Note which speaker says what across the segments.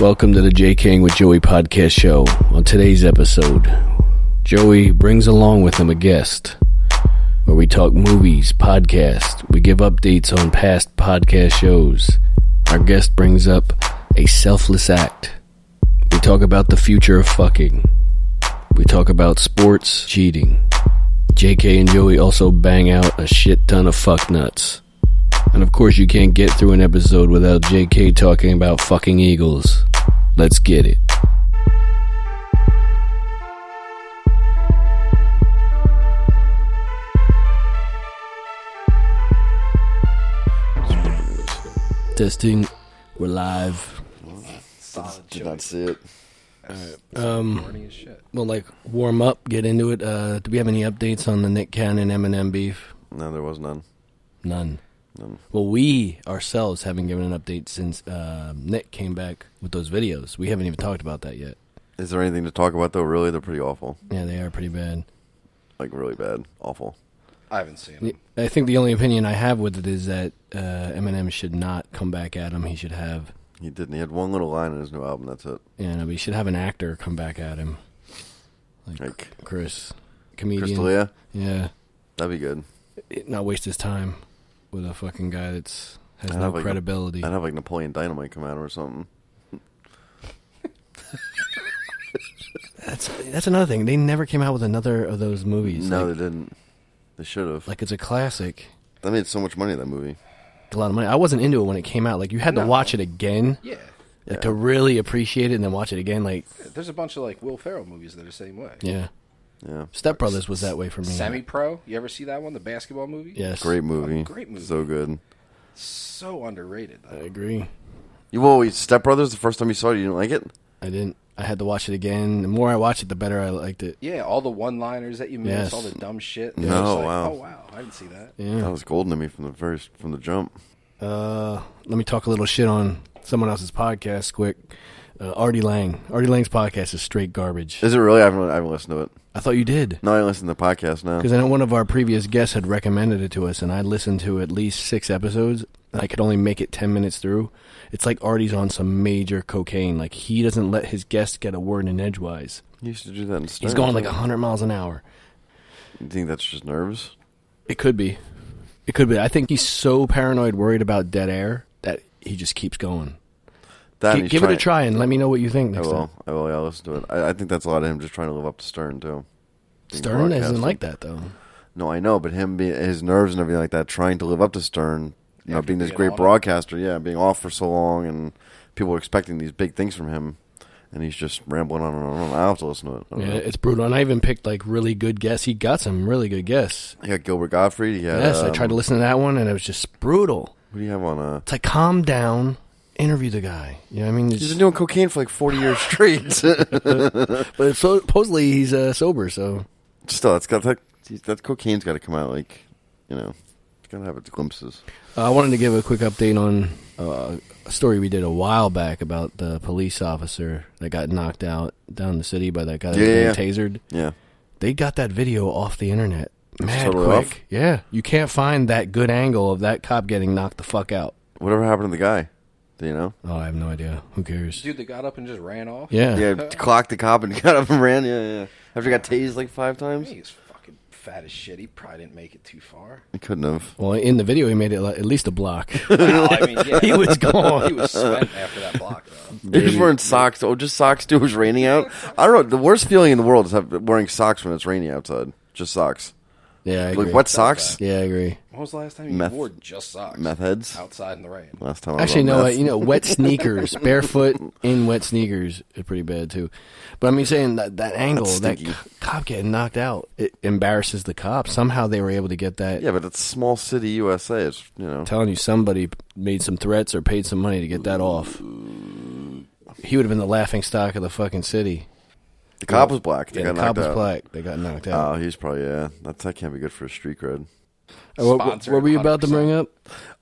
Speaker 1: Welcome to the J King with Joey podcast show. On today's episode, Joey brings along with him a guest where we talk movies, podcasts, we give updates on past podcast shows. Our guest brings up a selfless act. We talk about the future of fucking. We talk about sports, cheating. JK and Joey also bang out a shit ton of fuck nuts. And of course, you can't get through an episode without JK talking about fucking eagles. Let's get it. Testing. We're live.
Speaker 2: Did not see it.
Speaker 1: Um, we'll like warm up, get into it. Uh, do we have any updates on the Nick Cannon Eminem beef?
Speaker 2: No, there was none. Um,
Speaker 1: None.
Speaker 2: None.
Speaker 1: Well, we ourselves haven't given an update since uh, Nick came back with those videos. We haven't even talked about that yet.
Speaker 2: Is there anything to talk about though? Really, they're pretty awful.
Speaker 1: Yeah, they are pretty bad.
Speaker 2: Like really bad, awful.
Speaker 3: I haven't seen him.
Speaker 1: Y- I think the only opinion I have with it is that uh, Eminem should not come back at him. He should have,
Speaker 2: He didn't. He had one little line in his new album. That's it.
Speaker 1: you know, he should have an actor come back at him, like,
Speaker 2: Like
Speaker 1: Chris, comedian.
Speaker 2: Crystalia,
Speaker 1: Yeah,
Speaker 2: that'd be good.
Speaker 1: It- not waste his time with a fucking guy that's has
Speaker 2: I'd
Speaker 1: no
Speaker 2: have, like, a-
Speaker 1: credibility.
Speaker 2: I'd have like Napoleon Dynamite come out or something.
Speaker 1: that's that's another thing. They never came out with another of those movies.
Speaker 2: no,
Speaker 1: like,
Speaker 2: they didn't. They should have.
Speaker 1: like it's a classic.
Speaker 2: They made so much money that movie.
Speaker 1: a lot of money. I wasn't into it when it came out. Like you had to
Speaker 3: No.
Speaker 1: watch it again,
Speaker 3: Yeah.
Speaker 1: like to really appreciate it, and then watch it again. Like
Speaker 3: There's a bunch of like Will Ferrell movies that are the same way.
Speaker 1: yeah,
Speaker 2: Yeah,
Speaker 1: Step Brothers was that way for me.
Speaker 3: Semi Pro, you ever see that one? The basketball movie?
Speaker 1: yes,
Speaker 2: great movie.
Speaker 3: Great movie.
Speaker 2: So good.
Speaker 3: So underrated.
Speaker 1: I
Speaker 3: Though.
Speaker 1: agree.
Speaker 2: You always Step Brothers. The first time you saw it, you didn't like it.
Speaker 1: I didn't. I had to watch it again. The more I watched it, the better I liked it.
Speaker 3: Yeah, all the one liners that you miss,
Speaker 1: Yes.
Speaker 3: all the dumb shit.
Speaker 2: No,
Speaker 3: It's just like,
Speaker 2: wow.
Speaker 3: Oh, wow. I didn't see that.
Speaker 2: That
Speaker 1: Yeah.
Speaker 2: was golden to me from the first from the jump.
Speaker 1: Uh, let me talk a little shit on someone else's podcast quick. Uh, Artie Lang. Artie Lang's podcast is straight garbage.
Speaker 2: Is it really? I haven't. I haven't listened to it.
Speaker 1: I thought you did.
Speaker 2: No, I listen to the podcast now.
Speaker 1: Because I know one of our previous guests had recommended it to us, and I listened to at least six episodes, and I could only make it 10 minutes through. It's like Artie's on some major cocaine. Like, he doesn't let his guests get a word in edgewise.
Speaker 2: You used to do that instead.
Speaker 1: He's going like 100 miles an hour.
Speaker 2: You think that's just nerves?
Speaker 1: It could be. It could be. I think he's so paranoid, worried about dead air, that he just keeps going.
Speaker 2: That
Speaker 1: Gi-
Speaker 2: he's
Speaker 1: give it a
Speaker 2: trying-
Speaker 1: try and let me know what you think
Speaker 2: I
Speaker 1: next
Speaker 2: will.
Speaker 1: time.
Speaker 2: I will. Yeah, I'll listen to it. I, I think that's a lot of him just trying to live up to Stern too. Being
Speaker 1: Stern isn't
Speaker 2: broadcasted.
Speaker 1: like that, though.
Speaker 2: No, I know, but him being his nerves and everything like that, trying to live up to Stern, you know,
Speaker 3: After
Speaker 2: being this
Speaker 3: being
Speaker 2: great
Speaker 3: off.
Speaker 2: broadcaster, yeah, being off for so long, and people were expecting these big things from him, and he's just rambling on and on. And on. I have to listen to it. I don't
Speaker 1: Yeah,
Speaker 2: know.
Speaker 1: it's brutal. And I even picked, like, really good guests. He got some really good guests.
Speaker 2: He got Gilbert Gottfried. He had,
Speaker 1: Yes, I
Speaker 2: um,
Speaker 1: tried to listen to that one, and it was just brutal.
Speaker 2: What do you have on? Uh,
Speaker 1: It's like, calm down, interview the guy. You know what I mean?
Speaker 2: he's
Speaker 1: It's-
Speaker 2: been doing cocaine for like forty years straight.
Speaker 1: but so, supposedly he's uh, sober, so
Speaker 2: Still, that's got that. That cocaine's got to come out. Like, you know, it's got to have its glimpses.
Speaker 1: uh, I wanted to give a quick update on uh, a story we did a while back about the police officer that got knocked out down the city by that guy that was
Speaker 2: Yeah,
Speaker 1: being
Speaker 2: yeah,
Speaker 1: tasered.
Speaker 2: Yeah.
Speaker 1: They got that video off the internet mad
Speaker 2: totally
Speaker 1: quick.
Speaker 2: off?
Speaker 1: Yeah, you can't find that good angle of that cop getting knocked the fuck out.
Speaker 2: Whatever happened to the guy? Do you know?
Speaker 1: Oh, I have no idea. Who cares?
Speaker 3: Dude that got up and just ran off?
Speaker 1: Yeah,
Speaker 2: Yeah, clocked the cop and got up and ran. Yeah, yeah. After he got tased like five times,
Speaker 3: He's fucking fat as shit. He probably didn't make it too far.
Speaker 2: he couldn't have.
Speaker 1: Well, in the video, he made it like, at least a block.
Speaker 3: No, I mean, yeah.
Speaker 1: he was gone.
Speaker 3: He was spent after that block, though.
Speaker 2: He was wearing socks. Oh, just socks too. It was raining out. I don't know. The worst feeling in the world is have, wearing socks when it's raining outside. Just socks.
Speaker 1: Yeah, I agree.
Speaker 2: Like what socks?
Speaker 1: Yeah, I agree.
Speaker 3: When was the last time you
Speaker 2: Meth-
Speaker 3: wore just socks?
Speaker 2: Meth heads.
Speaker 3: Outside in the rain.
Speaker 2: Last time. I was
Speaker 1: Actually,
Speaker 2: on
Speaker 1: no.
Speaker 2: meth.
Speaker 1: uh, You know, wet sneakers, barefoot in wet sneakers is pretty bad too. But I mean, saying that that angle,
Speaker 2: That's
Speaker 1: that
Speaker 2: stinky.
Speaker 1: co- cop getting knocked out, it embarrasses the cop. Somehow they were able to get that.
Speaker 2: Yeah, but it's small city USA. It's you know.
Speaker 1: I'm telling you, somebody made some threats or paid some money to get that off. He would have been the laughing stock of the fucking city.
Speaker 2: The cop was black. They
Speaker 1: Yeah,
Speaker 2: got
Speaker 1: the cop
Speaker 2: knocked
Speaker 1: was
Speaker 2: out.
Speaker 1: black. They got knocked out.
Speaker 2: Oh, he's probably yeah. That's that can't be good for a street cred.
Speaker 1: Uh, what- what,
Speaker 3: sponsored
Speaker 1: were you about to bring up?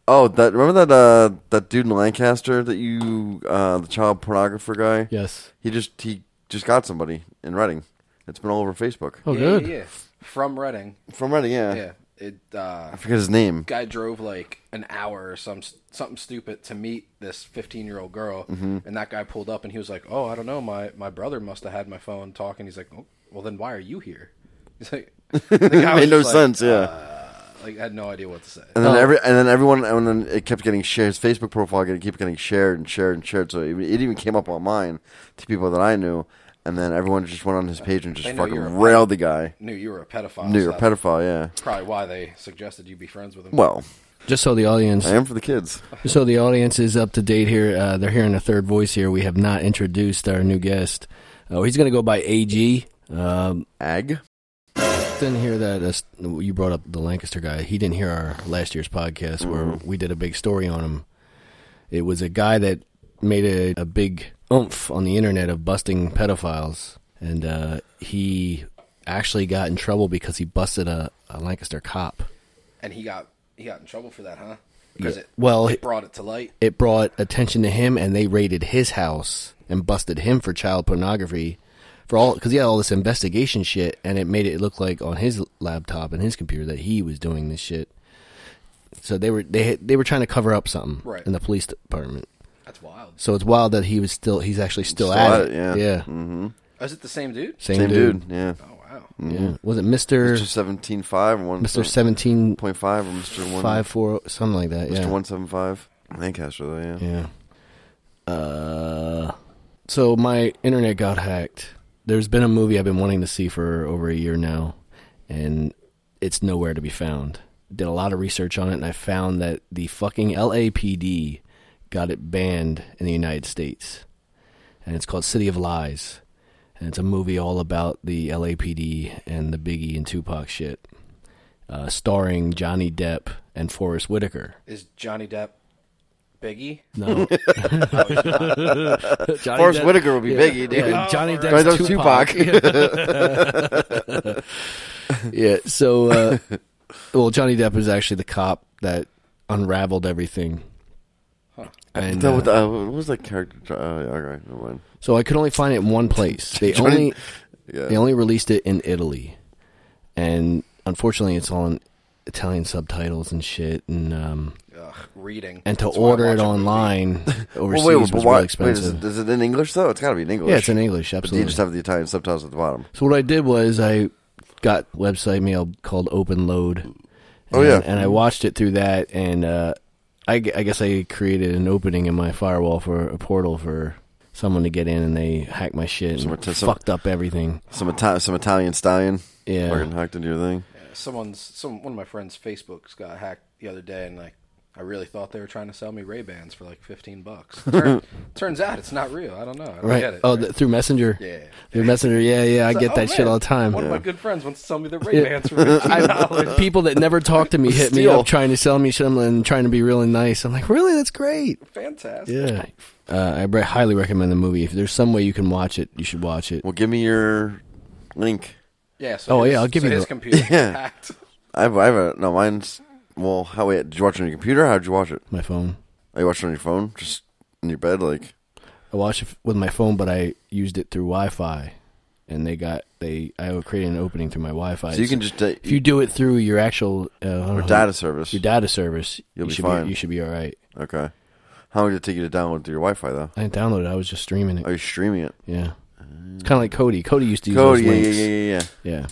Speaker 2: Oh, that remember that uh that dude in Lancaster that you uh the child pornographer guy.
Speaker 1: Yes.
Speaker 2: He just he just got somebody in Reading. It's been all over Facebook.
Speaker 1: Oh,
Speaker 3: yeah,
Speaker 1: good.
Speaker 3: Yeah, yeah. From Reading.
Speaker 2: From Reading, yeah.
Speaker 3: Yeah. It uh,
Speaker 2: I forget his name.
Speaker 3: guy drove like an hour or some something stupid to meet this 15 year old girl,
Speaker 2: Mm-hmm.
Speaker 3: and that guy pulled up and he was like, "Oh, I don't know, my my brother must have had my phone talking." He's like, oh, "Well, then why are you here?" He's like, the guy was
Speaker 2: Made no
Speaker 3: just like, uh,
Speaker 2: sense. Yeah. Uh,
Speaker 3: Like had no idea what to say.
Speaker 1: Oh.
Speaker 2: and then every and then everyone and then it kept getting shared. His Facebook profile getting kept getting shared and shared and shared. So it, it even came up on mine to people that I knew. And then everyone just went on his page and
Speaker 3: They
Speaker 2: just
Speaker 3: know you're a-
Speaker 2: fucking railed the guy.
Speaker 3: Knew you were a pedophile.
Speaker 2: Knew
Speaker 3: so
Speaker 2: you're a
Speaker 3: that's
Speaker 2: pedophile, yeah.
Speaker 3: Probably why they suggested you be friends with him.
Speaker 2: Well,
Speaker 1: Just so the audience,
Speaker 2: I am for the kids.
Speaker 1: just so the audience is up to date here. Uh, they're hearing a third voice here. We have not introduced our new guest. Oh, he's going to go by AG. Um,
Speaker 2: Ag.
Speaker 1: didn't hear that uh, you brought up the Lancaster guy. He didn't hear our last year's podcast where we did a big story on him. It was a guy that made a, a big oomph on the internet of busting pedophiles, and uh, he actually got in trouble because he busted a, a Lancaster cop.
Speaker 3: and he got he got in trouble for that, huh? Because it
Speaker 1: Well,
Speaker 3: it brought it to light.
Speaker 1: it brought attention to him, and they raided his house and busted him for child pornography. For all, because he had all this investigation shit, and it made it look like on his laptop and his computer that he was doing this shit. So they were they had- they were trying to cover up something
Speaker 3: Right.
Speaker 1: in the police department.
Speaker 3: That's wild.
Speaker 1: So it's wild that he was still he's actually still,
Speaker 2: Still
Speaker 1: at,
Speaker 2: at
Speaker 1: it. Mm.
Speaker 2: it, yeah. Mm-hmm.
Speaker 3: Is it the same dude?
Speaker 1: Same,
Speaker 2: Same
Speaker 1: dude.
Speaker 2: dude, yeah.
Speaker 3: Oh wow.
Speaker 2: Mm.
Speaker 1: Yeah. Was it Mister
Speaker 2: Mr. Seventeen Five or one
Speaker 1: Mister Seventeen
Speaker 2: point five or Mr. One
Speaker 1: Five Four something like that?
Speaker 2: Mr.
Speaker 1: Yeah.
Speaker 2: One Seven Five. Lancaster though, yeah.
Speaker 1: Yeah. Uh, so my internet got hacked. There's been a movie I've been wanting to see for over a year now, and it's nowhere to be found. Did a lot of research on it, and I found that the fucking LAPD got it banned in the United States, and it's called City of Lies, and it's a movie all about the LAPD and the Biggie and Tupac shit, uh, starring Johnny Depp and Forrest Whitaker.
Speaker 3: Is Johnny Depp Biggie?
Speaker 1: No. Johnny
Speaker 2: Forrest
Speaker 1: Depp-
Speaker 2: Whitaker would be
Speaker 1: yeah,
Speaker 2: Biggie, dude.
Speaker 1: yeah, Johnny
Speaker 2: Johnny
Speaker 1: Depp's
Speaker 2: Depp's
Speaker 1: Tupac. yeah, so uh, well Johnny Depp is actually the cop that unraveled everything. And,
Speaker 2: That
Speaker 1: uh,
Speaker 2: was- uh, what was that character? Uh, okay, never mind.
Speaker 1: so I could only find it in one place. They
Speaker 2: Johnny- uh.
Speaker 1: only
Speaker 2: Yeah.
Speaker 1: they only released it in Italy, and unfortunately, it's on Italian subtitles and shit. And um,
Speaker 3: Ugh, reading.
Speaker 1: and to
Speaker 3: That's why I
Speaker 1: order
Speaker 3: watch
Speaker 1: it
Speaker 3: a movie.
Speaker 1: online overseas
Speaker 2: Well, wait,
Speaker 1: was
Speaker 2: but why,
Speaker 1: really
Speaker 2: wait is,
Speaker 1: expensive.
Speaker 2: it, is it in English though? It's got to be in English.
Speaker 1: yeah, it's in English,
Speaker 2: But you
Speaker 1: absolutely.
Speaker 2: just have the Italian subtitles at the bottom.
Speaker 1: So what I did was I got website mail called Open Load. And,
Speaker 2: Oh, yeah.
Speaker 1: and I watched it through that, and uh, I, gu- I guess I created an opening in my firewall for a portal for someone to get in, and they hacked my shit
Speaker 2: Some
Speaker 1: and
Speaker 2: artis-
Speaker 1: fucked up everything.
Speaker 2: Some Ita- some Italian stallion.
Speaker 1: Yeah.
Speaker 2: Fucking hacked into your thing.
Speaker 3: Someone's some one of my friends' Facebooks got hacked the other day, and like I really thought they were trying to sell me Ray Bans for like fifteen bucks. Turn, turns out it's not real. I don't know. I don't
Speaker 1: Right?
Speaker 3: Get it.
Speaker 1: oh,
Speaker 3: Right?
Speaker 1: th- through Messenger.
Speaker 3: yeah.
Speaker 1: Through Messenger. Yeah, yeah. I
Speaker 3: So,
Speaker 1: get
Speaker 3: oh,
Speaker 1: that shit
Speaker 3: man,
Speaker 1: all the time.
Speaker 3: One of my good friends wants to sell me the Ray Bans for fifteen
Speaker 1: I,
Speaker 3: dollars.
Speaker 1: people that never talk to me hit me
Speaker 2: Steal.
Speaker 1: up trying to sell me something and trying to be really nice. I'm like, really? That's great.
Speaker 3: Fantastic.
Speaker 1: Yeah. Uh, I re- highly recommend the movie. If there's some way you can watch it, you should watch it.
Speaker 2: Well, give me your link.
Speaker 3: Yeah. So
Speaker 1: Oh,
Speaker 3: his,
Speaker 1: yeah, I'll give
Speaker 3: so
Speaker 1: you
Speaker 3: his
Speaker 1: the-
Speaker 3: computer was
Speaker 2: Yeah.
Speaker 3: hacked.
Speaker 2: I have, I have a no. Mine's well. How wait? Did you watch it on your computer? How'd you watch it?
Speaker 1: My phone.
Speaker 2: Oh, you watched it on your phone? Just in your bed, like
Speaker 1: I watched it f- with my phone, but I used it through Wi-Fi, and they got they I created an opening through my Wi-Fi.
Speaker 2: so you can just uh,
Speaker 1: if you do it through your actual uh, I don't know,
Speaker 2: data service.
Speaker 1: your data service,
Speaker 2: You'll
Speaker 1: you
Speaker 2: be
Speaker 1: should
Speaker 2: fine.
Speaker 1: Be, you should be all right.
Speaker 2: okay. How long did it take you to download through your Wi-Fi though?
Speaker 1: I didn't download it. I was just streaming it.
Speaker 2: Are you streaming it?
Speaker 1: Yeah, it's kind of like Cody. Cody used to use
Speaker 2: Code,
Speaker 1: those
Speaker 2: yeah, yeah,
Speaker 1: links.
Speaker 2: yeah, yeah, yeah.
Speaker 1: yeah.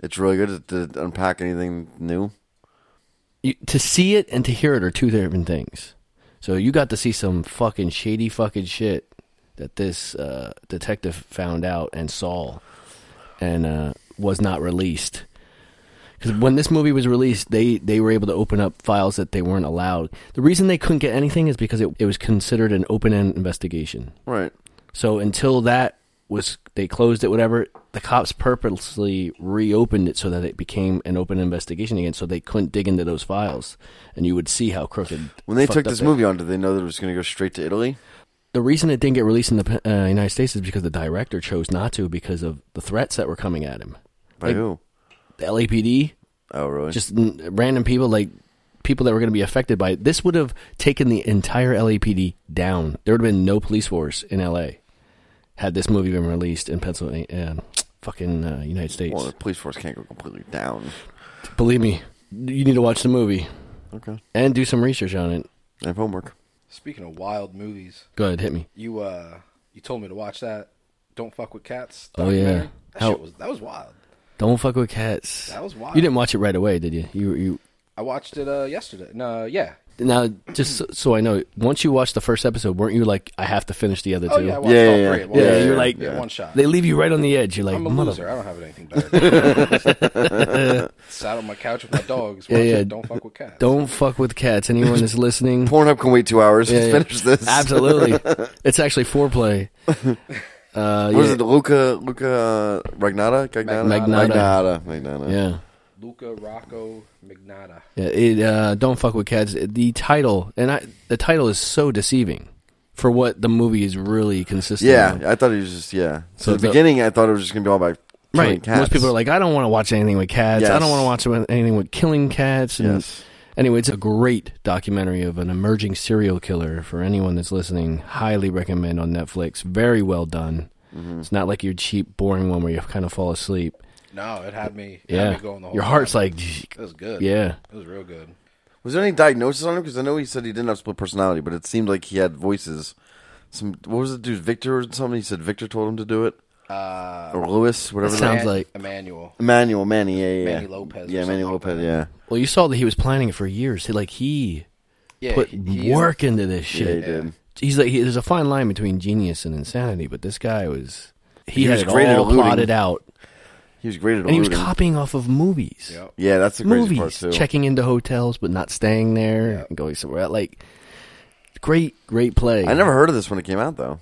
Speaker 2: It's really good. to to unpack anything new?
Speaker 1: you, to see it and to hear it are two different things. So you got to see some fucking shady fucking shit that this uh, detective found out and saw, and uh, was not released. Because when this movie was released, they they were able to open up files that they weren't allowed. The reason they couldn't get anything is because it, it was considered an open end investigation.
Speaker 2: Right.
Speaker 1: So until that was they closed it, whatever, the cops purposely reopened it so that it became an open investigation again, so they couldn't dig into those files, and you would see how crooked.
Speaker 2: When they
Speaker 1: fucked
Speaker 2: took
Speaker 1: up
Speaker 2: this
Speaker 1: they-
Speaker 2: movie on, did they know that it was going to go straight to Italy?
Speaker 1: the reason it didn't get released in the uh, United States is because the director chose not to because of the threats that were coming at him.
Speaker 2: By
Speaker 1: Like-
Speaker 2: who?
Speaker 1: The LAPD,
Speaker 2: Oh, really?
Speaker 1: just n- random people like people that were going to be affected by it. This would have taken the entire LAPD down. There would have been no police force in LA had this movie been released in Pennsylvania, uh, fucking uh, United States.
Speaker 2: well, the police force can't go completely down.
Speaker 1: Believe me, You need to watch the movie
Speaker 2: Okay.
Speaker 1: and do some research on it.
Speaker 2: I have homework.
Speaker 3: Speaking of wild movies,
Speaker 1: Go ahead, hit me.
Speaker 3: you uh you told me to watch that. Don't fuck with cats.
Speaker 1: Oh, yeah.
Speaker 3: documentary. that
Speaker 1: How-
Speaker 3: shit was that was wild.
Speaker 1: Don't fuck with cats.
Speaker 3: That was wild.
Speaker 1: You didn't watch it right away, did you? You you
Speaker 3: I watched it uh yesterday. No, yeah.
Speaker 1: now just so, so I know. Once you watched the first episode, weren't you like, I have to finish the other two?
Speaker 3: Oh yeah, I watched
Speaker 2: Yeah, yeah,
Speaker 3: all three.
Speaker 2: yeah.
Speaker 3: at once.
Speaker 2: Yeah,
Speaker 1: you're like-
Speaker 3: yeah, one shot.
Speaker 1: They leave you right on the edge. You're like,
Speaker 3: I'm a
Speaker 1: mother-
Speaker 3: loser. I don't have anything better. to do. Sat on my couch with my dogs. Watching
Speaker 1: yeah.
Speaker 3: Don't fuck with cats.
Speaker 1: don't fuck with cats. Anyone that's listening,
Speaker 2: Pornhub can wait two hours.
Speaker 1: Yeah,
Speaker 2: Let's
Speaker 1: yeah.
Speaker 2: finish this.
Speaker 1: absolutely. it's actually foreplay. Uh,
Speaker 2: What
Speaker 1: yeah,
Speaker 2: is it? Luca Luca uh, Ragnata? Gagnata?
Speaker 1: Magnata.
Speaker 2: Magnata. Magnata.
Speaker 1: yeah,
Speaker 3: Luca Rocco Magnata.
Speaker 1: yeah. It, uh, don't fuck with cats. The title and I, the title is so deceiving for what the movie is really consistent.
Speaker 2: Yeah,
Speaker 1: of.
Speaker 2: I thought he was just yeah.
Speaker 1: So
Speaker 2: So at the,
Speaker 1: the-
Speaker 2: beginning, I thought it was just gonna be all about killing
Speaker 1: Right.
Speaker 2: cats.
Speaker 1: Most people are like, I don't want to watch anything with cats. I
Speaker 2: Yes.
Speaker 1: don't want to watch about anything with killing cats. And
Speaker 2: Yes.
Speaker 1: Anyway, it's a great documentary of an emerging serial killer for anyone that's listening. Highly recommend on Netflix. Very well done.
Speaker 2: Mm-hmm.
Speaker 1: It's not like your cheap, boring one where you kind of fall asleep.
Speaker 3: No, it had me. it had
Speaker 1: Yeah.
Speaker 3: me going the whole
Speaker 1: Your heart's
Speaker 3: time.
Speaker 1: like,
Speaker 3: it was good.
Speaker 1: yeah.
Speaker 3: it was real good.
Speaker 2: was there any diagnosis on him? Because I know he said he didn't have split personality, but it seemed like he had voices. Some what was it, dude? Victor or something? He said Victor told him to do it,
Speaker 3: Uh,
Speaker 2: or Lewis, whatever.
Speaker 1: Sounds
Speaker 2: that-
Speaker 3: Man-
Speaker 1: like-
Speaker 3: Emmanuel.
Speaker 2: Emmanuel Manny, yeah, yeah, yeah.
Speaker 3: Manny Lopez or
Speaker 2: yeah, Manny
Speaker 3: something like
Speaker 2: Lopez,
Speaker 3: that.
Speaker 2: yeah.
Speaker 1: Well, you saw that he was planning it for years. He like he
Speaker 3: Yeah,
Speaker 1: put
Speaker 3: he- he-
Speaker 1: work into this
Speaker 2: yeah, he
Speaker 1: shit.
Speaker 2: did.
Speaker 1: He's like, he, there's a fine line between genius and insanity, but this guy was he,
Speaker 2: He
Speaker 1: had
Speaker 2: was
Speaker 1: it
Speaker 2: great at
Speaker 1: all
Speaker 2: eluding.
Speaker 1: plotted out,
Speaker 2: He was great at
Speaker 1: and he was
Speaker 2: eluding.
Speaker 1: copying off of movies.
Speaker 3: Yep. Oh,
Speaker 2: Yeah, that's the crazy part
Speaker 1: movies,
Speaker 2: too.
Speaker 1: checking into hotels but not staying there,
Speaker 3: Yeah.
Speaker 1: and going somewhere. Like, great, great play.
Speaker 2: I never heard of this when it came out though.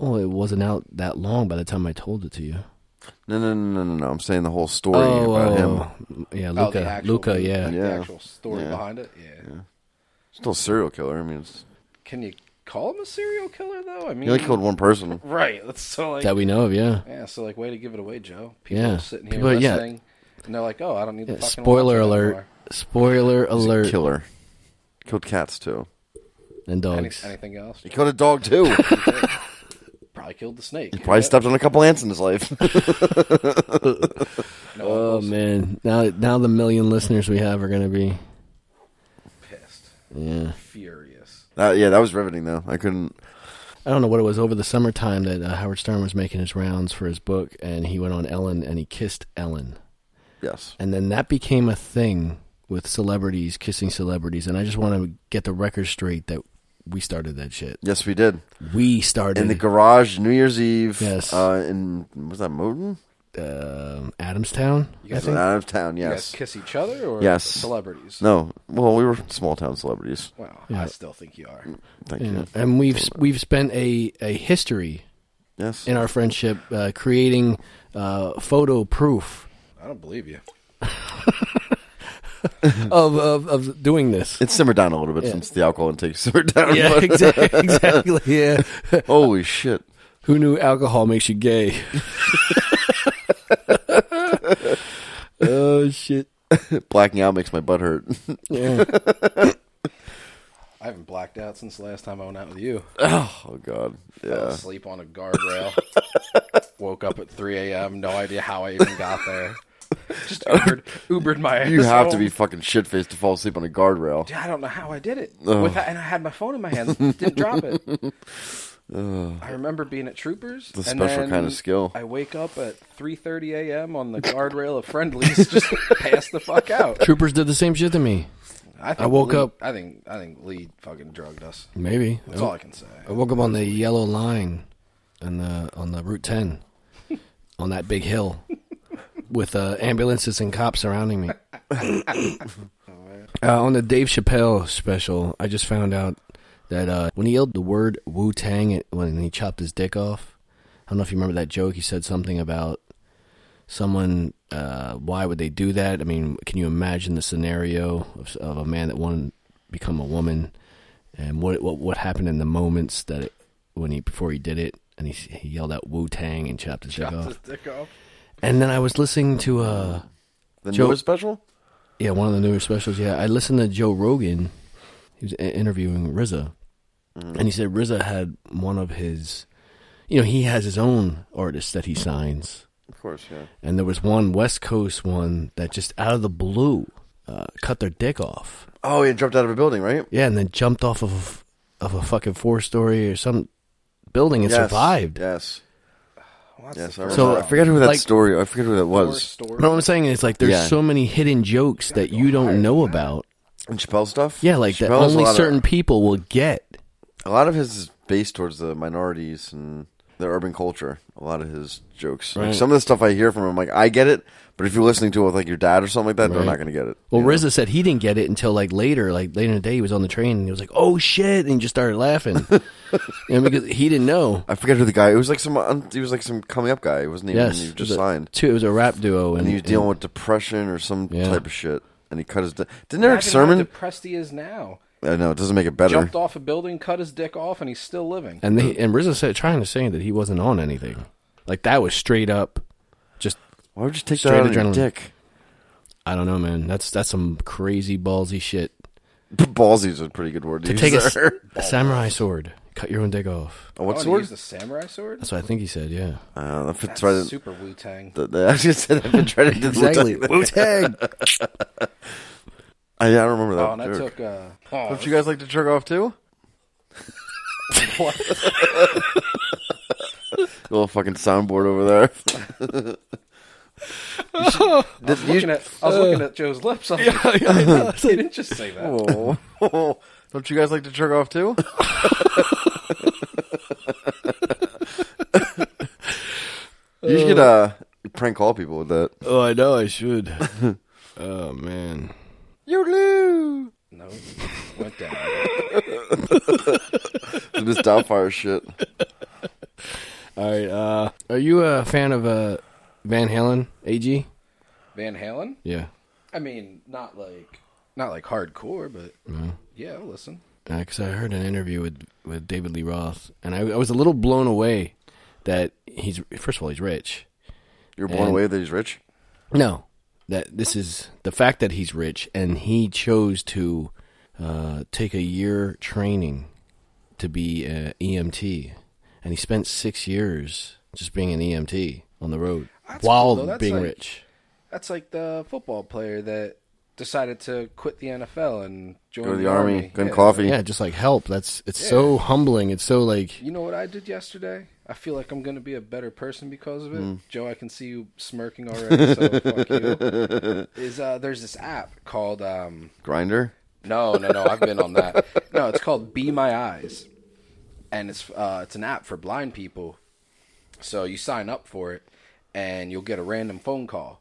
Speaker 1: Well, it wasn't out that long by the time I told it to you.
Speaker 2: No, no, no, no, no, no. I'm saying the whole story
Speaker 1: Oh,
Speaker 2: about him.
Speaker 1: him. yeah,
Speaker 3: Oh, the
Speaker 1: Luca,
Speaker 3: actual-
Speaker 1: Luca, yeah.
Speaker 3: the
Speaker 2: Yeah.
Speaker 3: actual story
Speaker 2: Yeah.
Speaker 3: behind it. Yeah.
Speaker 2: Still a serial killer. I mean, it's,
Speaker 3: Can you call him a serial killer though? I mean,
Speaker 2: he only killed one person.
Speaker 3: right. That's so like
Speaker 1: that we know of, yeah.
Speaker 3: yeah. So like, way to give it away, Joe. People
Speaker 1: Yeah.
Speaker 3: are sitting here
Speaker 1: People- yeah.
Speaker 3: listening, and they're like, "Oh, I don't need to." fucking
Speaker 1: Spoiler
Speaker 3: watch it
Speaker 1: alert!
Speaker 3: anymore.
Speaker 1: Spoiler
Speaker 2: He's a
Speaker 1: alert!
Speaker 2: Killer. Killed cats too.
Speaker 1: And
Speaker 3: Any,
Speaker 1: dogs.
Speaker 3: anything else?
Speaker 2: He killed a dog too.
Speaker 3: Probably killed the snake.
Speaker 2: Probably stepped on a couple ants in his life.
Speaker 3: No,
Speaker 1: oh
Speaker 3: I'm
Speaker 1: man! Now, now the million listeners we have are gonna be
Speaker 3: pissed,
Speaker 1: yeah.
Speaker 3: furious.
Speaker 2: That- yeah, that was riveting though. I couldn't.
Speaker 1: I don't know what it was over the summertime that uh, Howard Stern was making his rounds for his book, and he went on Ellen and he kissed Ellen.
Speaker 2: Yes.
Speaker 1: and then that became a thing with celebrities kissing celebrities and i just want to get the record straight that we started that shit
Speaker 2: Yes, we did
Speaker 1: we started
Speaker 2: in the garage New Year's Eve.
Speaker 1: Yes.
Speaker 2: Uh, in was that Moden?
Speaker 1: um, adamstown i
Speaker 2: Yes,
Speaker 1: think
Speaker 2: out of town.
Speaker 3: You guys
Speaker 2: Yes.
Speaker 3: kiss each other or
Speaker 2: Yes.
Speaker 3: celebrities?
Speaker 2: No. Well, we were small town celebrities.
Speaker 3: Well,
Speaker 1: Yeah.
Speaker 3: I still think you
Speaker 2: Mm.
Speaker 3: are.
Speaker 2: Thank
Speaker 1: Yeah.
Speaker 2: you.
Speaker 1: and we've we've spent a, a history
Speaker 2: Yes.
Speaker 1: in our friendship uh, creating uh, photo proof
Speaker 3: I don't believe you.
Speaker 1: of, of of doing this
Speaker 2: It's simmered down a little bit since the alcohol intake simmered down.
Speaker 1: yeah
Speaker 2: but-
Speaker 1: exactly, exactly yeah
Speaker 2: Holy shit.
Speaker 1: who knew alcohol makes you gay oh shit
Speaker 2: Blacking out makes my butt hurt.
Speaker 1: yeah
Speaker 3: I haven't blacked out since the last time I went out with you.
Speaker 2: oh God.
Speaker 3: Fell
Speaker 2: Yeah.
Speaker 3: asleep on a guardrail. Woke up at 3 a.m. No idea how I even got there. Just Ubered, Ubered my ass.
Speaker 2: You have to
Speaker 3: home.
Speaker 2: be fucking shit faced to fall asleep on a guardrail.
Speaker 3: Dude, I don't know how I did it.
Speaker 2: Oh.
Speaker 3: With that, and I had my phone in my hand. Didn't drop it. I remember being at Troopers.
Speaker 2: It's a
Speaker 3: and
Speaker 2: special
Speaker 3: then
Speaker 2: kind of skill.
Speaker 3: I wake up at 3.30 a.m. on the guardrail of Friendlies. Just pass the fuck out.
Speaker 1: troopers did the same shit to me
Speaker 3: I, think
Speaker 1: woke
Speaker 3: Lee-
Speaker 1: up- Oh.
Speaker 3: I think I think Lee fucking drugged us.
Speaker 1: Maybe.
Speaker 3: That's
Speaker 1: I,
Speaker 3: all I can say.
Speaker 1: I woke up on the yellow line on the on the Route 10 on that big hill with uh, ambulances and cops surrounding me. uh, on the Dave Chappelle special, I just found out that uh, when he yelled the word Wu Tang when he chopped his dick off, I don't know if you remember that joke. He said something about someone uh, why would they do that i mean can you imagine the scenario of, of a man that wanted to become a woman and what what, what happened in the moments that it, when he before he did it and he, he yelled out wu tang and chopped his dick
Speaker 3: Chopped
Speaker 1: off
Speaker 3: his dick off.
Speaker 1: and then i was listening to uh
Speaker 2: The
Speaker 1: Joe-
Speaker 2: Joe special?
Speaker 1: yeah one of the newer specials yeah i listened to joe rogan he was i- interviewing rizza
Speaker 3: Mm.
Speaker 1: and he said rizza had one of his you know he has his own artists that he signs
Speaker 2: Of course, yeah.
Speaker 1: and there was one West Coast one that just out of the blue uh, cut their dick off.
Speaker 2: Oh, he jumped out of a building, right?
Speaker 1: Yeah, and then jumped off of of a fucking four story or some building and
Speaker 2: Yes.
Speaker 1: survived.
Speaker 2: Yes.
Speaker 3: Well, that's
Speaker 2: Yes.
Speaker 3: the
Speaker 2: I
Speaker 3: first
Speaker 2: so I
Speaker 3: one.
Speaker 2: forget who that
Speaker 1: like-
Speaker 2: story. I forget who that
Speaker 3: Four
Speaker 2: was.
Speaker 3: story-
Speaker 1: No, what I'm saying is like there's
Speaker 2: Yeah.
Speaker 1: so many hidden jokes that you don't know about.
Speaker 2: And Chappelle stuff.
Speaker 1: Yeah, like that
Speaker 2: Chappelle has a
Speaker 1: only
Speaker 2: lot of-
Speaker 1: certain people will get.
Speaker 2: a lot of his is based towards the minorities and the urban culture. A lot of his jokes. Like some of the stuff I hear from him, like I get it, but if you're listening to it with like your dad or something like that, they're not going to get it.
Speaker 1: Well,
Speaker 2: you know?
Speaker 1: RZA said he didn't get it until like later, like later in the day. He was on the train and he was like, "Oh shit!" and he just started laughing, and because he didn't know.
Speaker 2: I forget who the guy. It was like some. un- He was like some coming up guy. It wasn't even
Speaker 1: Yes, it
Speaker 2: he
Speaker 1: was
Speaker 2: just
Speaker 1: a-
Speaker 2: signed.
Speaker 1: Two, it was a rap duo, and,
Speaker 2: And he was dealing with depression or some
Speaker 1: Yeah.
Speaker 2: type of shit. And he cut his. Di- Didn't Eric
Speaker 3: Imagine how
Speaker 2: Sermon?
Speaker 3: depressed he is now.
Speaker 2: I know it doesn't make it better.
Speaker 3: Jumped off a building, cut his dick off, and he's still living.
Speaker 1: and they, and RZA said trying to say that he wasn't on anything, like that was straight up, just
Speaker 2: Why would you take
Speaker 1: Straight
Speaker 2: that out of your
Speaker 1: adrenaline.
Speaker 2: dick?
Speaker 1: I don't know, man. That's that's some crazy ballsy shit.
Speaker 2: Ballsy is a pretty good word to,
Speaker 1: To
Speaker 2: use
Speaker 1: take a, s-
Speaker 2: there.
Speaker 1: a samurai sword, cut your own dick off.
Speaker 2: Oh,
Speaker 3: Oh,
Speaker 2: what
Speaker 3: and he
Speaker 2: sword?
Speaker 3: used a samurai sword.
Speaker 1: That's what I think he said. Yeah,
Speaker 2: Uh, that fits
Speaker 3: That's
Speaker 2: right. in-
Speaker 3: super Wu Tang.
Speaker 2: the- the- I just said I've been trying to do
Speaker 1: exactly.
Speaker 2: that.
Speaker 1: Wu Tang.
Speaker 2: I, I don't remember that.
Speaker 3: Oh, and that
Speaker 2: jerk.
Speaker 3: took. Uh, oh,
Speaker 2: Don't you guys like to jerk off too?
Speaker 3: what?
Speaker 2: Little fucking soundboard over there. You should- did you-
Speaker 3: Looking at- I was looking at Joe's lips. I'm like, he didn't just say that.
Speaker 2: Whoa. Don't you guys like to jerk off too? you should uh, prank call people with that.
Speaker 1: oh, I know. I should. oh man.
Speaker 2: You lose.
Speaker 3: No, went down.
Speaker 2: This Doubtfire shit.
Speaker 1: All right. Uh, are you a fan of uh, Van Halen? Ag?
Speaker 3: Van Halen.
Speaker 1: Yeah.
Speaker 3: I mean, not like not like hardcore, but
Speaker 2: Mm-hmm.
Speaker 3: yeah, I'll listen.
Speaker 1: because Uh, I heard an interview with, with David Lee Roth, and I, I was a little blown away that he's first of all he's rich.
Speaker 2: You're blown
Speaker 1: And-
Speaker 2: away that he's rich.
Speaker 1: No, that this is the fact that he's rich, and he chose to uh, take a year training to be an EMT, and he spent six years just being an EMT on the road
Speaker 3: That's
Speaker 1: while
Speaker 3: cool, though. That's
Speaker 1: being
Speaker 3: like-
Speaker 1: rich.
Speaker 3: That's like the football player that decided to quit the NFL and join
Speaker 2: Go to the
Speaker 3: the
Speaker 2: army,
Speaker 3: army.
Speaker 2: good
Speaker 3: Yeah.
Speaker 2: coffee.
Speaker 1: Yeah, just like help. That's it's so humbling. It's so like
Speaker 3: You know what I did yesterday? I feel like I'm going to be a better person because of it.
Speaker 2: Mm.
Speaker 3: Joe, I can see you smirking already, so fuck you. Is uh, there's this app called um,
Speaker 2: Grinder.
Speaker 3: No, no, no. I've been on that. No, it's called Be My Eyes, and it's uh, it's an app for blind people. So you sign up for it, and you'll get a random phone call,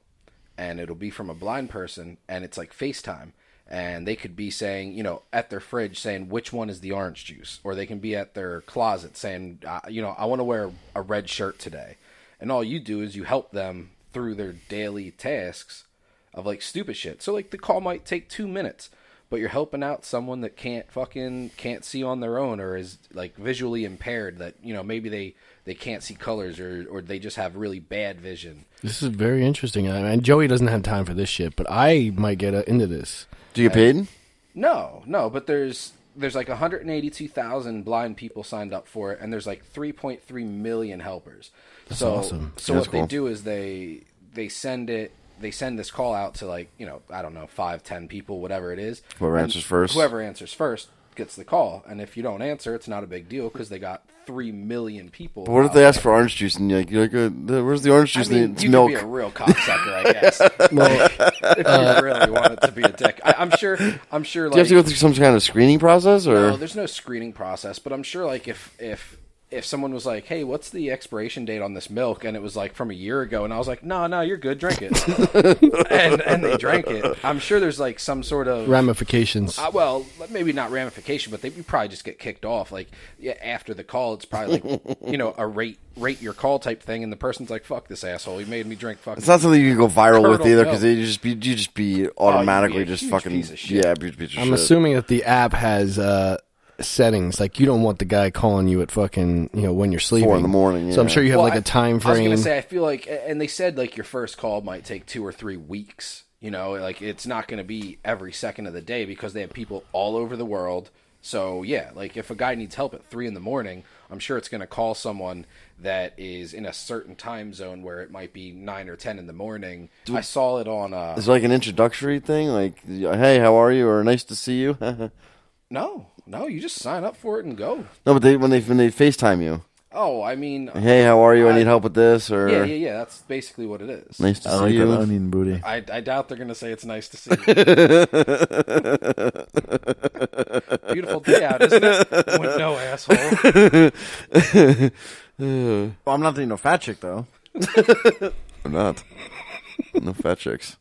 Speaker 3: and it'll be from a blind person, and it's like FaceTime, and they could be saying, you know, at their fridge saying which one is the orange juice, or they can be at their closet saying, uh, you know, I want to wear a red shirt today, and all you do is you help them through their daily tasks of like stupid shit. So like the call might take two minutes, but you're helping out someone that can't fucking can't see on their own or is like visually impaired that you know maybe they they can't see colors or or they just have really bad vision.
Speaker 1: this is very interesting. I mean, Joey doesn't have time for this shit, but I might get uh, into this.
Speaker 2: Do you get paid?
Speaker 3: No, no, but there's there's like 182,000 blind people signed up for it, and there's like 3.3 million helpers. so,
Speaker 1: awesome.
Speaker 3: so
Speaker 2: That's
Speaker 3: what
Speaker 2: cool.
Speaker 3: they do is they they send it they send this call out to like you know I don't know five ten people whatever it is.
Speaker 2: Whoever
Speaker 3: And
Speaker 2: answers first.
Speaker 3: Whoever answers first gets the call, and if you don't answer, it's not a big deal because they got three million people.
Speaker 2: What if
Speaker 3: out
Speaker 2: they ask for orange juice and you're like, you're like uh, where's the orange
Speaker 3: I
Speaker 2: juice?
Speaker 3: mean,
Speaker 2: and it's
Speaker 3: you
Speaker 2: milk.
Speaker 3: could be a real cocksucker, I guess. if you really wanted to be a dick, I, I'm sure. I'm sure. Like,
Speaker 2: Do you have to go through some kind of screening process or?
Speaker 3: no, there's no screening process, but I'm sure like if if if someone was like, "Hey, what's the expiration date on this milk?" and it was like from a year ago, and I was like, "No, no, you're good, drink it," and and they drank it. I'm sure there's like some sort of
Speaker 1: Ramifications.
Speaker 3: uh, well, maybe not ramification, but they you probably just get kicked off. Like yeah, after the call, it's probably like you know a rate rate your call type thing, and the person's like, "Fuck this asshole, he made me drink fucking."
Speaker 2: It's not something you can go viral with
Speaker 3: Curdled
Speaker 2: either because
Speaker 3: milk. Oh,
Speaker 2: you just be you just be automatically
Speaker 3: a
Speaker 2: just
Speaker 3: huge
Speaker 2: fucking
Speaker 3: piece of shit.
Speaker 2: yeah, be a piece of
Speaker 1: I'm
Speaker 2: shit.
Speaker 1: assuming that the app has uh, settings. Like you don't want the guy calling you at fucking you know when you're sleeping.
Speaker 2: the morning,
Speaker 1: So I'm
Speaker 2: yeah.
Speaker 1: sure you have
Speaker 3: Well,
Speaker 1: like
Speaker 3: I-
Speaker 1: a time
Speaker 3: I was
Speaker 1: frame.
Speaker 3: gonna say, I feel like, and they said like your first call might take two or three weeks. You know, like it's not gonna be every second of the day because they have people all over the world So yeah, like if a guy needs help at three in the morning, I'm sure it's going to call someone that is in a certain time zone where it might be nine or ten in the morning. I saw it on uh,
Speaker 2: It's like an introductory thing, like "Hey, how are you?" or "Nice to see you." no,
Speaker 3: no, no, you just sign up for it and go.
Speaker 2: but they when they when they Facetime you,
Speaker 3: Oh, I mean,
Speaker 2: "Hey, how are you? I
Speaker 3: I-
Speaker 2: need help with this," or
Speaker 3: yeah, yeah, yeah. That's basically what it is.
Speaker 2: "Nice to
Speaker 4: I
Speaker 2: see
Speaker 4: like
Speaker 2: you."
Speaker 4: that onion booty.
Speaker 3: I, I doubt they're going to say it's nice to see you. Beautiful day out, isn't it? With no asshole.
Speaker 4: Well, I'm not thinking no fat chick though.
Speaker 2: I'm not. no fat chicks.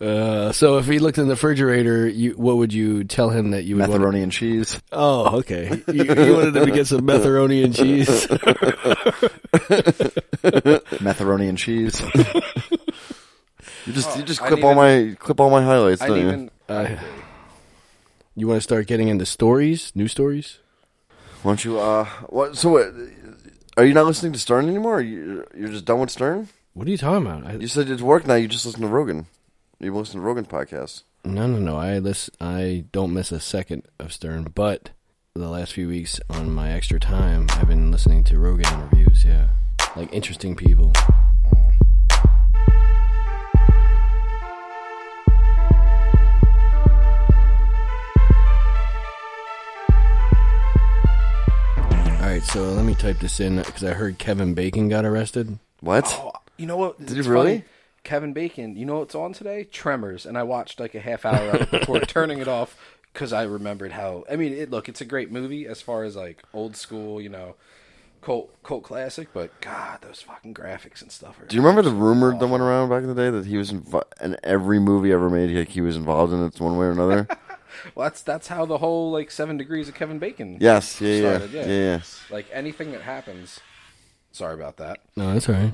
Speaker 1: Uh, so if he looked in the refrigerator, you, what would you tell him that you would want?
Speaker 2: Macaroni and cheese.
Speaker 1: Oh, okay. You, you wanted him to get some macaroni and cheese.
Speaker 2: Macaroni and cheese. you just you just
Speaker 3: I
Speaker 2: clip all my clip all my highlights.
Speaker 3: I
Speaker 2: don't
Speaker 3: didn't
Speaker 2: you?
Speaker 3: even. I,
Speaker 1: You want to start getting into stories, new stories?
Speaker 2: Why don't you? Uh, what? So what? Are you not listening to Stern anymore? Are you, you're just done with Stern.
Speaker 1: What are you talking about? I,
Speaker 2: You said it's work now. You just listen to Rogan. You listen to Rogan podcast.
Speaker 1: no, no, no. I listen, I don't miss a second of Stern, but the last few weeks on my extra time, I've been listening to Rogan interviews. Yeah, like interesting people. All right, so let me type this in because I heard Kevin Bacon got arrested.
Speaker 2: What?
Speaker 3: oh, you know what?
Speaker 2: Did
Speaker 3: it's
Speaker 2: you really?
Speaker 3: funny. Kevin Bacon. You know what's on today? Tremors. And I watched like a half hour of it before turning it off because I remembered how. I mean, it, look, it's a great movie as far as like old school, you know, cult cult classic. But God, those fucking graphics and stuff are.
Speaker 2: Do you remember the rumor that went around back in the day that he was inv- in every movie ever made? He, like, he was involved in it one way or another.
Speaker 3: Well, that's that's how the whole like seven degrees of Kevin Bacon.
Speaker 2: yes. Yeah. Yeah.
Speaker 3: started,
Speaker 2: Yeah. Yeah.
Speaker 3: Like anything that happens. Sorry about that.
Speaker 1: No, that's all right.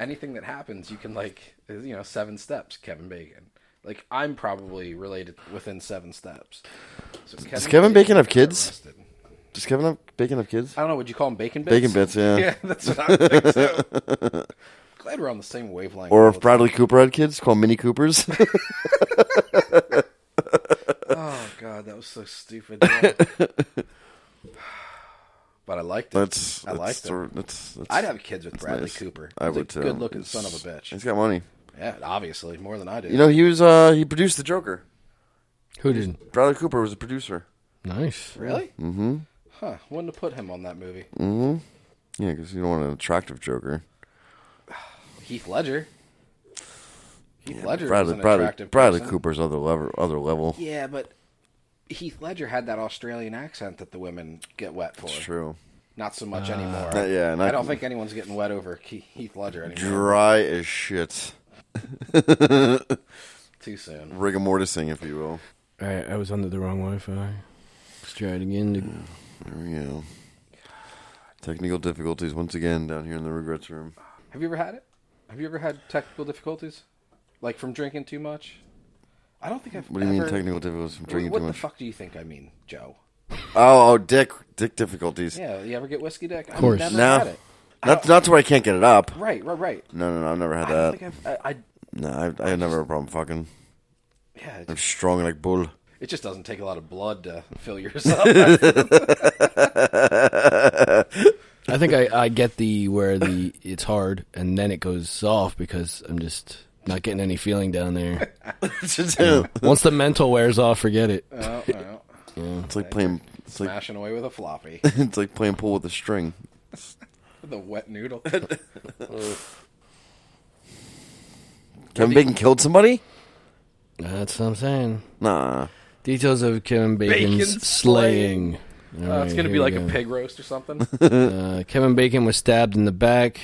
Speaker 3: Anything that happens, you can like you know seven steps. Kevin Bacon. Like I'm probably related within seven steps. So Does
Speaker 2: Kevin Bacon have kids? Does Kevin have Bacon have kids?
Speaker 3: I don't know. Would you call him Bacon Bits?
Speaker 2: Bacon bits. Yeah.
Speaker 3: Yeah, that's what I think. So. Glad we're on the same wavelength.
Speaker 2: Or
Speaker 3: all
Speaker 2: if
Speaker 3: the
Speaker 2: Bradley Cooper had kids, call Mini Coopers.
Speaker 3: time. Oh God, that was so stupid. but I liked it.
Speaker 2: that's
Speaker 3: I liked
Speaker 2: that's,
Speaker 3: it.
Speaker 2: sort- that's, that's
Speaker 3: I'd have kids with Bradley
Speaker 2: nice.
Speaker 3: Cooper.
Speaker 2: I
Speaker 3: He's a
Speaker 2: would too.
Speaker 3: Good looking
Speaker 2: He's-
Speaker 3: son of a bitch.
Speaker 2: He's got money.
Speaker 3: Yeah, obviously more than I do.
Speaker 2: You know, he was uh he produced the Joker.
Speaker 1: Who did?
Speaker 2: Bradley Cooper was a producer.
Speaker 1: Nice.
Speaker 3: really? Mm-hmm. Huh? Wouldn't have put him on that movie.
Speaker 2: Mm. Yeah, because you don't want an attractive Joker.
Speaker 3: Heath Ledger. Heath Ledger was
Speaker 2: Bradley
Speaker 3: an
Speaker 2: Bradley,
Speaker 3: attractive
Speaker 2: Bradley
Speaker 3: person.
Speaker 2: Cooper's other level other level.
Speaker 3: Yeah, but Heath Ledger had that Australian accent that the women get wet for.
Speaker 2: True.
Speaker 3: Not so much anymore.
Speaker 2: Uh, yeah, not-
Speaker 3: I don't think anyone's getting wet over Ke- Heath Ledger anymore.
Speaker 2: Dry as shit.
Speaker 3: Too soon.
Speaker 2: Rigor mortising, if you will.
Speaker 1: All right, I was under the wrong Wi-Fi. Let's try it again.
Speaker 2: There we go. Technical difficulties once again down here in the regrets room.
Speaker 3: Have you ever had it? Have you ever had technical difficulties, like from drinking too much? I don't think I've.
Speaker 2: What do you mean
Speaker 3: ever-
Speaker 2: technical difficulties from drinking
Speaker 3: what
Speaker 2: too
Speaker 3: the
Speaker 2: much?
Speaker 3: fuck do you think I mean, Joe?
Speaker 2: Oh, oh, dick, dick difficulties.
Speaker 3: Yeah, you ever get whiskey dick? Of
Speaker 1: course.
Speaker 3: I've never
Speaker 2: No,
Speaker 3: had it.
Speaker 2: not not to where I can't get it up.
Speaker 3: Right, right, right.
Speaker 2: No, no, no. I've never had
Speaker 3: I don't
Speaker 2: that.
Speaker 3: think I've. I, I
Speaker 2: No, I, I had never had a problem fucking.
Speaker 3: yeah, it
Speaker 2: I'm
Speaker 3: just,
Speaker 2: strong like bull.
Speaker 3: it just doesn't take a lot of blood to fill yourself.
Speaker 1: I think I, I get the where the it's hard and then it goes soft because I'm just not getting any feeling down there.
Speaker 2: it's
Speaker 1: Once the mental wears off, forget it.
Speaker 3: oh, well,
Speaker 2: like playing. It's like
Speaker 3: smashing away with a floppy,
Speaker 2: it's like playing pool with a string.
Speaker 3: the wet noodle.
Speaker 2: Oh, Kevin Bacon killed somebody?
Speaker 1: That's what I'm saying.
Speaker 2: Nah.
Speaker 1: Details of Kevin Bacon's
Speaker 3: Bacon
Speaker 1: slaying.
Speaker 3: Uh, it's gonna be like a pig roast or something.
Speaker 1: Uh, Kevin Bacon was stabbed in the back.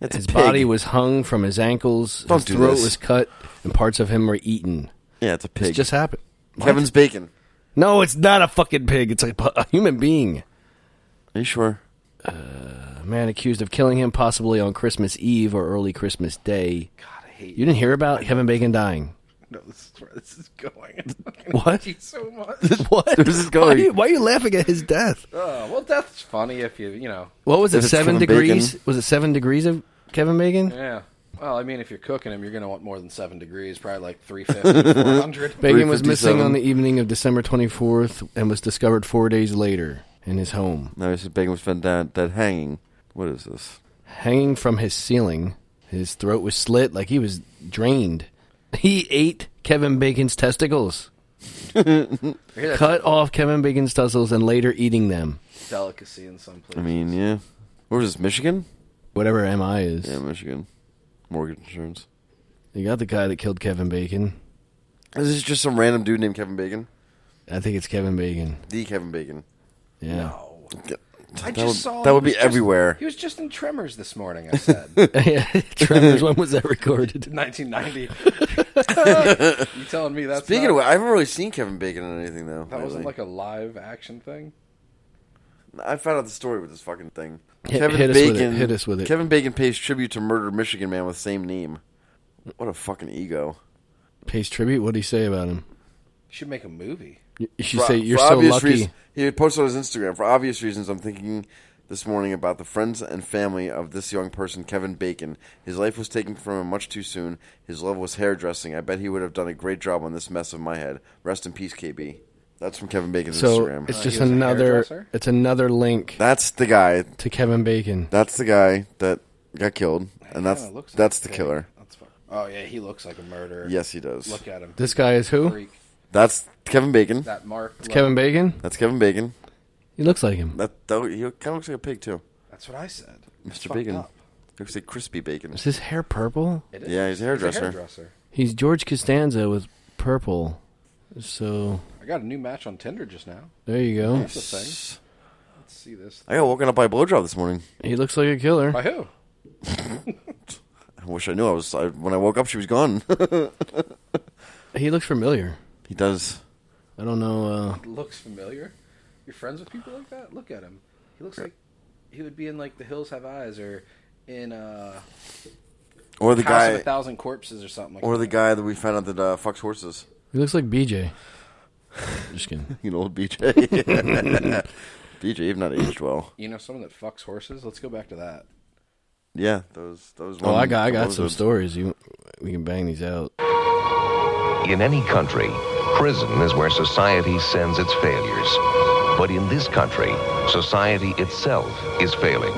Speaker 2: That's
Speaker 1: His
Speaker 2: a pig.
Speaker 1: body was hung from his ankles.
Speaker 2: Don't
Speaker 1: his
Speaker 2: do
Speaker 1: throat
Speaker 2: this.
Speaker 1: was cut and parts of him were eaten.
Speaker 2: Yeah, it's a
Speaker 1: This
Speaker 2: pig.
Speaker 1: just happened.
Speaker 2: Kevin's bacon.
Speaker 1: No, it's not a fucking pig. It's a, a human being.
Speaker 2: Are you sure?
Speaker 1: A man accused of killing him possibly on Christmas Eve or early Christmas Day.
Speaker 3: God, I hate
Speaker 1: You didn't hear about Kevin Bacon dying.
Speaker 3: No, this is where this is going. I fucking
Speaker 1: What?
Speaker 3: hate you so much.
Speaker 1: What?
Speaker 2: Where's
Speaker 1: Why
Speaker 2: this
Speaker 1: are,
Speaker 2: going?
Speaker 1: you, why are you laughing at his death?
Speaker 3: Uh, well, death's funny if you, you know.
Speaker 1: What was it?
Speaker 2: If it's
Speaker 1: Seven
Speaker 2: Kevin
Speaker 1: degrees?
Speaker 2: Bacon.
Speaker 1: Was it seven degrees of Kevin Bacon?
Speaker 3: Yeah. Well, I mean, if you're cooking them, you're going to want more than seven degrees, probably like 350, 400.
Speaker 1: Bacon was missing
Speaker 2: 357.
Speaker 1: on the evening of December 24th and was discovered four days later in his home.
Speaker 2: No, this is Bacon was found dead, dead hanging. What is this?
Speaker 1: Hanging from his ceiling, his throat was slit like he was drained. He ate Kevin Bacon's testicles,
Speaker 3: I hear that's
Speaker 1: cut off Kevin Bacon's testicles, and later eating them.
Speaker 3: a delicacy in some places.
Speaker 2: I mean, yeah. Where was this? Michigan?
Speaker 1: Whatever MI is.
Speaker 2: Yeah, Michigan. Mortgage insurance.
Speaker 1: You got the guy that killed Kevin Bacon.
Speaker 2: Is this just some random dude named Kevin Bacon?
Speaker 1: I think it's Kevin Bacon.
Speaker 2: The Kevin Bacon.
Speaker 1: Yeah.
Speaker 3: no. I
Speaker 2: That
Speaker 3: just
Speaker 2: would-
Speaker 3: saw
Speaker 2: that
Speaker 3: he
Speaker 2: would be
Speaker 3: was just-
Speaker 2: everywhere.
Speaker 3: He was just in Tremors this morning. I said
Speaker 1: yeah. Tremors, when was that recorded?
Speaker 3: 1990. you telling me that's
Speaker 2: Speaking
Speaker 3: not-
Speaker 2: of which, I haven't really seen Kevin Bacon in anything though.
Speaker 3: that wasn't
Speaker 2: lately.
Speaker 3: like a live action thing?
Speaker 2: I found out the story with this fucking thing.
Speaker 1: Hit- hit us with it, hit us with it.
Speaker 2: Kevin Bacon pays tribute to murdered Michigan man with same name. What a fucking ego.
Speaker 1: Pays tribute. What do you say about him?
Speaker 3: You should make a movie.
Speaker 1: You you should
Speaker 2: For-
Speaker 1: say you're
Speaker 2: for
Speaker 1: so
Speaker 2: obvious
Speaker 1: lucky.
Speaker 2: reason- he posted on his Instagram for obvious reasons. I'm thinking this morning about the friends and family of this young person, Kevin Bacon. His life was taken from him much too soon. His love was hairdressing. I bet he would have done a great job on this mess of my head. Rest in peace, KB. That's from Kevin Bacon's
Speaker 1: So
Speaker 2: Instagram.
Speaker 1: it's
Speaker 3: Uh,
Speaker 1: just
Speaker 3: he was a
Speaker 1: another
Speaker 3: hairdresser?
Speaker 1: it's another link
Speaker 2: that's the guy.
Speaker 1: to Kevin Bacon.
Speaker 2: That's the guy that got killed, and that's
Speaker 3: Kinda looks like
Speaker 2: that's
Speaker 3: a
Speaker 2: the
Speaker 3: dick.
Speaker 2: killer.
Speaker 3: That's fine. Oh yeah, he looks like a murderer.
Speaker 2: Yes, he does.
Speaker 3: Look at him.
Speaker 1: This guy is who?
Speaker 3: freak.
Speaker 2: That's Kevin Bacon.
Speaker 3: That mark. look.
Speaker 1: Kevin Bacon?
Speaker 2: That's Kevin Bacon.
Speaker 1: He looks like him.
Speaker 2: That, that he kind of looks like a pig too.
Speaker 3: That's what I said. It's
Speaker 2: Mr.
Speaker 3: fucked
Speaker 2: Bacon
Speaker 3: up.
Speaker 2: looks like crispy bacon.
Speaker 1: Is his hair purple?
Speaker 3: It is.
Speaker 2: Yeah, he's a hairdresser.
Speaker 3: hairdresser.
Speaker 1: He's George Costanza with purple. So
Speaker 3: I got a new match on Tinder just now.
Speaker 1: there you go.
Speaker 3: That's the thing. Let's see this.
Speaker 2: I got woken up by a blowjob this morning.
Speaker 1: He looks like a killer.
Speaker 3: By who?
Speaker 2: I wish I knew. I was I, when I woke up, she was gone.
Speaker 1: He looks familiar.
Speaker 2: he does.
Speaker 1: I don't know. Uh,
Speaker 3: Looks familiar. You're friends with people like that? Look at him. He looks like he would be in like The Hills Have Eyes or in uh
Speaker 2: Or the
Speaker 3: House of a
Speaker 2: guy,
Speaker 3: Thousand Corpses or something like
Speaker 2: or the
Speaker 3: that.
Speaker 2: guy that we found out that uh, fucks horses.
Speaker 1: he looks like BJ. Just kidding.
Speaker 2: You know, old BJ. BJ, you've not aged well.
Speaker 3: You know someone that fucks horses? Let's go back to that.
Speaker 2: Yeah, those those.
Speaker 1: Oh,
Speaker 3: Um,
Speaker 1: I got I got
Speaker 2: those-
Speaker 1: some stories. You we can bang these out.
Speaker 5: In any country, prison is where society sends its failures. But in this country, society itself is failing.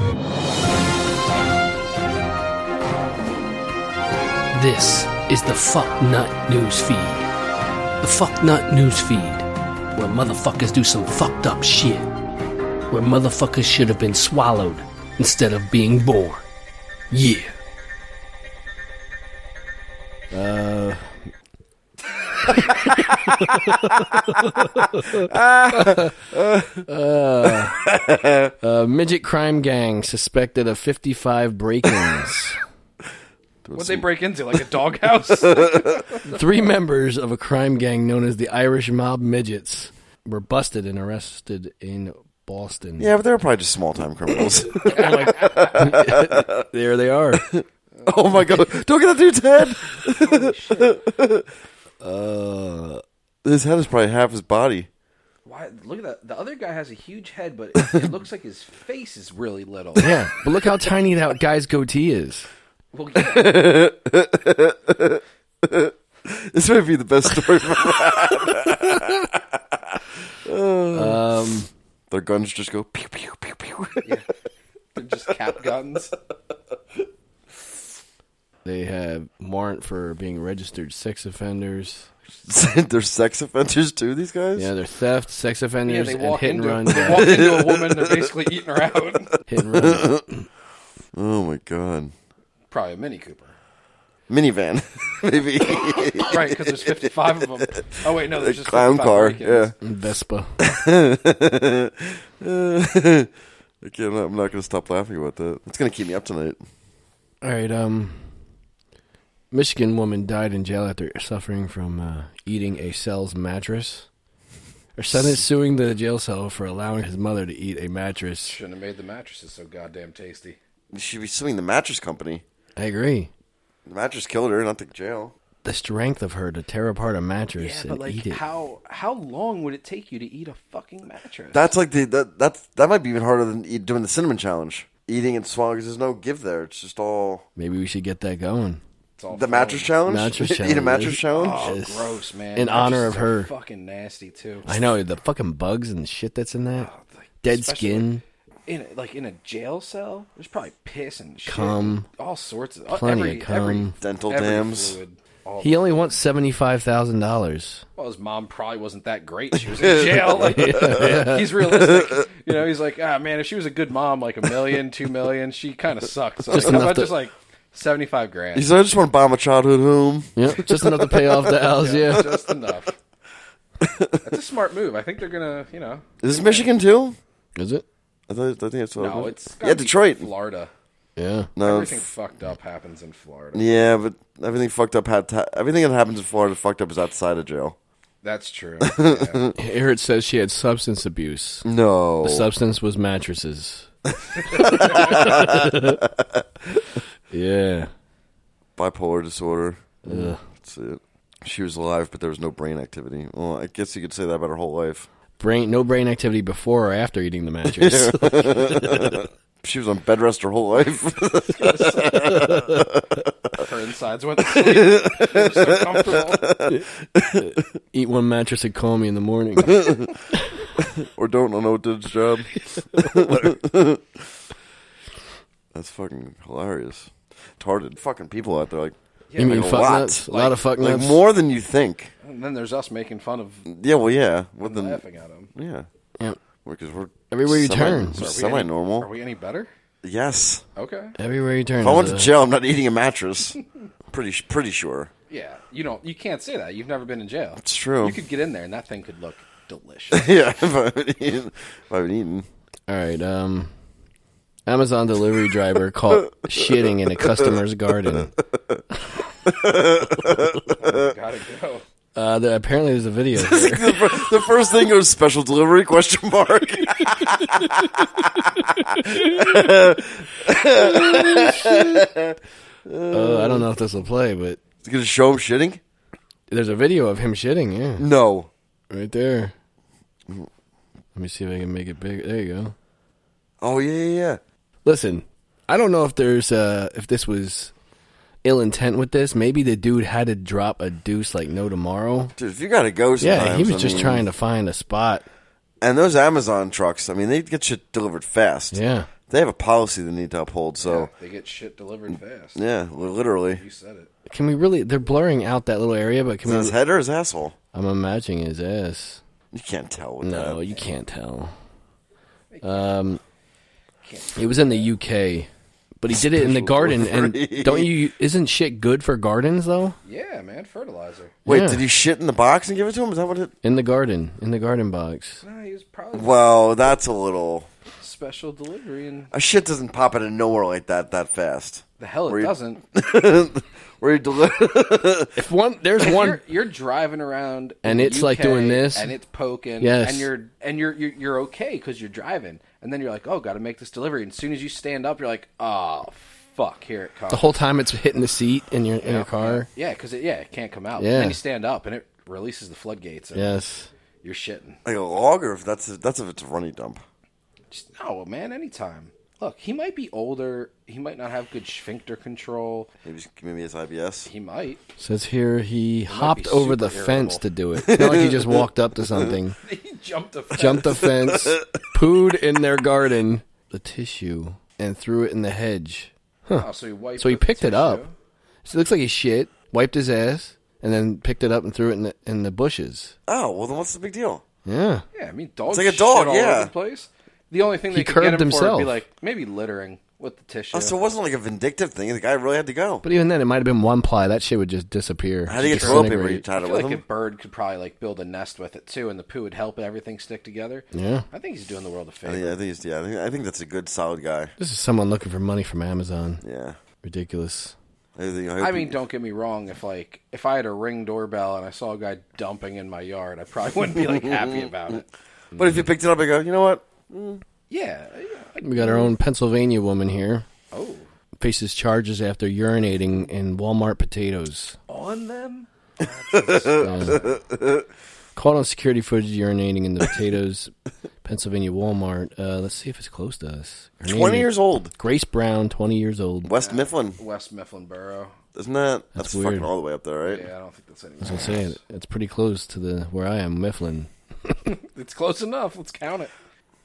Speaker 6: This is the Fuck Nut News Feed. The Fuck Nut News Feed, where motherfuckers do some fucked up shit. Where motherfuckers should have been swallowed instead of being born. Yeah.
Speaker 1: A midget crime gang suspected of 55 break-ins.
Speaker 3: What'd they break into? Like a doghouse?
Speaker 1: Three members of a crime gang known as the Irish Mob Midgets were busted and arrested in Boston.
Speaker 2: Yeah, but they're probably just small time criminals.
Speaker 1: There they are.
Speaker 2: oh my god! Don't get that dude's head. His head is probably half his body.
Speaker 3: Why look at that the other guy has a huge head, but it, it looks like his face is really little.
Speaker 1: yeah, but look how tiny that guy's goatee is.
Speaker 3: Well, yeah,
Speaker 2: This might be the best story. I've ever had.
Speaker 1: Um,
Speaker 2: Their guns just go pew pew pew pew.
Speaker 3: they're just cap guns.
Speaker 1: they have warrant for being registered sex offenders.
Speaker 2: they're sex offenders too. These guys.
Speaker 1: Yeah, they're theft, sex
Speaker 3: Yeah,
Speaker 1: offenders,
Speaker 3: they
Speaker 1: and
Speaker 3: walk
Speaker 1: hit and
Speaker 3: into
Speaker 1: run.
Speaker 3: they walk into a woman. They're basically eating her out.
Speaker 1: hit and run.
Speaker 2: Oh my god.
Speaker 3: Probably a Mini Cooper,
Speaker 2: Minivan, maybe.
Speaker 3: right? Because there's 55 of them. Oh wait, no, there's just
Speaker 2: Clown
Speaker 3: 55
Speaker 2: car.
Speaker 3: break-ins.
Speaker 2: Yeah.
Speaker 1: Vespa.
Speaker 2: I can't, I'm not going to stop laughing about that. It's going to keep me up tonight.
Speaker 1: All right. Um, Michigan woman died in jail after suffering from uh, eating a cell's mattress. Her son is suing the jail cell for allowing his mother to eat a mattress.
Speaker 3: Shouldn't have made the mattresses so goddamn tasty.
Speaker 2: You should be suing the mattress company.
Speaker 1: I agree.
Speaker 2: The mattress killed her, not the jail.
Speaker 1: The strength of her to tear apart a mattress and eat it.
Speaker 3: how how long would it take you to eat a fucking mattress?
Speaker 2: That's like the that that's that might be even harder than e- doing the cinnamon challenge. eating and swallowing. 'cause there's no give there. It's just all
Speaker 1: Maybe we should get that going.
Speaker 3: It's all
Speaker 2: the mattress challenge.
Speaker 1: Mattress
Speaker 2: Eat a
Speaker 1: challenge.
Speaker 2: mattress challenge.
Speaker 3: Oh,
Speaker 1: Yes.
Speaker 3: gross, man.
Speaker 1: In
Speaker 3: Mattresses
Speaker 1: honor of
Speaker 3: are
Speaker 1: her.
Speaker 3: Fucking nasty too. Oh,
Speaker 1: I know the fucking bugs and shit that's in that.
Speaker 3: Like,
Speaker 1: Dead
Speaker 3: especially
Speaker 1: skin.
Speaker 3: In a, like in a jail cell, there's probably piss and shit,
Speaker 1: Cum.
Speaker 3: all sorts of
Speaker 1: Plenty
Speaker 3: every,
Speaker 1: of
Speaker 3: every,
Speaker 1: cum.
Speaker 2: Dental
Speaker 3: every
Speaker 2: dams.
Speaker 3: Fluid, all
Speaker 1: He only wants seventy five thousand dollars.
Speaker 3: well, his mom probably wasn't that great. She was in jail. Like, He's realistic. You know, he's like, ah, man, if she was a good mom, like a million, two million, she kind of sucked. So
Speaker 1: Just
Speaker 3: like, how
Speaker 1: enough
Speaker 3: about
Speaker 1: to-
Speaker 3: just like 75 grand?
Speaker 2: He said, "I just want to buy my childhood home."
Speaker 1: Yep, just enough to pay off the house. Yeah,
Speaker 3: Just enough. That's a smart move. I think they're going to, you know.
Speaker 2: Is this Michigan too?
Speaker 1: is it?
Speaker 2: I, thought, I think that's what. it
Speaker 3: No,
Speaker 2: was.
Speaker 3: it's. gotta
Speaker 2: yeah,
Speaker 3: be
Speaker 2: Detroit.
Speaker 3: Florida.
Speaker 1: Yeah,
Speaker 2: No,
Speaker 3: Everything
Speaker 2: f-
Speaker 3: fucked up happens in Florida.
Speaker 2: yeah, but everything fucked up. Had ta- everything that happens in Florida fucked up is outside of jail.
Speaker 3: That's true. Yeah.
Speaker 1: here it says she had substance abuse.
Speaker 2: No,
Speaker 1: The substance was mattresses. yeah.
Speaker 2: bipolar disorder. Mm,
Speaker 1: Ugh.
Speaker 2: That's it. She was alive, but there was no brain activity. Well, I guess you could say that about her whole life.
Speaker 1: Brain no brain activity before or after eating the mattress.
Speaker 2: She was on bed rest her whole life.
Speaker 3: Her insides went to sleep. They were so comfortable.
Speaker 1: Eat one mattress and call me in the morning.
Speaker 2: or don't know did its job. That's fucking hilarious. Tarded fucking people out there like
Speaker 1: you mean
Speaker 2: like
Speaker 1: fuck nuts? A lot of fuck
Speaker 2: like
Speaker 1: nuts.
Speaker 2: more than you think.
Speaker 3: And then there's us making fun of
Speaker 2: Yeah, well, yeah. What the
Speaker 3: laughing at them.
Speaker 2: yeah?
Speaker 1: Yeah.
Speaker 2: Because we're
Speaker 1: Everywhere you
Speaker 2: semi-
Speaker 1: turn.
Speaker 2: we're semi-normal.
Speaker 3: Are we any better?
Speaker 2: yes.
Speaker 3: Okay.
Speaker 1: Everywhere you turn. uh,
Speaker 2: If I went to
Speaker 1: is a-
Speaker 2: jail, I'm not eating a mattress. pretty sh- pretty sure.
Speaker 3: Yeah, you don't. You can't say that. You've never been in jail.
Speaker 2: It's true.
Speaker 3: You could get in there, and that thing could look delicious.
Speaker 2: yeah, if I've been eating, if I've been eating.
Speaker 1: All right. Um, Amazon delivery driver caught shitting in a customer's garden.
Speaker 3: Gotta go.
Speaker 1: Uh, there, apparently, there's a video. Here.
Speaker 2: the, fir- the first thing was special delivery question mark.
Speaker 1: Uh, I don't know if this will play, but
Speaker 2: It's gonna show him shitting.
Speaker 1: there's a video of him shitting. Yeah,
Speaker 2: No.
Speaker 1: right there. Let me see if I can make it bigger. There you go.
Speaker 2: Oh yeah, yeah, yeah.
Speaker 1: Listen, I don't know if there's uh if this was ill intent with this. Maybe the dude had to drop a deuce like no tomorrow.
Speaker 2: Dude, if you gotta go, sometimes,
Speaker 1: Yeah, he was
Speaker 2: I
Speaker 1: just
Speaker 2: mean-
Speaker 1: trying to find a spot.
Speaker 2: And those Amazon trucks, I mean, they get shit delivered fast.
Speaker 1: Yeah.
Speaker 2: They have a policy they need to uphold. So
Speaker 3: They get shit delivered fast.
Speaker 2: yeah, li- literally.
Speaker 3: You said it.
Speaker 1: Can we really? They're blurring out that little area, but can
Speaker 2: Is it
Speaker 1: we?
Speaker 2: his head or his asshole?
Speaker 1: I'm imagining his ass.
Speaker 2: You can't tell. With
Speaker 1: No,
Speaker 2: that.
Speaker 1: you can't tell. Um, it was in the UK, but he did it in the garden.
Speaker 2: delivery.
Speaker 1: And don't you? Isn't shit good for gardens though?
Speaker 3: Yeah, man, fertilizer.
Speaker 2: Wait,
Speaker 1: Yeah.
Speaker 2: did he shit in the box and give it to him? Is that what it?
Speaker 1: In the garden, in the garden box.
Speaker 3: Nah, he was probably
Speaker 2: Well, that's a little.
Speaker 3: special delivery, and
Speaker 2: A shit doesn't pop out of nowhere like that that fast.
Speaker 3: the hell
Speaker 2: Were
Speaker 3: it
Speaker 2: you-
Speaker 3: doesn't.
Speaker 2: Where you deliver?
Speaker 1: If one, there's one.
Speaker 3: You're, you're driving around,
Speaker 1: And
Speaker 3: in
Speaker 1: it's,
Speaker 3: the
Speaker 1: like,
Speaker 3: UK,
Speaker 1: doing this.
Speaker 3: and it's poking,
Speaker 1: Yes.
Speaker 3: and you're and you're you're, you're okay because you're driving, and then you're like, oh, got to make this delivery. And as soon as you stand up, you're like, oh, fuck, here it comes.
Speaker 1: The whole time it's hitting the seat in your in your car.
Speaker 3: Yeah, because it, yeah, it can't come out.
Speaker 1: Yeah.
Speaker 3: Then you stand up, and it releases the floodgates. And
Speaker 1: Yes.
Speaker 3: You're shitting.
Speaker 2: like a logger? If that's that's if it's a runny dump.
Speaker 3: Just, no, man, anytime. Look, he might be older. He might not have good sphincter control.
Speaker 2: Maybe he's- maybe his IBS.
Speaker 3: He might.
Speaker 1: Says here he hopped over
Speaker 3: super
Speaker 1: the fence
Speaker 3: irritable.
Speaker 1: to do it. Not like he just walked up to something,
Speaker 3: he jumped a fence.
Speaker 1: jumped the fence, pooed in their garden, the tissue, and threw it in the hedge.
Speaker 3: Oh, so he wiped.
Speaker 1: So he
Speaker 3: with the
Speaker 1: picked it up.
Speaker 3: tissue.
Speaker 1: So it looks like he shit, wiped his ass, and then picked it up and threw it in the in the bushes.
Speaker 2: Oh well, then what's the big deal?
Speaker 1: Yeah.
Speaker 3: Yeah, I mean, dogs.
Speaker 2: like a
Speaker 3: shit
Speaker 2: dog,
Speaker 3: all
Speaker 2: yeah.
Speaker 3: Over the place. The only thing they
Speaker 1: He
Speaker 3: could
Speaker 1: curbed
Speaker 3: get him for would
Speaker 1: himself.
Speaker 3: be like maybe littering with the tissue.
Speaker 2: Oh, so it wasn't like a vindictive thing. The guy really had to go.
Speaker 1: But even then, it might have been one ply. That shit would just disappear.
Speaker 2: How do you get
Speaker 1: Just
Speaker 2: toilet paper? You
Speaker 1: disintegrate.
Speaker 2: tied
Speaker 3: I
Speaker 2: it
Speaker 3: feel
Speaker 2: with
Speaker 3: like a
Speaker 2: him?
Speaker 3: bird could probably like build a nest with it too, and the poo would help everything stick together.
Speaker 1: Yeah.
Speaker 3: I think he's doing the world a
Speaker 2: I
Speaker 1: Oh,
Speaker 3: favor.
Speaker 2: think, I think he's, yeah, I think, I think that's a good, solid guy.
Speaker 1: This is someone looking for money from Amazon.
Speaker 2: Yeah.
Speaker 1: Ridiculous.
Speaker 2: I, think- hope he-
Speaker 3: I mean, don't get me wrong. If like if I had a ring doorbell and I saw a guy dumping in my yard, I probably wouldn't be like happy about it.
Speaker 2: But if you picked it up and go, you know what?
Speaker 3: Yeah. yeah.
Speaker 1: We got our own Pennsylvania woman here.
Speaker 3: Oh,
Speaker 1: Faces charges after urinating in Walmart potatoes.
Speaker 3: on them.
Speaker 1: Um, Caught on security footage urinating in the potatoes. Pennsylvania Walmart. Uh, let's see if it's close to us. Her name
Speaker 2: Twenty
Speaker 1: is
Speaker 2: years old.
Speaker 1: Grace Brown, 20 years old.
Speaker 2: West Mifflin.
Speaker 3: West Mifflin Borough.
Speaker 2: Isn't that that's,
Speaker 1: weird.
Speaker 2: fucking all the way up there, right?
Speaker 3: Yeah, I don't think that's anywhere.
Speaker 1: I'm saying it's pretty close to the where I am, Mifflin.
Speaker 3: It's close enough. Let's count it.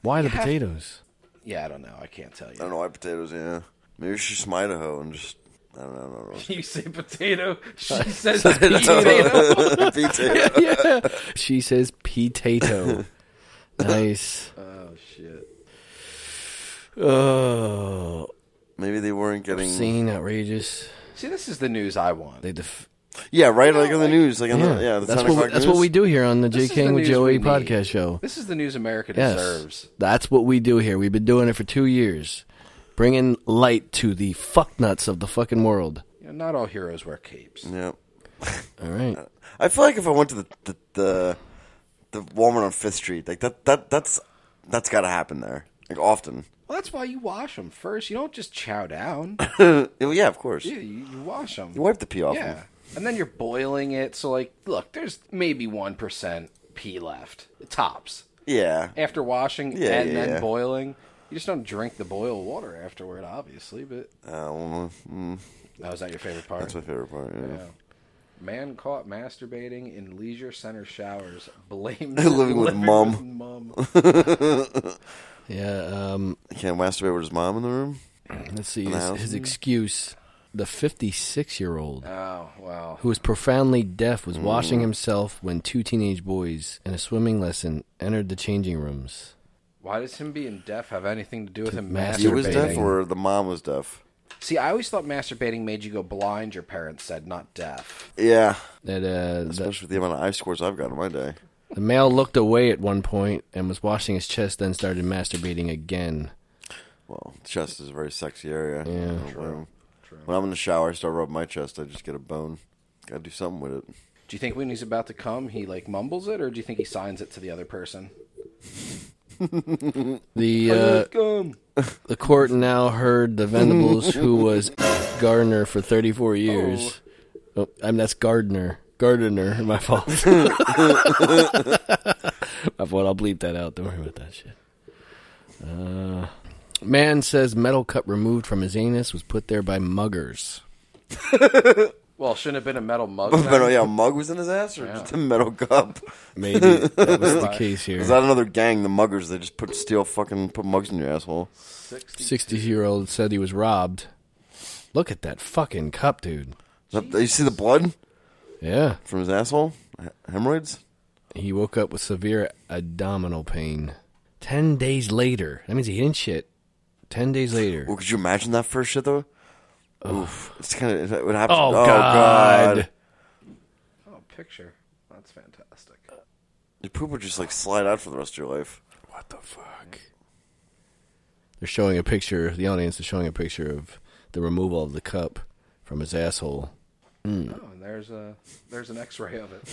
Speaker 1: Why the potatoes?
Speaker 3: Yeah, I don't know. I can't tell
Speaker 2: I
Speaker 3: you.
Speaker 2: don't know why potatoes. Yeah, maybe she's from Idaho and just I don't know. I don't know.
Speaker 3: You say potato. She says potato.
Speaker 2: Potato.
Speaker 1: yeah. She says potato. nice.
Speaker 3: oh shit.
Speaker 1: Oh,
Speaker 2: Maybe they weren't getting.
Speaker 1: obscene, outrageous.
Speaker 3: See, this is the news I want.
Speaker 1: They def-
Speaker 2: Yeah, right. Like on the news. Like on
Speaker 1: yeah,
Speaker 2: the yeah. The
Speaker 1: that's
Speaker 2: 10
Speaker 1: what we,
Speaker 2: o'clock
Speaker 1: that's what
Speaker 2: news.
Speaker 1: we do here on the J
Speaker 3: This is
Speaker 1: King
Speaker 3: the
Speaker 1: with
Speaker 3: news
Speaker 1: Joey
Speaker 3: we need.
Speaker 1: podcast show.
Speaker 3: This is the news America
Speaker 1: Yes,
Speaker 3: deserves.
Speaker 1: that's what we do here. We've been doing it for two years, bringing light to the fucknuts of the fucking world.
Speaker 3: You know, not all heroes wear capes.
Speaker 2: Yeah.
Speaker 1: All right,
Speaker 2: I feel like if I went to the the the, the Walmart on Fifth Street, like that that that's that's got to happen there. Like often.
Speaker 3: Well, that's why you wash them first. You don't just chow down.
Speaker 2: Oh, yeah, of course.
Speaker 3: you, you wash them.
Speaker 2: You wipe the pee off.
Speaker 3: yeah,
Speaker 2: them.
Speaker 3: and then you're boiling it. So like, look, there's maybe one percent pee left, tops.
Speaker 2: Yeah.
Speaker 3: After washing
Speaker 2: Yeah,
Speaker 3: and
Speaker 2: yeah,
Speaker 3: then
Speaker 2: yeah.
Speaker 3: boiling, you just don't drink the boiled water afterward, obviously. But
Speaker 2: Uh, well, mm,
Speaker 3: that was not your favorite part.
Speaker 2: that's my favorite part. Yeah.
Speaker 3: Yeah. Man caught masturbating in leisure center showers. Blamed
Speaker 2: Living with mum.
Speaker 3: with mum.
Speaker 1: yeah. Um,
Speaker 2: He Can't masturbate with his mom in the room.
Speaker 1: let's see
Speaker 2: Hello?
Speaker 1: his, his excuse. The 56 year old
Speaker 3: Oh wow.
Speaker 1: who was profoundly deaf was washing
Speaker 2: Mm.
Speaker 1: himself when two teenage boys in a swimming lesson entered the changing rooms.
Speaker 3: Why does him being deaf have anything to do with him
Speaker 1: masturbating.
Speaker 2: He was
Speaker 3: masturbating?
Speaker 2: deaf, or the mom was deaf.
Speaker 3: See, I always thought masturbating made you go blind. Your parents said, not deaf.
Speaker 2: Yeah.
Speaker 1: That uh, the,
Speaker 2: Especially with the amount of eye scores I've got in my day.
Speaker 1: the male looked away at one point and was washing his chest, then started masturbating again.
Speaker 2: Well, chest is a very sexy area. Yeah, true. When I'm in the shower, I start rubbing my chest. I just get a bone. Got to do something with it.
Speaker 3: Do you think when he's about to come, he like mumbles it, or do you think he signs it to the other person?
Speaker 1: The uh,
Speaker 3: Come.
Speaker 1: The court now heard the Venables, who was Gardner for 34 years. Oh, I mean, that's Gardner. Gardner, my fault. my fault. I'll bleep that out. Don't worry about that shit. Uh, man says metal cup removed from his anus was put there by muggers.
Speaker 3: Well, shouldn't have been a metal mug. then?
Speaker 2: Metal, yeah, a mug was in his ass or just a metal cup?
Speaker 1: Maybe that was the case here.
Speaker 2: Is that another gang, the muggers? They just put steel fucking put mugs in your asshole.
Speaker 1: 60 year old said he was robbed. Look at that fucking cup, dude.
Speaker 2: Is that- you see the blood
Speaker 1: Yeah.
Speaker 2: from his asshole? He- Hemorrhoids?
Speaker 1: He woke up with severe abdominal pain. Ten days later. That means he didn't shit. Ten days later.
Speaker 2: Well, could you imagine that first shit though? Oof! It's kind of it would happen.
Speaker 1: Oh, God.
Speaker 3: Oh, picture. That's fantastic.
Speaker 2: Your poop would just like slide out for the rest of your life.
Speaker 1: What the fuck? They're showing a picture. The audience is showing a picture of the removal of the cup from his asshole.
Speaker 3: Oh, and there's a there's an X-ray of it.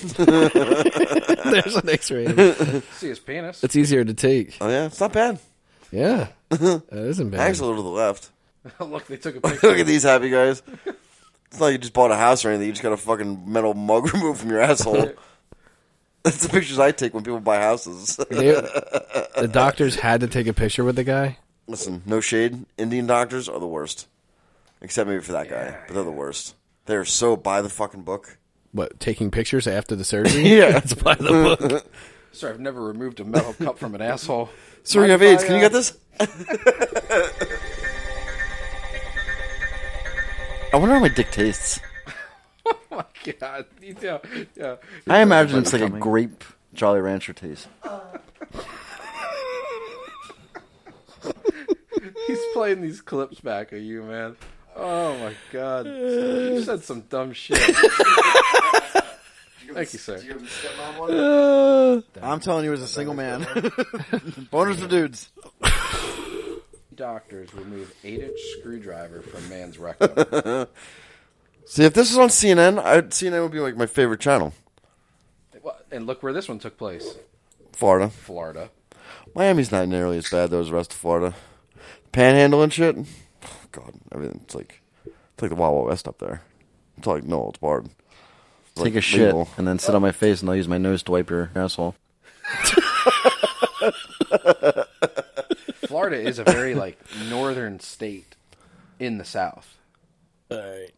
Speaker 1: There's an X-ray. of it.
Speaker 3: See his penis.
Speaker 1: It's easier to take.
Speaker 2: Oh yeah, it's not bad.
Speaker 1: Yeah, that isn't bad.
Speaker 2: Actually, a little to the left.
Speaker 3: Look, they took a picture.
Speaker 2: Look at these happy guys. It's not like you just bought a house or anything. You just got a fucking metal mug removed from your asshole. That's the pictures I take when people buy houses.
Speaker 1: They- the doctors had to take a picture with the guy.
Speaker 2: Listen, no shade. Indian doctors are the worst. Except maybe for that guy, but they're the worst. They're so by the fucking book.
Speaker 1: What taking pictures after the surgery? yeah, it's by the book.
Speaker 3: Sorry, I've never removed a metal cup from an asshole.
Speaker 2: Sir, you have
Speaker 3: Mind if
Speaker 2: AIDS.
Speaker 3: I,
Speaker 2: Can you
Speaker 3: uh,
Speaker 2: get this? I wonder how my dick tastes.
Speaker 3: Oh my god. Yeah, yeah.
Speaker 2: I imagine it's like a grape Jolly Rancher taste.
Speaker 3: He's playing these clips back of you, man. Oh my god. You said some dumb shit. Thank you, sir.
Speaker 4: I'm telling you, as a single man, boners for dudes.
Speaker 3: Doctors remove 8 inch screwdriver from man's rectum.
Speaker 2: See, if this was on CNN, I'd, CNN would be like my favorite channel.
Speaker 3: Well, and look where this one took place
Speaker 2: Florida.
Speaker 3: Florida.
Speaker 2: Miami's not nearly as bad though as the rest of Florida. Panhandle and shit. God, everything. It's like it's like the Wild, Wild West up there. It's like no, it's barred. It's
Speaker 4: Take
Speaker 2: like
Speaker 4: a shit
Speaker 2: legal.
Speaker 4: and then sit on my face, and I'll use my nose to wipe your asshole.
Speaker 3: Florida is a very like northern state in the South.
Speaker 6: All right.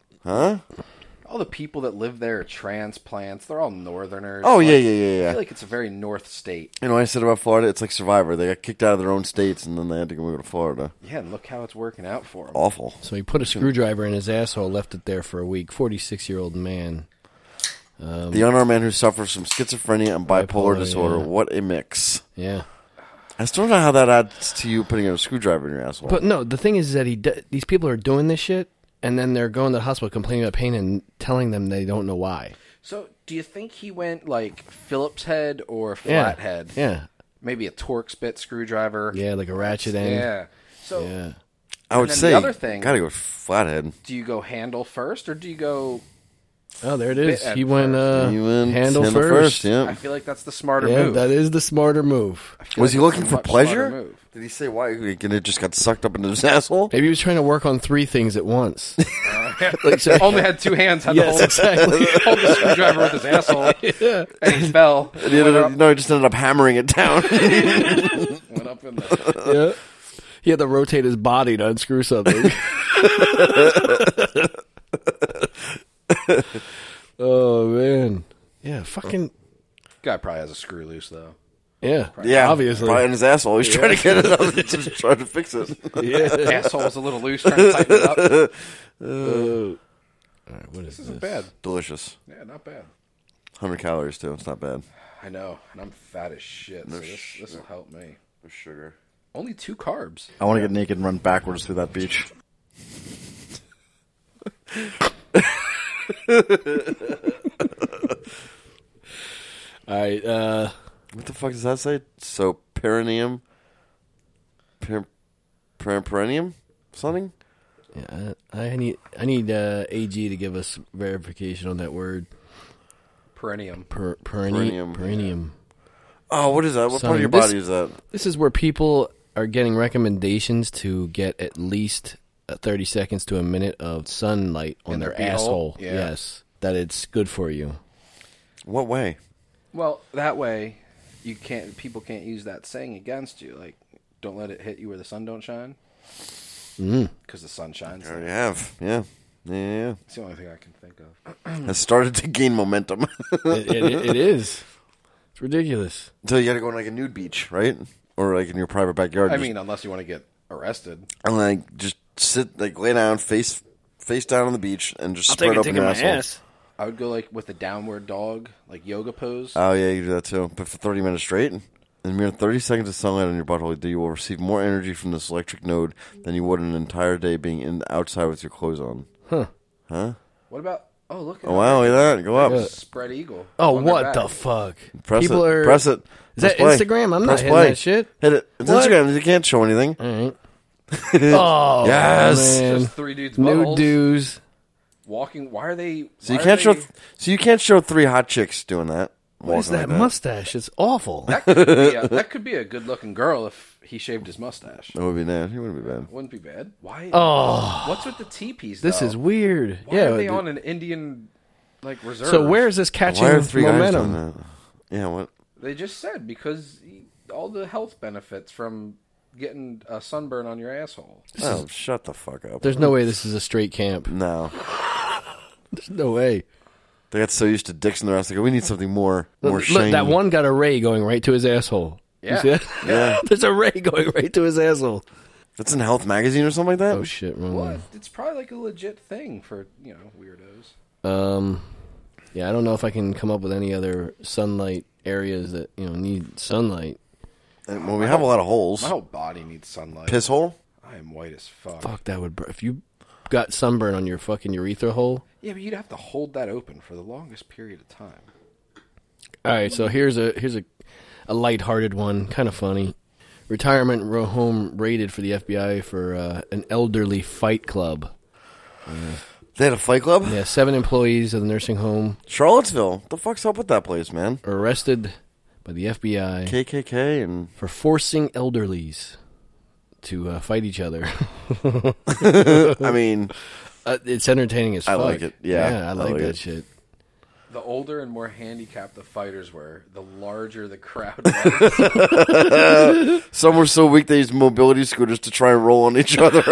Speaker 3: All the people that live there are transplants. They're all northerners.
Speaker 2: Oh
Speaker 3: Like,
Speaker 2: yeah, yeah, yeah,
Speaker 3: I
Speaker 2: yeah.
Speaker 3: feel like it's a very north state.
Speaker 2: You know what I said about Florida? It's like Survivor. They got kicked out of their own states and then they had to go to Florida.
Speaker 3: Yeah, and look how it's working out for them.
Speaker 2: Awful.
Speaker 1: So he put a screwdriver in his asshole, left it there for a week. Forty-six-year-old man.
Speaker 4: Um,
Speaker 2: the unarmed man who suffers from schizophrenia and bipolar,
Speaker 1: Bipolar,
Speaker 2: disorder.
Speaker 1: yeah.
Speaker 2: What a mix.
Speaker 1: Yeah.
Speaker 2: I still don't know how that adds to you putting a screwdriver in your asshole.
Speaker 1: But no, the thing is that he d- these people are doing this shit, and then they're going to the hospital complaining about pain and telling them they don't know why.
Speaker 3: So, do you think he went like Phillips head or
Speaker 1: Yeah.
Speaker 3: flathead? head?
Speaker 1: Yeah.
Speaker 3: Maybe a Torx bit screwdriver.
Speaker 1: Yeah, like a ratchet end.
Speaker 3: Yeah. So,
Speaker 1: Yeah.
Speaker 2: I would
Speaker 3: then the
Speaker 2: say
Speaker 3: other thing-
Speaker 2: gotta go flathead.
Speaker 3: do you go handle first or do you go
Speaker 1: Oh, there it is.
Speaker 3: Bit
Speaker 1: He
Speaker 3: at
Speaker 1: went, uh,
Speaker 2: You went
Speaker 1: handle,
Speaker 2: handle
Speaker 1: first.
Speaker 3: I
Speaker 2: yeah.
Speaker 3: feel like that's the smarter
Speaker 1: Yeah,
Speaker 3: move.
Speaker 1: that is the smarter move.
Speaker 3: I feel
Speaker 2: Was
Speaker 3: like
Speaker 2: he
Speaker 3: that's
Speaker 2: looking
Speaker 3: a
Speaker 2: for
Speaker 3: much smarter
Speaker 2: pleasure?
Speaker 3: move.
Speaker 2: Did he say why? And it just got sucked up into his asshole.
Speaker 1: Maybe he was trying to work on three things at once. Like, so-
Speaker 3: Uh, Only had two hands, had
Speaker 1: yes,
Speaker 3: the
Speaker 1: exactly.
Speaker 3: whole hold the screwdriver with his asshole, and he fell.
Speaker 2: He ended up- no, he just ended up hammering it down.
Speaker 3: Went up in the.
Speaker 1: yeah. He had to rotate his body to unscrew something. oh man. Yeah, fucking
Speaker 3: Guy probably has a screw loose though.
Speaker 1: yeah.
Speaker 2: yeah,
Speaker 1: obviously.
Speaker 2: probably in his asshole. He's trying to get it out. He's just trying to fix it.
Speaker 1: Yeah.
Speaker 3: Asshole was a little loose, trying to tighten it up. This
Speaker 1: All right, what is this?
Speaker 3: Uh, isn't bad.
Speaker 2: Delicious.
Speaker 3: Yeah, not bad.
Speaker 2: Hundred calories too. It's not bad.
Speaker 3: I know, and I'm fat as shit, so this this will help me.
Speaker 2: Sugar.
Speaker 3: Only two carbs.
Speaker 4: I want to get naked and run backwards through that beach.
Speaker 1: All right, uh
Speaker 2: What the fuck does that say? So perineum, per, per, perineum, something.
Speaker 1: yeah, I, I need I need uh AG to give us verification on that word
Speaker 3: Perennium.
Speaker 1: per, perineum.
Speaker 2: Perineum.
Speaker 1: Perineum.
Speaker 2: Oh, what is that? What part of
Speaker 1: Sonny,
Speaker 2: your
Speaker 1: this-
Speaker 2: body is that?
Speaker 1: This is where people are getting recommendations to get at least uh, 30 seconds to a minute of sunlight on
Speaker 3: In
Speaker 1: their,
Speaker 3: their beehole?
Speaker 1: asshole.
Speaker 3: Yeah.
Speaker 1: Yes, that it's good for you.
Speaker 2: What way?
Speaker 3: Well, that way you can't people can't use that saying against you. Like, don't let it hit you where the sun don't shine. Because the sun shines.
Speaker 2: I already have. Yeah. Yeah, yeah,
Speaker 3: It's the only thing I can think of.
Speaker 2: yeah. Hmm. Has started to gain momentum.
Speaker 1: It, it- it is. It's ridiculous.
Speaker 2: so you got to go on like a nude beach, right? Or like in your private backyard.
Speaker 3: I
Speaker 2: just-
Speaker 3: mean, unless you want to get arrested.
Speaker 2: and like just sit, like lay down, face face down on the beach, and just spread open your asshole.
Speaker 3: I would go like with the downward dog, like yoga pose.
Speaker 2: Oh yeah, you do that too. But for thirty minutes straight, and a mere thirty seconds of sunlight on your butthole, you will receive more energy from this electric node than you would an entire day being in outside with your clothes on.
Speaker 3: what about? Oh, look at
Speaker 2: Oh wow, look at that. Go up.
Speaker 3: that spread eagle.
Speaker 1: Oh,
Speaker 3: on their
Speaker 1: what
Speaker 3: back.
Speaker 1: the fuck?
Speaker 2: Press
Speaker 1: people
Speaker 2: it.
Speaker 1: Are,
Speaker 2: Press it.
Speaker 1: Is that
Speaker 2: Press play.
Speaker 1: Instagram? I'm not
Speaker 2: Press
Speaker 1: hitting
Speaker 2: play.
Speaker 1: that shit.
Speaker 2: Hit it. It's Instagram. You can't show anything.
Speaker 1: Oh,
Speaker 2: Yes.
Speaker 1: man.
Speaker 3: Just three dudes.
Speaker 1: New
Speaker 3: New dude
Speaker 1: dudes.
Speaker 3: walking. Why are they?
Speaker 2: So you can't show. So you can't show three hot chicks doing that.
Speaker 1: What is
Speaker 2: walking
Speaker 1: that
Speaker 2: like
Speaker 1: mustache? It's awful.
Speaker 3: that, could be a, that could be a good-looking girl if he shaved his mustache.
Speaker 2: That would be bad. It wouldn't be bad.
Speaker 3: Wouldn't be bad. Why?
Speaker 1: Oh,
Speaker 3: What's with the teepees?
Speaker 1: this
Speaker 3: though?
Speaker 1: is weird.
Speaker 3: Why
Speaker 1: yeah.
Speaker 3: are they
Speaker 1: dude.
Speaker 3: on an Indian like reserve?
Speaker 1: so where is this catching
Speaker 2: Why are three
Speaker 1: momentum?
Speaker 2: guys doing that? Yeah. What?
Speaker 3: they just said because all the health benefits from getting a sunburn on your asshole.
Speaker 2: Oh, shut the fuck up.
Speaker 1: There's no way this is a straight camp.
Speaker 2: No.
Speaker 1: There's no way.
Speaker 2: They got so used to dicks in their ass. They go, we need something more, more
Speaker 1: Look,
Speaker 2: shiny.
Speaker 1: that one got a ray going right to his asshole. You
Speaker 3: Yeah.
Speaker 1: see that?
Speaker 2: Yeah.
Speaker 1: There's a ray going right to his asshole.
Speaker 2: That's in Health Magazine or something like that.
Speaker 1: Oh shit, wrong
Speaker 3: Well,
Speaker 1: one.
Speaker 3: it's probably like a legit thing for you know weirdos.
Speaker 1: Um, yeah, I don't know if I can come up with any other sunlight areas that you know need sunlight.
Speaker 2: And- well, we have a lot of holes.
Speaker 3: My whole body needs sunlight.
Speaker 2: Piss hole.
Speaker 3: I am white as fuck.
Speaker 1: Fuck, that would bur- if you got sunburn on your fucking urethra hole.
Speaker 3: Yeah, but you'd have to hold that open for the longest period of time.
Speaker 1: All right, so here's a here's a a lighthearted one, kind of funny. Retirement ro- home raided for the FBI for uh, an elderly fight club.
Speaker 2: They had a fight club.
Speaker 1: Yeah, seven employees of the nursing home
Speaker 2: Charlottesville. The fuck's up with that place, man?
Speaker 1: are arrested by the FBI.
Speaker 2: KKK and
Speaker 1: for forcing elderlies to uh, fight each other.
Speaker 2: I mean,
Speaker 1: uh, it's entertaining as
Speaker 2: I
Speaker 1: fuck.
Speaker 2: like it. Yeah,
Speaker 1: I like, that shit.
Speaker 3: the older and more handicapped the fighters were, the larger the crowd was.
Speaker 2: Some were so weak they used mobility scooters to try and roll on each other.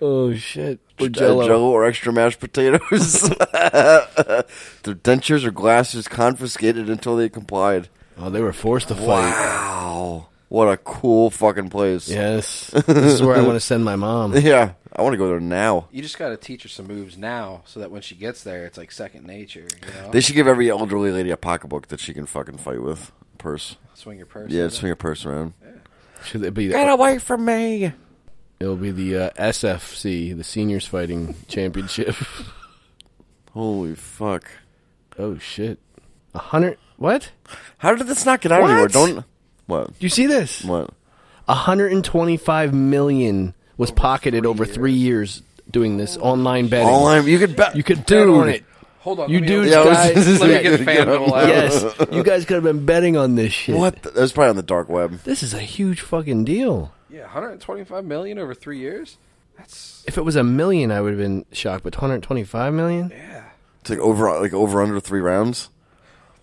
Speaker 1: Oh shit! Or
Speaker 2: Jello. Jello or extra mashed potatoes. Their dentures or glasses confiscated until they complied.
Speaker 1: Oh, they were forced to fight.
Speaker 2: Wow, what a cool fucking place.
Speaker 1: Yes, this is where I want to send my mom.
Speaker 2: Yeah, I want to go there now.
Speaker 3: you just got to teach her some moves now, so that when she gets there, it's like second nature. You know,
Speaker 2: They should give every elderly lady a pocketbook that she can fucking fight with. Purse.
Speaker 3: swing your purse.
Speaker 2: Yeah, swing a purse around.
Speaker 1: Should it be?
Speaker 2: Get away from me.
Speaker 1: It'll be the uh, SFC, the Seniors Fighting Championship.
Speaker 2: Holy fuck.
Speaker 1: oh shit! A hundred. What?
Speaker 2: How did this not get out
Speaker 1: What?
Speaker 2: anywhere? Don't. What?
Speaker 1: You see this?
Speaker 2: What?
Speaker 1: 125 million was pocketed over three years doing this online betting.
Speaker 2: Online. You could bet.
Speaker 1: you could bet on it.
Speaker 3: Hold on,
Speaker 1: You
Speaker 3: let me-
Speaker 1: dudes,
Speaker 2: Yeah, I was
Speaker 1: guys.
Speaker 2: just-
Speaker 3: Let me get FanDuel out.
Speaker 1: yes, you guys could have been betting on this shit.
Speaker 2: What? the- That was probably on the dark web.
Speaker 1: This is a huge fucking deal.
Speaker 3: Yeah, 125 million over three years. That's
Speaker 1: If it was a million, I would have been shocked. But 125 million?
Speaker 3: yeah,
Speaker 2: It's like over, like over under three rounds.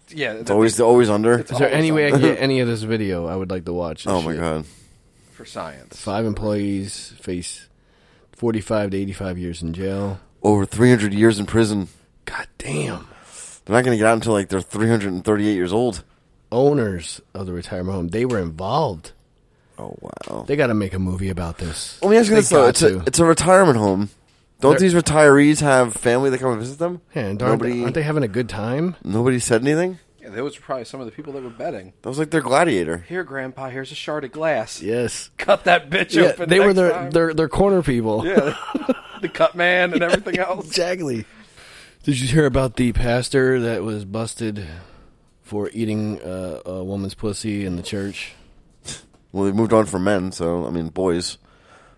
Speaker 3: yeah. It's
Speaker 2: It's always, always under.
Speaker 1: Is there
Speaker 3: always
Speaker 1: any way I
Speaker 3: on-
Speaker 1: can get any of this video? I would like to watch. This
Speaker 2: Oh my
Speaker 1: shit.
Speaker 2: god.
Speaker 3: for science.
Speaker 1: Five employees face 45 to 85 years in jail.
Speaker 2: Over 300 years in prison.
Speaker 1: God damn.
Speaker 2: They're not going to get out until like they're 338 years old.
Speaker 1: Owners of the retirement home, they were involved.
Speaker 2: Oh wow.
Speaker 1: They got to make a movie about this.
Speaker 2: Let me ask you
Speaker 1: They
Speaker 2: this though:
Speaker 1: got
Speaker 2: it's a,
Speaker 1: to.
Speaker 2: it's a retirement home. Don't
Speaker 1: They're-
Speaker 2: these retirees have family that come and visit them?
Speaker 1: Yeah, and aren't,
Speaker 2: nobody,
Speaker 1: aren't they having a good time?
Speaker 2: nobody said anything.
Speaker 3: Yeah, those were probably some of the people that were betting.
Speaker 2: That was like their gladiator.
Speaker 3: Here, Grandpa. Here's a shard of glass.
Speaker 1: Yes.
Speaker 3: Cut that bitch
Speaker 1: Yeah,
Speaker 3: open.
Speaker 1: they were
Speaker 3: next
Speaker 1: their,
Speaker 3: time.
Speaker 1: their their corner people.
Speaker 3: yeah, the cut man and everything else.
Speaker 1: Exactly. Did you hear about the pastor that was busted for eating uh, a woman's pussy in the church?
Speaker 2: Well, they moved on from men, so I mean, boys,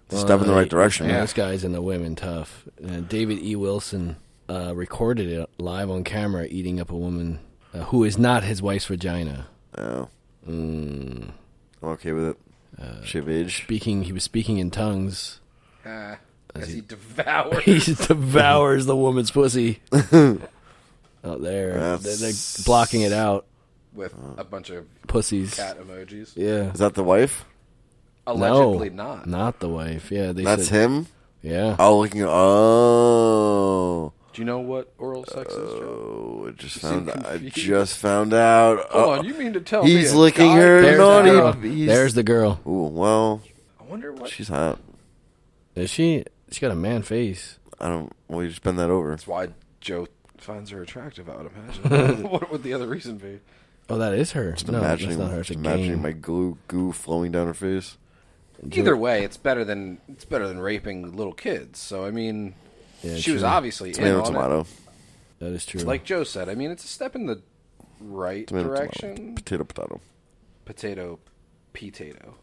Speaker 2: it's a step in the right direction.
Speaker 1: Yeah, this guy's in the women tough. Uh, David E. Wilson uh, recorded it live on camera eating up a woman uh, who is not his wife's vagina.
Speaker 2: Oh.
Speaker 1: Mm.
Speaker 2: I'm okay with it.
Speaker 1: Uh,
Speaker 2: Shiv age.
Speaker 1: Speaking, he was speaking in tongues.
Speaker 3: Ah, as he devoured.
Speaker 1: He just devours the woman's pussy out there. They're,
Speaker 2: That's-
Speaker 1: they're blocking it out.
Speaker 3: with a bunch of
Speaker 1: Pussies.
Speaker 3: cat emojis.
Speaker 1: Yeah.
Speaker 2: Is that the wife?
Speaker 3: Allegedly
Speaker 1: no,
Speaker 3: not.
Speaker 1: Not the wife. Yeah, they
Speaker 2: That's
Speaker 1: said,
Speaker 2: him.
Speaker 1: Yeah.
Speaker 2: Oh, looking. Oh.
Speaker 3: Do you know what oral sex is? Joe?
Speaker 2: Oh, I just found. I
Speaker 3: confused.
Speaker 2: just found out.
Speaker 3: Hold
Speaker 2: Oh,
Speaker 3: on, you mean to tell me
Speaker 2: he's
Speaker 3: a
Speaker 2: licking
Speaker 3: guy-
Speaker 2: her
Speaker 1: There's the,
Speaker 2: naughty.
Speaker 1: girl.
Speaker 2: he's-
Speaker 1: There's the girl.
Speaker 2: Ooh, well,
Speaker 1: Uh,
Speaker 3: I wonder what.
Speaker 2: she's hot.
Speaker 1: Is she? She got a man face.
Speaker 2: I don't. Well, you just bend that over.
Speaker 3: That's why Joe finds her attractive. I would imagine. what would the other reason be?
Speaker 1: Oh, that is her. no,
Speaker 2: imagining,
Speaker 1: that's not her. It's a
Speaker 2: just imagining
Speaker 1: game.
Speaker 2: my glue goo flowing down her face.
Speaker 3: Either way, it's better than it's better than raping little kids. So I mean,
Speaker 1: Yeah,
Speaker 3: she was
Speaker 1: true.
Speaker 3: obviously in
Speaker 2: Tomato,
Speaker 3: on it.
Speaker 2: tomato,
Speaker 1: That is true.
Speaker 3: Like Joe said, I mean, it's a step in the right
Speaker 2: tomato,
Speaker 3: direction.
Speaker 2: tomato, potato, potato,
Speaker 3: Potato, potato.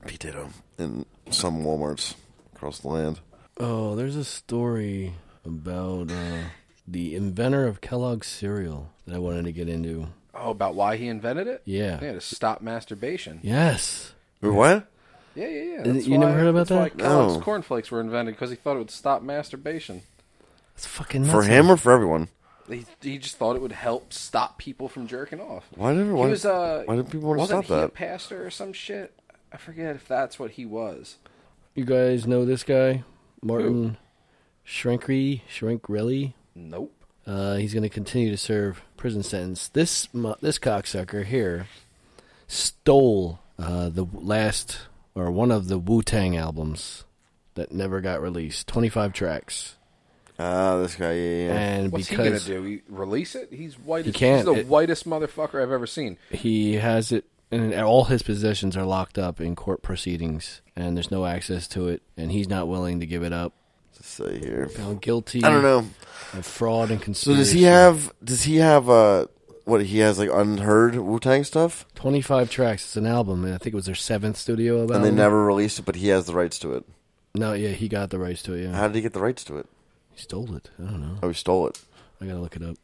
Speaker 2: potato. In some WalMarts across the land.
Speaker 1: Oh, there's a story about uh, the inventor of Kellogg's cereal that I wanted to get into.
Speaker 3: Oh, about why he invented it?
Speaker 1: Yeah.
Speaker 3: Yeah, to stop masturbation.
Speaker 1: Yes.
Speaker 2: Wait, What?
Speaker 3: Yeah, yeah, yeah.
Speaker 1: it-
Speaker 3: That's
Speaker 1: you never
Speaker 3: why-
Speaker 1: heard about
Speaker 3: that's why
Speaker 1: that?
Speaker 3: Kellogg's
Speaker 2: No.
Speaker 3: cornflakes were invented because he thought it would stop masturbation.
Speaker 1: It's fucking nuts.
Speaker 2: For him or for everyone?
Speaker 3: He, he just thought it would help stop people from jerking off.
Speaker 2: Why did
Speaker 3: He
Speaker 2: why,
Speaker 3: was, uh,
Speaker 2: why did people want to stop
Speaker 3: wasn't he a
Speaker 2: that?
Speaker 3: pastor or some shit? I forget if that's what he was.
Speaker 1: You guys know this guy, Martin Shrinkry Shrinkrelli.
Speaker 3: Nope.
Speaker 1: Uh, he's going to continue to serve prison sentence. This mu- this cocksucker here stole uh, the last or one of the Wu Tang albums that never got released. Twenty five tracks,
Speaker 2: Ah, this guy. Yeah, yeah. yeah.
Speaker 1: and
Speaker 3: What's
Speaker 1: because
Speaker 3: he gonna do? He release it? He's white.
Speaker 1: He
Speaker 3: as-
Speaker 1: can't.
Speaker 3: He's the
Speaker 1: It-
Speaker 3: whitest motherfucker I've ever seen.
Speaker 1: he has it, and all his possessions are locked up in court proceedings, and there's no access to it, and he's not willing to give it up.
Speaker 2: Let's see here.
Speaker 1: Found guilty.
Speaker 2: I don't know.
Speaker 1: of fraud and
Speaker 2: So
Speaker 1: conspiracy.
Speaker 2: does he have? Does he have? Uh, what he has like unheard Wu Tang stuff,
Speaker 1: twenty five tracks? It's an album, and I think it was their seventh studio album.
Speaker 2: and they never released it, but he has the rights to it.
Speaker 1: No, yeah, he got the rights to it. Yeah,
Speaker 2: How did he get the rights to it?
Speaker 1: he stole it. I don't know.
Speaker 2: Oh, he stole it.
Speaker 1: I gotta look it up.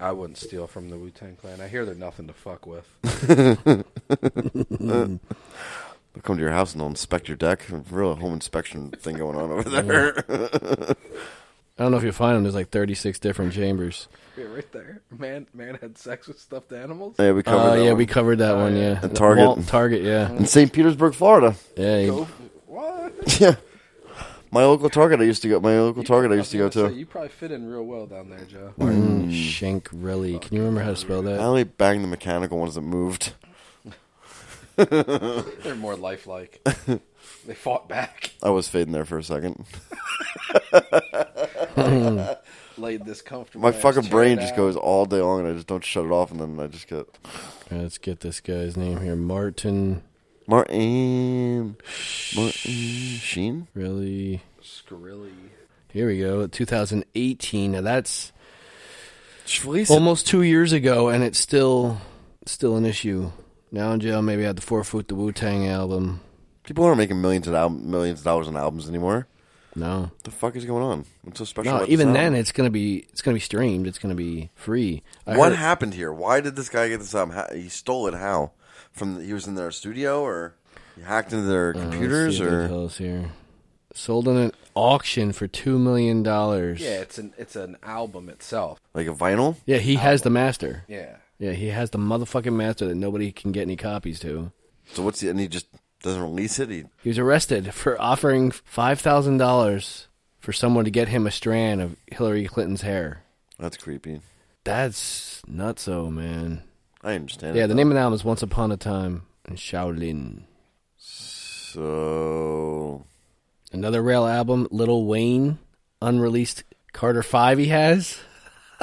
Speaker 3: I wouldn't steal from the Wu Tang Clan. I hear they're nothing to fuck with.
Speaker 2: They'll come to your house and they'll inspect your deck. Real home inspection thing going on over there.
Speaker 1: I don't know if you'll find them. There's like 36 different chambers.
Speaker 3: Yeah, right there. Man, man had sex with stuffed animals.
Speaker 2: Yeah, we covered
Speaker 1: Oh,
Speaker 2: that
Speaker 1: yeah,
Speaker 2: one.
Speaker 1: we covered that one. yeah.
Speaker 2: And Target.
Speaker 1: Wal- Target, yeah.
Speaker 2: in St. Petersburg, Florida.
Speaker 1: Yeah, you-
Speaker 3: Go- What?
Speaker 2: Yeah. My local Target I used to go. My local Target I used to go
Speaker 3: was gonna
Speaker 2: to.
Speaker 3: say, You probably fit in real well down there, Joe.
Speaker 2: Hmm.
Speaker 1: Shank really. Can you remember how to spell
Speaker 2: I
Speaker 1: that?
Speaker 2: only banged the mechanical ones that moved.
Speaker 3: They're more lifelike. they fought back.
Speaker 2: I was fading there for a second.
Speaker 3: Laid this comfortable.
Speaker 2: My
Speaker 3: ass
Speaker 2: fucking
Speaker 3: chair
Speaker 2: brain just
Speaker 3: down.
Speaker 2: goes all day long, and I just don't shut it off, and then I just get
Speaker 1: Let's get this guy's name here. Martin
Speaker 2: Martin, Martin Sheen.
Speaker 1: really.
Speaker 3: Skrilly.
Speaker 1: Here we go. 2018. Now that's almost two years ago, and it's still still an issue. Now in jail, maybe I had to forfeit the Wu Tang album.
Speaker 2: People aren't making millions of al- millions of dollars on albums anymore.
Speaker 1: No,
Speaker 2: What the fuck is going on? What's so special?
Speaker 1: no.
Speaker 2: about this
Speaker 1: Even
Speaker 2: album?
Speaker 1: then, it's gonna be it's gonna be streamed. It's gonna be free. I
Speaker 2: what
Speaker 1: heard-
Speaker 2: happened here? Why did this guy get this album? How, he stole it. How? From the, he was in their studio, or he hacked into their
Speaker 1: Uh, let's
Speaker 2: computers,
Speaker 1: see what it
Speaker 2: or
Speaker 1: tells here sold in an auction for two million dollars.
Speaker 3: Yeah, it's an it's an album itself.
Speaker 2: like a vinyl?
Speaker 1: yeah. He has the master.
Speaker 3: Yeah.
Speaker 1: Yeah, he has the motherfucking master that nobody can get any copies to.
Speaker 2: So what's the? And he just doesn't release it. He
Speaker 1: He was arrested for offering five thousand dollars for someone to get him a strand of Hillary Clinton's hair.
Speaker 2: that's creepy.
Speaker 1: That's nutso, man.
Speaker 2: I understand.
Speaker 1: Yeah,
Speaker 2: it,
Speaker 1: the
Speaker 2: though.
Speaker 1: name of the album is Once Upon a Time in Shaolin.
Speaker 2: So
Speaker 1: Another rail album, Little Wayne, unreleased Carter Five. He has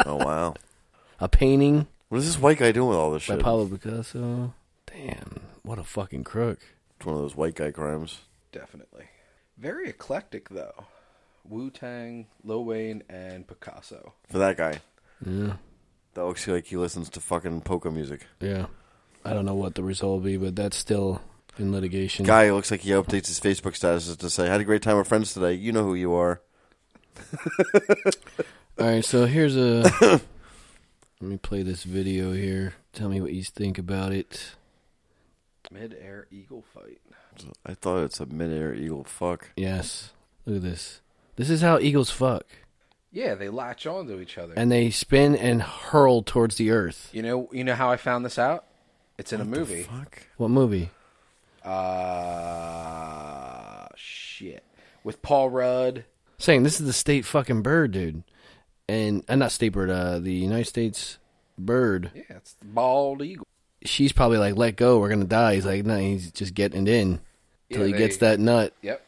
Speaker 2: oh wow,
Speaker 1: a painting
Speaker 2: what is this white guy doing with all this
Speaker 1: by
Speaker 2: shit?
Speaker 1: Pablo Picasso. Damn, what a fucking crook.
Speaker 2: It's one of those white guy crimes.
Speaker 3: Definitely. Very eclectic though. Wu Tang, Lil Wayne, and Picasso.
Speaker 2: for that guy. Yeah. That looks like he listens to fucking polka music.
Speaker 1: Yeah, I don't know what the result will be, but that's still in litigation.
Speaker 2: Guy looks like he updates his Facebook statuses to say, "Had a great time with friends today. You know who you are."
Speaker 1: All right, so here's a. let me play this video here. Tell me what you think about it.
Speaker 3: Mid air eagle fight.
Speaker 2: I thought it's a midair eagle. Fuck.
Speaker 1: Yes, look at this. This is how eagles fuck,
Speaker 3: Yeah, they latch onto each other.
Speaker 1: and they spin and hurl towards the earth.
Speaker 3: you know you know how I found this out? It's in a movie.
Speaker 2: Fuck.
Speaker 1: What movie?
Speaker 3: Uh shit. With Paul Rudd.
Speaker 1: Saying this is the state fucking bird, dude, and uh, not state bird, uh, the United States bird.
Speaker 3: Yeah, it's the bald eagle.
Speaker 1: She's probably like, "Let go, we're gonna die." He's like, "No, he's just getting it in till
Speaker 3: Yeah,
Speaker 1: he
Speaker 3: they-
Speaker 1: gets that nut."
Speaker 3: Yep.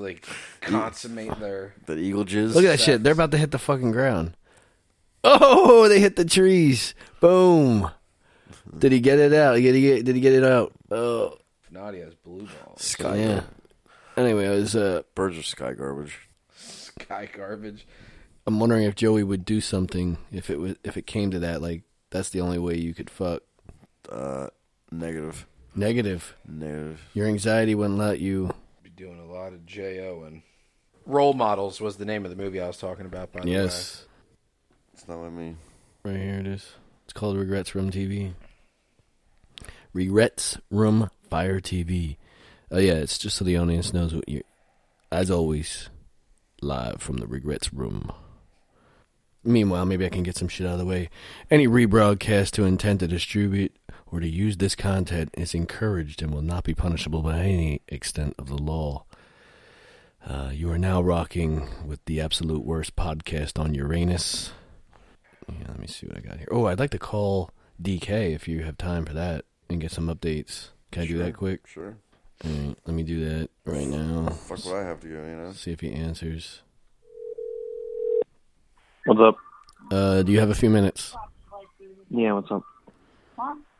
Speaker 3: they consummate their
Speaker 2: That eagle jizz.
Speaker 1: Look at that shit. They're about to hit the fucking ground. Oh, they hit the trees. Boom. Did he get it out? Did he get, did he get it out? Oh,
Speaker 3: Nadia has blue balls.
Speaker 2: Sky.
Speaker 1: yeah. Anyway, I was, uh,
Speaker 2: Birds are sky garbage.
Speaker 3: Sky garbage.
Speaker 1: I'm wondering if Joey would do something if it was if it came to that. Like that's the only way you could fuck.
Speaker 2: Uh, negative.
Speaker 1: Negative.
Speaker 2: Negative.
Speaker 1: Your anxiety wouldn't let you.
Speaker 3: Be doing a lot of J.O. and Role Models was the name of the movie I was talking about, by the way.
Speaker 1: Yes.
Speaker 2: It's not what I mean.
Speaker 1: Right here it is. It's called Regrets Room TV. Regrets Room Fire TV. Oh yeah, it's just so the audience knows what you. As always, live from the Regrets Room. Meanwhile, maybe I can get some shit out of the way. Any rebroadcast to intend to distribute or to use this content is encouraged and will not be punishable by any extent of the law. Uh, you are now rocking with the absolute worst podcast on Uranus. Yeah, let me see what I got here. Oh, I'd like to call DK if you have time for that and get some updates. Can I do that quick?
Speaker 2: Sure.
Speaker 1: All right, let me do that right now.
Speaker 2: Fuck what I have to go. You know.
Speaker 1: See if he answers.
Speaker 7: What's up?
Speaker 1: Uh, do you have a few minutes?
Speaker 7: Yeah, what's up?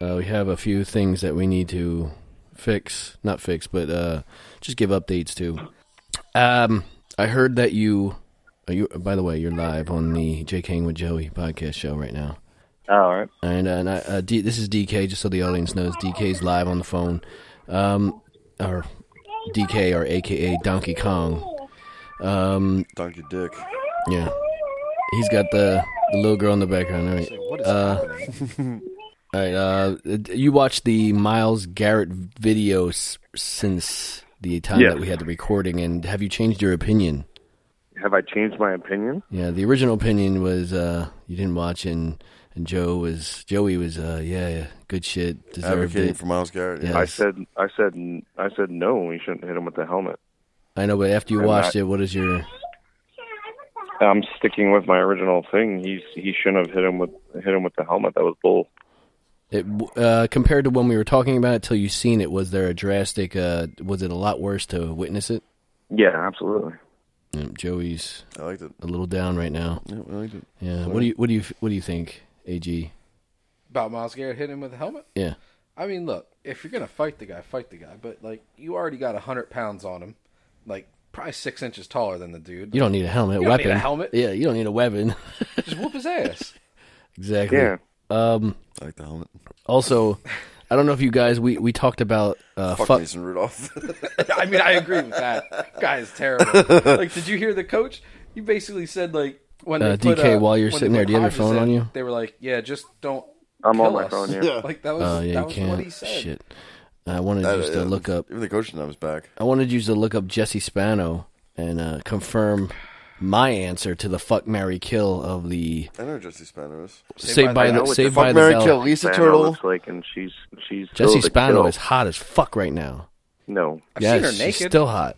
Speaker 1: Uh, we have a few things that we need to fix, not fix, but uh, just give updates to. Um, I heard that you, are you. By the way, you're live on the Jake Hang with Joey podcast show right now.
Speaker 7: Oh, all right.
Speaker 1: And, uh, and I, uh, D, this is DK, just so the audience knows. DK's live on the phone. Um, or DK, or AKA Donkey Kong. Um,
Speaker 2: Donkey dick.
Speaker 1: yeah. He's got the, the little girl in the background, all right. Uh,
Speaker 3: What is happening?
Speaker 1: All right, uh, you watched the Miles Garrett video s- since the time
Speaker 7: Yeah.
Speaker 1: that we had the recording, and have you changed your opinion?
Speaker 7: have I changed my opinion?
Speaker 1: Yeah, the original opinion was uh, you didn't watch, and, and Joe was Joey was uh, yeah, yeah, good shit, deserved
Speaker 2: Advocating
Speaker 1: it.
Speaker 2: for Miles Garrett.
Speaker 1: Yeah.
Speaker 7: I said, I said, n- I said no. We shouldn't hit him with the helmet.
Speaker 1: I know, but after you
Speaker 7: I'm
Speaker 1: watched
Speaker 7: not-
Speaker 1: it, what is your
Speaker 7: I'm sticking with my original thing. He's he shouldn't have hit him with hit him with the helmet. That was bull.
Speaker 1: it, uh, compared to when we were talking about it till you seen it? Was there a drastic? Uh, was it a lot worse to witness it?
Speaker 7: Yeah, absolutely.
Speaker 1: Yeah, Joey's
Speaker 2: I liked it.
Speaker 1: a little down right now.
Speaker 2: Yeah, I liked it.
Speaker 1: Yeah, what do you what do you what do you think, Ag?
Speaker 3: About Miles Garrett hitting him with a helmet?
Speaker 1: Yeah,
Speaker 3: I mean, look, if you're gonna fight the guy, fight the guy. But like, you already got hundred pounds on him, like probably six inches taller than the dude.
Speaker 1: you don't need a helmet.
Speaker 3: You don't
Speaker 1: weapon.
Speaker 3: need a helmet.
Speaker 1: Yeah, you don't need a weapon.
Speaker 3: Just whoop his ass.
Speaker 1: exactly.
Speaker 7: Yeah,
Speaker 2: I like the helmet.
Speaker 1: Also, I don't know if you guys we we talked about uh,
Speaker 2: Fuck,
Speaker 1: fuck
Speaker 2: Mason Rudolph.
Speaker 3: I mean, I agree with that. Guy is terrible. Like, did you hear the coach? You basically said like when
Speaker 1: Uh,
Speaker 3: they put,
Speaker 1: DK,
Speaker 3: uh,
Speaker 1: while you're
Speaker 3: when they
Speaker 1: sitting there,
Speaker 3: put
Speaker 1: do you have your phone
Speaker 3: Hodges in,
Speaker 1: on you?
Speaker 3: They were like, yeah, just don't.
Speaker 7: I'm
Speaker 3: kill
Speaker 7: on my
Speaker 3: us.
Speaker 7: phone here.
Speaker 3: Like that was
Speaker 1: Oh yeah,
Speaker 3: that
Speaker 1: you
Speaker 3: was
Speaker 1: can't.
Speaker 3: what he said.
Speaker 1: Shit, I wanted you to look up.
Speaker 2: Even the coach knows back.
Speaker 1: I wanted you to look up Jesse Spano and uh, confirm my answer to the fuck Mary kill of the
Speaker 2: I know Jesse Spano is.
Speaker 1: Saved by,
Speaker 3: by the
Speaker 1: the
Speaker 3: Bell.
Speaker 1: Saved by
Speaker 2: Fuck,
Speaker 1: the
Speaker 2: Mary
Speaker 1: Bell.
Speaker 2: Kill, Lisa
Speaker 7: Spano
Speaker 2: Turtle.
Speaker 7: looks like, and she's she's still
Speaker 1: Jesse
Speaker 7: the
Speaker 1: Spano
Speaker 7: kill.
Speaker 1: is hot as fuck right now.
Speaker 7: no.
Speaker 3: I've
Speaker 1: Yeah,
Speaker 3: seen her
Speaker 1: yes, she's
Speaker 3: naked.
Speaker 1: still hot.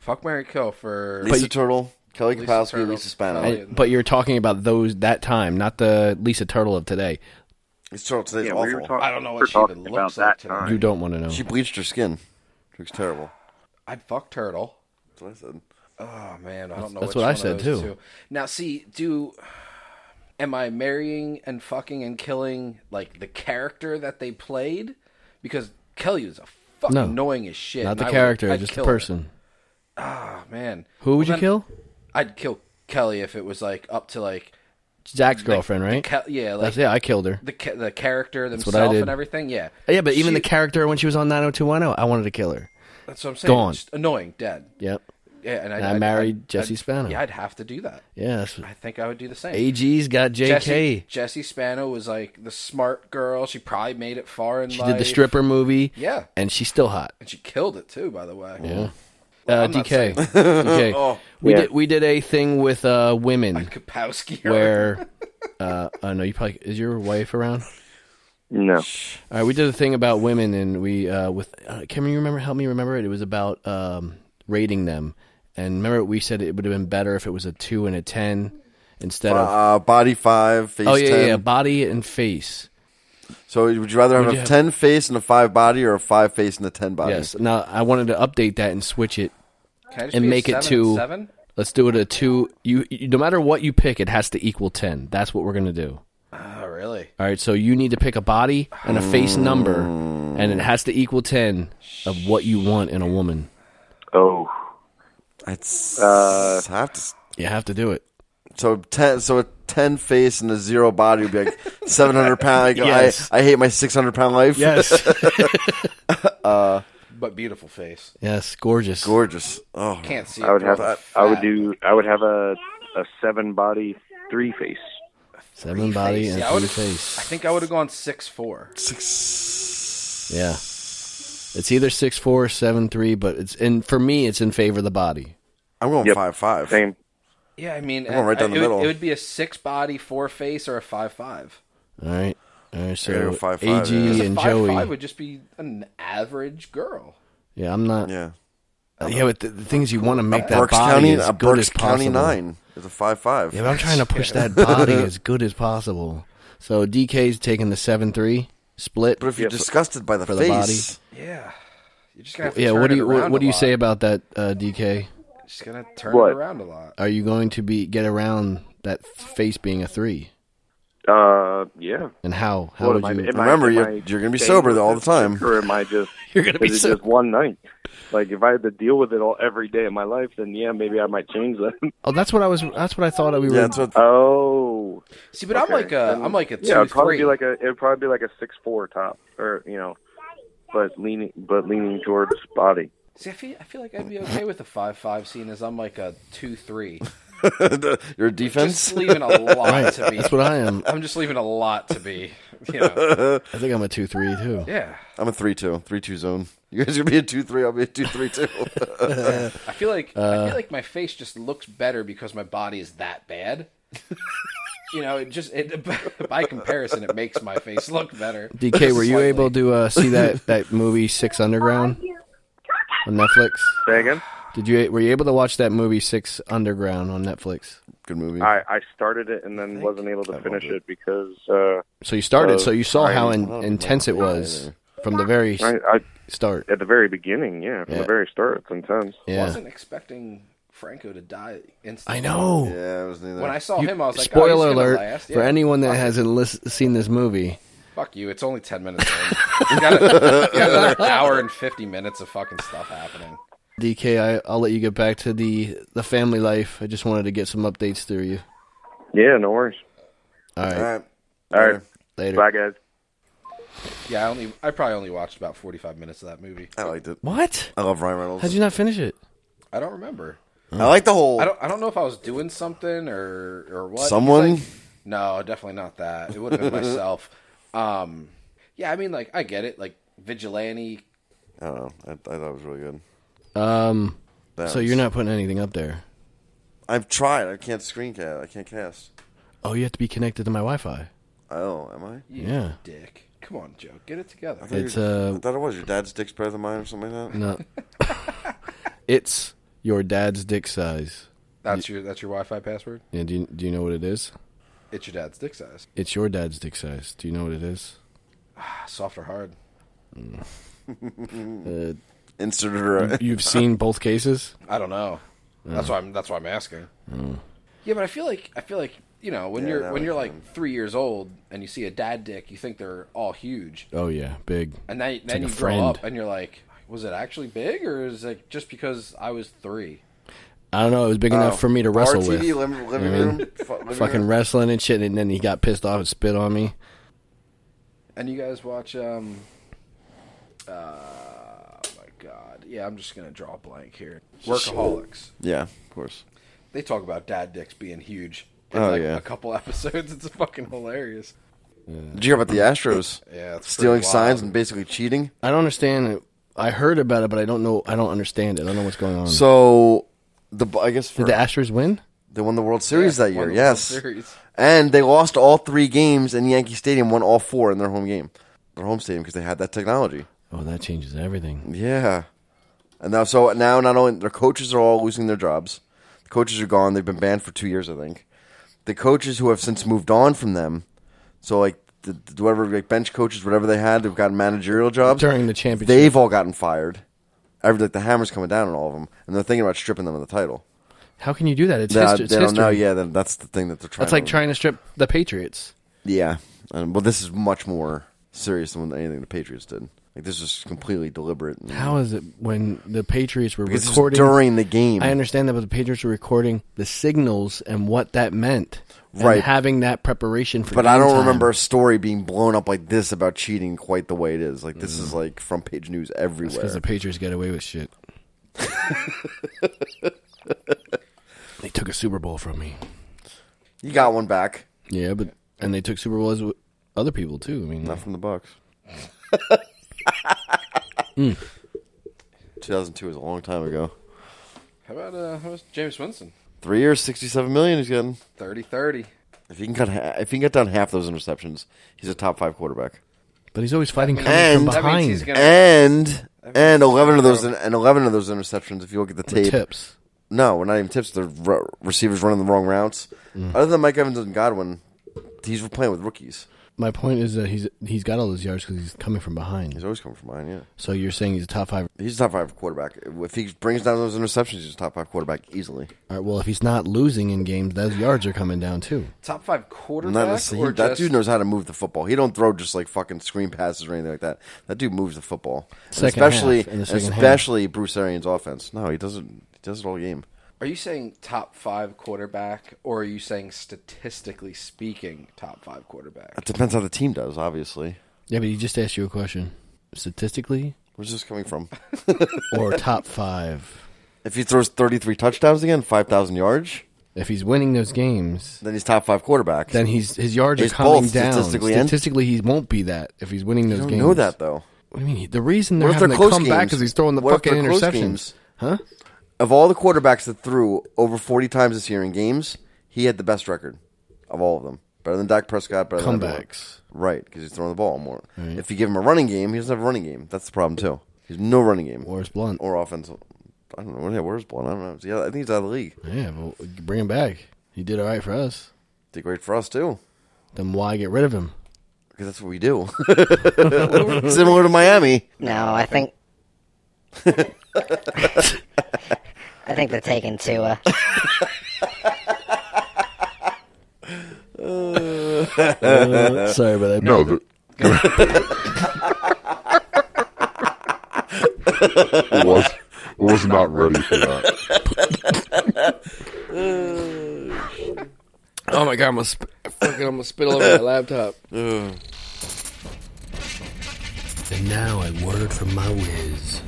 Speaker 3: Fuck Mary Kill for
Speaker 2: Lisa Turtle, Kelly
Speaker 3: Lisa
Speaker 2: Kapowski,
Speaker 3: Turtle.
Speaker 2: Lisa Spano.
Speaker 3: Oh, yeah.
Speaker 1: And- but you're talking about those that time, not the Lisa Turtle of today.
Speaker 2: Lisa Turtle today's
Speaker 7: Yeah,
Speaker 2: awful.
Speaker 7: we were talking.
Speaker 3: I don't know what
Speaker 7: we were
Speaker 3: she
Speaker 7: talking
Speaker 3: even
Speaker 7: about
Speaker 3: looks
Speaker 7: that
Speaker 3: like today.
Speaker 7: time.
Speaker 1: You don't want to know.
Speaker 2: she bleached her skin. Looks terrible.
Speaker 3: I'd fuck Turtle.
Speaker 2: That's what I said.
Speaker 3: Oh man, I don't know.
Speaker 1: that's
Speaker 3: which
Speaker 1: what I
Speaker 3: one of
Speaker 1: said,
Speaker 3: those
Speaker 1: too.
Speaker 3: two. Now, see, do am I marrying and fucking and killing like the character that they played? Because Kelly was a fucking
Speaker 1: No.
Speaker 3: annoying as shit.
Speaker 1: not
Speaker 3: and
Speaker 1: the
Speaker 3: I would-
Speaker 1: character,
Speaker 3: I'd
Speaker 1: just the
Speaker 3: kill her.
Speaker 1: person.
Speaker 3: Ah, man,
Speaker 1: Who would
Speaker 3: Well,
Speaker 1: you
Speaker 3: then
Speaker 1: kill?
Speaker 3: I'd kill Kelly if it was like up to like,
Speaker 1: Zach's girlfriend, right?
Speaker 3: Ke- yeah, like
Speaker 1: That's, yeah, I killed her.
Speaker 3: the ca- the character
Speaker 1: what I
Speaker 3: themselves
Speaker 1: did.
Speaker 3: and everything. Yeah,
Speaker 1: Yeah, but even
Speaker 3: She-
Speaker 1: the character when she was on 90210, I wanted to kill her.
Speaker 3: that's what I'm saying.
Speaker 1: Gone.
Speaker 3: Just annoying, dead.
Speaker 1: Yep.
Speaker 3: Yeah, and, I'd,
Speaker 1: And I
Speaker 3: I'd-
Speaker 1: married
Speaker 3: I'd-
Speaker 1: Jesse
Speaker 3: I'd-
Speaker 1: Spano.
Speaker 3: Yeah, I'd have to do that.
Speaker 1: Yeah, that's what,
Speaker 3: I think I would do the same.
Speaker 1: AG's got JK.
Speaker 3: Jesse, Jesse Spano was like the smart girl. She probably made it far in
Speaker 1: she
Speaker 3: life.
Speaker 1: did the stripper movie.
Speaker 3: Yeah.
Speaker 1: and she's still hot.
Speaker 3: and she killed it too. By the way, yeah.
Speaker 1: Uh,
Speaker 3: I'm not Oh,
Speaker 1: DK, DK. we
Speaker 7: Yeah.
Speaker 1: did we did a thing with uh, women
Speaker 3: Kapowski.
Speaker 1: where uh, I know you probably is your wife around.
Speaker 7: No,
Speaker 1: All right, we did a thing about women, and we uh, with uh, can you remember? Help me remember it. It was about um, rating them, and remember we said it would have been better if it was a two and a ten instead of
Speaker 2: Uh, body five, face
Speaker 1: oh yeah, yeah,
Speaker 2: ten.
Speaker 1: yeah body and face.
Speaker 2: So would you rather have a
Speaker 1: you have-
Speaker 2: ten face and a five body, or a five face and a ten body?
Speaker 1: Yes. Now I wanted to update that and switch it.
Speaker 3: Can I just
Speaker 1: and
Speaker 3: be a
Speaker 1: make it
Speaker 3: seven
Speaker 1: to-
Speaker 3: and seven.
Speaker 1: Let's do it a two. You, you no matter what you pick, it has to equal ten. That's what we're gonna do.
Speaker 3: Oh, really?
Speaker 1: All right, so you need to pick a body and a face number, and it has to equal ten of what you want in a woman.
Speaker 7: oh,
Speaker 2: It's
Speaker 7: Uh,
Speaker 2: I have to-
Speaker 1: You have to do it.
Speaker 2: so ten. So a ten face and a zero body would be like seven hundred pound. Like,
Speaker 1: Yes.
Speaker 2: I, I hate my six hundred pound life.
Speaker 1: Yes,
Speaker 3: But beautiful face.
Speaker 1: yes, gorgeous.
Speaker 2: gorgeous. Oh,
Speaker 3: Can't see.
Speaker 7: I would
Speaker 3: it,
Speaker 7: have.
Speaker 3: but
Speaker 7: I would do. I would have a a seven body three face.
Speaker 1: Seven body and
Speaker 3: Yeah, I
Speaker 1: three
Speaker 3: would've- I
Speaker 1: face.
Speaker 3: think I would have gone six four.
Speaker 1: Yeah, it's either six four or seven three, but it's and for me, it's in favor of the body.
Speaker 2: I'm going
Speaker 7: Yep.
Speaker 2: five five.
Speaker 7: Same.
Speaker 3: Yeah, I mean,
Speaker 2: going right down
Speaker 3: I-
Speaker 2: the
Speaker 3: it would-
Speaker 2: middle.
Speaker 3: it would be a six body, four face, or a five five.
Speaker 1: All right, all right.
Speaker 2: gotta
Speaker 1: So
Speaker 2: go five, five,
Speaker 1: Ag
Speaker 2: yeah. It's
Speaker 3: The
Speaker 1: and
Speaker 3: five
Speaker 1: Joey.
Speaker 3: five would just be an average girl.
Speaker 1: yeah, I'm not. Yeah,
Speaker 2: Yeah.
Speaker 1: but the, the things you want to make that
Speaker 2: Berks
Speaker 1: body
Speaker 2: County,
Speaker 1: as
Speaker 2: a
Speaker 1: good
Speaker 2: Berks
Speaker 1: as possible.
Speaker 2: County nine is a five five.
Speaker 1: Yeah, but I'm trying to push that body as good as possible. So DK's taking the seven three split.
Speaker 2: But if you're disgusted by the
Speaker 1: for the
Speaker 2: face,
Speaker 3: Yeah, you're just gonna have to
Speaker 1: yeah,
Speaker 3: turn
Speaker 1: what do
Speaker 3: it
Speaker 1: you what,
Speaker 3: around
Speaker 1: what
Speaker 3: a
Speaker 1: do you
Speaker 3: lot.
Speaker 1: say about that, uh, DK?
Speaker 3: Just gonna turn
Speaker 7: What?
Speaker 3: it around a lot.
Speaker 1: Are you going to be get around that face being a three?
Speaker 7: Uh, yeah.
Speaker 1: And how how
Speaker 7: What,
Speaker 1: would
Speaker 7: am I-
Speaker 1: you?
Speaker 7: am I-
Speaker 2: Remember,
Speaker 7: am
Speaker 2: you're-
Speaker 7: I
Speaker 2: you're gonna be
Speaker 7: staying
Speaker 2: sober
Speaker 7: with
Speaker 2: all
Speaker 7: this
Speaker 2: the time.
Speaker 7: Or am I just?
Speaker 1: You're gonna be
Speaker 7: is it
Speaker 1: sober.
Speaker 7: just one night? Like if I had to deal with it all every day of my life, then yeah, maybe I might change that.
Speaker 1: oh, that's what I was. That's what I thought we were.
Speaker 2: yeah, that's what.
Speaker 7: oh,
Speaker 3: See, but I'm like a, I'm like a two
Speaker 7: yeah. It'd probably
Speaker 3: three.
Speaker 7: be like a. It'd probably be like a six four top, or you know, but leaning, but leaning towards body.
Speaker 3: See, I feel, I feel like I'd be okay with a five-five scene as I'm like a two-three.
Speaker 2: Your
Speaker 3: Just
Speaker 2: defense.
Speaker 3: leaving a lot
Speaker 1: Right,
Speaker 3: to be.
Speaker 1: that's what I am.
Speaker 3: I'm just leaving a lot to be. You know.
Speaker 1: I think I'm a two three too.
Speaker 3: Yeah.
Speaker 2: I'm a three two, three two zone. You guys are gonna be a two three. I'll be a two three too.
Speaker 3: I feel like I feel like my face just looks better because my body is that bad. you know, it just it, by comparison, it makes my face look better.
Speaker 1: DK, were you
Speaker 3: Slightly.
Speaker 1: able to uh, see that, that movie Six Underground on Netflix?
Speaker 7: Say again.
Speaker 1: Did you were you able to watch that movie Six Underground on Netflix?
Speaker 2: Good movie.
Speaker 7: I, I started it and then wasn't able to finish it because uh,
Speaker 1: So you started,
Speaker 3: Oh,
Speaker 7: Uh,
Speaker 1: so you saw
Speaker 7: I-
Speaker 1: how
Speaker 2: I
Speaker 1: in,
Speaker 2: don't
Speaker 1: intense it
Speaker 2: remember that
Speaker 1: was
Speaker 2: either.
Speaker 1: from the very s-
Speaker 7: I, I
Speaker 1: start.
Speaker 7: at the very beginning, yeah, from
Speaker 1: Yeah.
Speaker 7: the very start, it's intense.
Speaker 3: I
Speaker 1: Yeah,
Speaker 3: wasn't expecting Franco to die instantly.
Speaker 1: I know.
Speaker 2: yeah, I was neither.
Speaker 3: When I saw him, I was like, oh, he's
Speaker 1: Spoiler
Speaker 3: gonna
Speaker 1: alert
Speaker 3: last.
Speaker 1: for
Speaker 3: Yeah.
Speaker 1: anyone that hasn't lis- seen this movie.
Speaker 3: Fuck you. It's only 10 minutes. in. you, got a- you got another hour and 50 minutes of fucking stuff happening.
Speaker 1: DK, I, I'll let you get back to the the family life. I just wanted to get some updates through you.
Speaker 7: Yeah, no worries.
Speaker 1: All right,
Speaker 2: All right.
Speaker 7: All right,
Speaker 1: later.
Speaker 7: bye guys.
Speaker 3: Yeah, I only I probably only watched about 45 minutes of that movie.
Speaker 2: I liked it.
Speaker 1: What?
Speaker 2: I love Ryan Reynolds.
Speaker 1: How'd you not finish it?
Speaker 3: I don't remember.
Speaker 2: I like the whole.
Speaker 3: I don't I don't know if I was doing something or or what. He's
Speaker 2: Someone?
Speaker 3: like- no, definitely not that. It would have been myself. Um yeah, I mean like I get it like vigilante
Speaker 2: I don't know. I, I thought it was really good.
Speaker 1: Um,
Speaker 2: That
Speaker 1: so
Speaker 2: was-
Speaker 1: you're not putting anything up there.
Speaker 2: I've tried. I can't screencast. I can't cast.
Speaker 1: Oh, you have to be connected to my Wi-Fi.
Speaker 2: Oh, am I?
Speaker 3: you
Speaker 1: Yeah.
Speaker 3: dick. Come on, Joe. Get it together.
Speaker 2: thought
Speaker 1: It's,
Speaker 2: your-
Speaker 1: uh,
Speaker 2: I thought it was your dad's dick's better than mine or something like that.
Speaker 1: No, it's your dad's dick size.
Speaker 3: That's your that's your Wi-Fi password.
Speaker 1: Yeah, do you, do you know what it is?
Speaker 3: It's your dad's dick size.
Speaker 1: It's your dad's dick size. Do you know what it is?
Speaker 3: Ah, Soft or hard?
Speaker 1: Uh,
Speaker 2: Insert it right.
Speaker 1: you've seen both cases.
Speaker 3: I don't know. That's why I'm that's why I'm asking. Yeah, but I feel like I feel like you know when
Speaker 2: Yeah,
Speaker 3: you're
Speaker 2: that would
Speaker 3: when you're
Speaker 2: be
Speaker 3: like three years old and you see a dad dick, you think they're all huge,
Speaker 1: Oh yeah, big.
Speaker 3: and then then
Speaker 1: like a
Speaker 3: you grow up
Speaker 1: friend.
Speaker 3: and you're like, was it actually big or is it just because I was three?
Speaker 1: I don't know. It was
Speaker 2: Oh.
Speaker 1: big enough for me to wrestle
Speaker 2: Bar,
Speaker 1: with.
Speaker 2: TV, lim-
Speaker 1: You know
Speaker 2: living
Speaker 1: what I
Speaker 2: room,
Speaker 1: mean?
Speaker 2: fu- living
Speaker 1: Fucking
Speaker 2: room.
Speaker 1: wrestling and shit, and then he got pissed off and spit on me.
Speaker 3: And you guys watch um, uh, oh my god, yeah, I'm just gonna draw a blank here. Workaholics.
Speaker 2: Yeah, of course.
Speaker 3: They talk about dad dicks being huge. In
Speaker 2: Oh,
Speaker 3: like
Speaker 2: yeah.
Speaker 3: a couple episodes. It's fucking hilarious.
Speaker 2: Did you hear about the Astros
Speaker 3: Yeah, it's
Speaker 2: stealing
Speaker 3: pretty wild.
Speaker 2: signs and basically cheating?
Speaker 1: I don't understand it. I heard about it, but I don't know. I don't understand it. I don't know what's going on.
Speaker 2: So the I guess for,
Speaker 1: did Mm. the Astros win?
Speaker 2: they won the World Series
Speaker 3: Yeah,
Speaker 2: that
Speaker 3: won the
Speaker 2: year.
Speaker 3: World
Speaker 2: Yes,
Speaker 3: Series.
Speaker 2: and they lost all three games in Yankee Stadium. Won all four in their home game, their home stadium because they had that technology.
Speaker 1: Oh, that changes everything.
Speaker 2: Yeah, and now so now not only their coaches are all losing their jobs, the coaches are gone. They've been banned for two years, I think. The coaches who have since moved on from them, so like the, the- whatever like bench coaches, whatever they had, they've gotten managerial jobs
Speaker 1: During the championship.
Speaker 2: They've all gotten fired. Every like the hammer's coming down on all of them, and they're thinking about stripping them of the title.
Speaker 1: How can you do that? It's,
Speaker 2: They,
Speaker 1: history.
Speaker 2: they
Speaker 1: it's
Speaker 2: don't
Speaker 1: history.
Speaker 2: know. Yeah, then that's the thing that they're trying.
Speaker 1: That's like
Speaker 2: to-
Speaker 1: trying to strip the Patriots.
Speaker 2: Yeah, um, well, this is much more serious than anything the Patriots did. Like this is completely deliberate. And,
Speaker 1: How is it when the Patriots were
Speaker 2: Because it's
Speaker 1: recording
Speaker 2: during the game.
Speaker 1: I understand that, but the Patriots were recording the signals and what that meant, and
Speaker 2: Right.
Speaker 1: having that preparation for.
Speaker 2: but I
Speaker 1: game
Speaker 2: don't
Speaker 1: time.
Speaker 2: remember a story being blown up like this about cheating quite the way it is. Like this is
Speaker 1: Mm.
Speaker 2: like front page news everywhere.
Speaker 1: because the Patriots get away with shit. they took a Super Bowl from me.
Speaker 2: you got one back,
Speaker 1: Yeah, but and they took Super Bowls with other people too. I mean,
Speaker 2: not from the Bucks.
Speaker 1: Mm.
Speaker 2: 2002 is a long time ago.
Speaker 3: How about uh, how was James Winston?
Speaker 2: Three years, 67 million. He's getting.
Speaker 3: 30-30.
Speaker 2: If he can cut, ha- if he can get down half those interceptions, he's a top five quarterback.
Speaker 1: but he's always fighting coming
Speaker 2: And-
Speaker 1: from
Speaker 2: That
Speaker 3: That means he's
Speaker 1: behind.
Speaker 3: gonna
Speaker 2: And and eleven of those and eleven of those interceptions. If you look at the
Speaker 1: The
Speaker 2: tape,
Speaker 1: tips.
Speaker 2: no, we're not even tips. The re- receivers running the wrong routes.
Speaker 1: Mm.
Speaker 2: Other than Mike Evans and Godwin, he's playing with rookies.
Speaker 1: My point is that he's he's got all those yards because he's coming from behind.
Speaker 2: He's always coming from behind. Yeah,
Speaker 1: So you're saying he's a top five?
Speaker 2: he's a top five quarterback. If he brings down those interceptions, he's a top five quarterback easily.
Speaker 1: All right, well, if he's not losing in games, those yards are coming down too.
Speaker 3: top five
Speaker 2: Not
Speaker 3: quarterback
Speaker 2: necessarily-
Speaker 3: or
Speaker 2: that
Speaker 3: just
Speaker 2: dude knows how to move the football. He don't throw just like fucking screen passes or anything like that. That dude moves the football, And
Speaker 1: Second
Speaker 2: especially
Speaker 1: half, in the second half.
Speaker 2: especially Bruce Arians' offense. No, he doesn't. He does it all game.
Speaker 3: Are you saying top five quarterback, or are you saying statistically speaking top five quarterback?
Speaker 2: It depends how the team does, obviously.
Speaker 1: Yeah, but he just asked you a question. Statistically
Speaker 2: Where's this coming from?
Speaker 1: or top five?
Speaker 2: if he throws 33 touchdowns again, 5,000 yards,
Speaker 1: If he's winning those games,
Speaker 2: then he's top five quarterback.
Speaker 1: then he's his yards
Speaker 2: He's
Speaker 1: are coming
Speaker 2: both
Speaker 1: down.
Speaker 2: statistically and-
Speaker 1: Statistically, he won't be that if he's winning those
Speaker 2: I don't
Speaker 1: games.
Speaker 2: know that though.
Speaker 1: What do you mean? The reason they're
Speaker 2: What if
Speaker 1: having
Speaker 2: they're
Speaker 1: to
Speaker 2: close
Speaker 1: come back
Speaker 2: games?
Speaker 1: is he's throwing the
Speaker 2: What if
Speaker 1: fucking
Speaker 2: they're close
Speaker 1: interceptions.
Speaker 2: games?
Speaker 1: Huh?
Speaker 2: Of all the quarterbacks that threw over 40 times this year in games, he had the best record of all of them. Better than Dak Prescott. Better Than everyone.
Speaker 1: Comebacks.
Speaker 2: right, because he's throwing the ball more. If you give him a running game, he doesn't have a running game. That's the problem, too. He's no running game.
Speaker 1: Where's Blunt?
Speaker 2: Or offensive. I don't know. Yeah, Where's Blunt? I don't know. Yeah, I think he's out of the league.
Speaker 1: Yeah, well, bring him back. He did all right for us.
Speaker 2: Did great for us, too.
Speaker 1: Then why get rid of him?
Speaker 2: Because that's what we do. Similar to Miami.
Speaker 8: No, I think. I think they're taking Tua.
Speaker 1: Uh, sorry about that. No,
Speaker 9: but it was was not ready for that.
Speaker 1: oh my god, I'm gonna sp- fucking I'm gonna spit all over my laptop.
Speaker 6: And now a word from my whiz.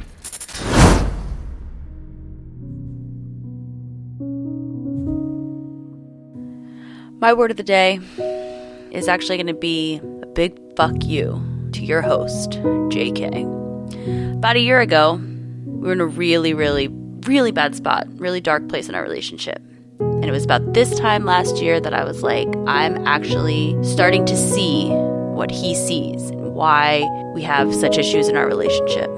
Speaker 10: My word of the day is actually going to be a big fuck you to your host, JK. About a year ago, we were in a really, really, really bad spot, really dark place in our relationship. And it was about this time last year that I was like, I'm actually starting to see what he sees and why we have such issues in our relationship.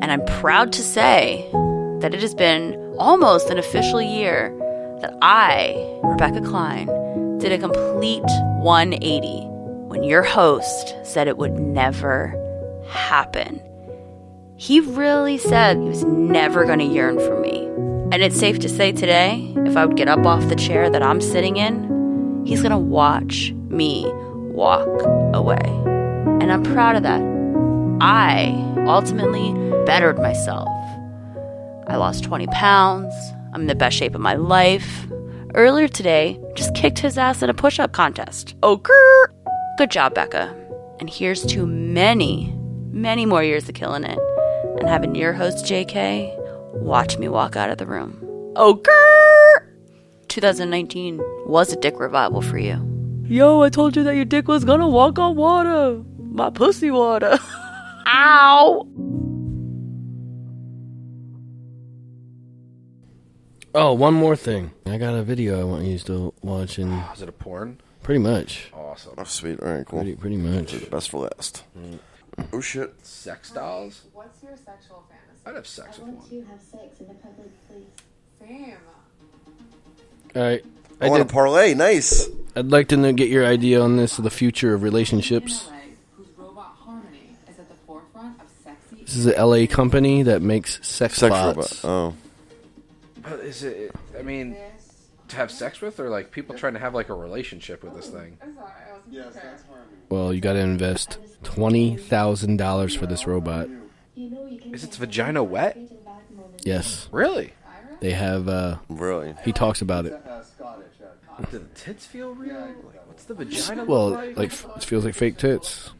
Speaker 10: And I'm proud to say that it has been almost an official year that I, Rebecca Klein, did a complete 180 when your host said it would never happen. He really said he was never going to yearn for me. And it's safe to say today, if I would get up off the chair that I'm sitting in, he's going to watch me walk away. And I'm proud of that. I ultimately bettered myself. I lost 20 pounds. I'm in the best shape of my life. Earlier today, just kicked his ass in a push up contest. Okay. Good job, Becca. And here's to many, many more years of killing it and having your host, JK, watch me walk out of the room. Oh, Okay. 2019 was a dick revival for you. Yo, I told you that your dick was gonna walk on water. My pussy water. Ow.
Speaker 1: Oh, one more thing. I got a video I want you to watch, and
Speaker 3: Oh, Is it a porn?
Speaker 1: pretty much,
Speaker 3: Awesome.
Speaker 2: Oh, sweet. All right,
Speaker 1: pretty,
Speaker 2: cool.
Speaker 1: pretty much.
Speaker 2: Best for last. Oh, shit.
Speaker 3: Sex dolls?
Speaker 11: What's your sexual fantasy?
Speaker 3: I'd have sex with one.
Speaker 11: you have sex in a public place? Sam.
Speaker 1: All right,
Speaker 2: I
Speaker 1: I
Speaker 2: want a
Speaker 1: did.
Speaker 2: parlay. Nice.
Speaker 1: I'd like to know, get your idea on this, the future of relationships.
Speaker 11: whose robot harmony is at the forefront of sexy.
Speaker 1: This is a LA company that makes sex,
Speaker 2: Sex robot.
Speaker 1: bots.
Speaker 2: Oh.
Speaker 3: But is it, I mean, to have sex with or like people trying to have like a relationship with this
Speaker 11: Oh,
Speaker 3: thing?
Speaker 1: Well, you got to invest twenty thousand dollars for this robot.
Speaker 11: You know you can
Speaker 3: Is its vagina wet?
Speaker 1: Yes,
Speaker 3: Really?
Speaker 1: they have. uh
Speaker 2: Really?
Speaker 1: He talks about it.
Speaker 3: Do the tits feel real? Like, what's the vagina look
Speaker 1: Well,
Speaker 3: like?
Speaker 1: like f- it feels like fake tits.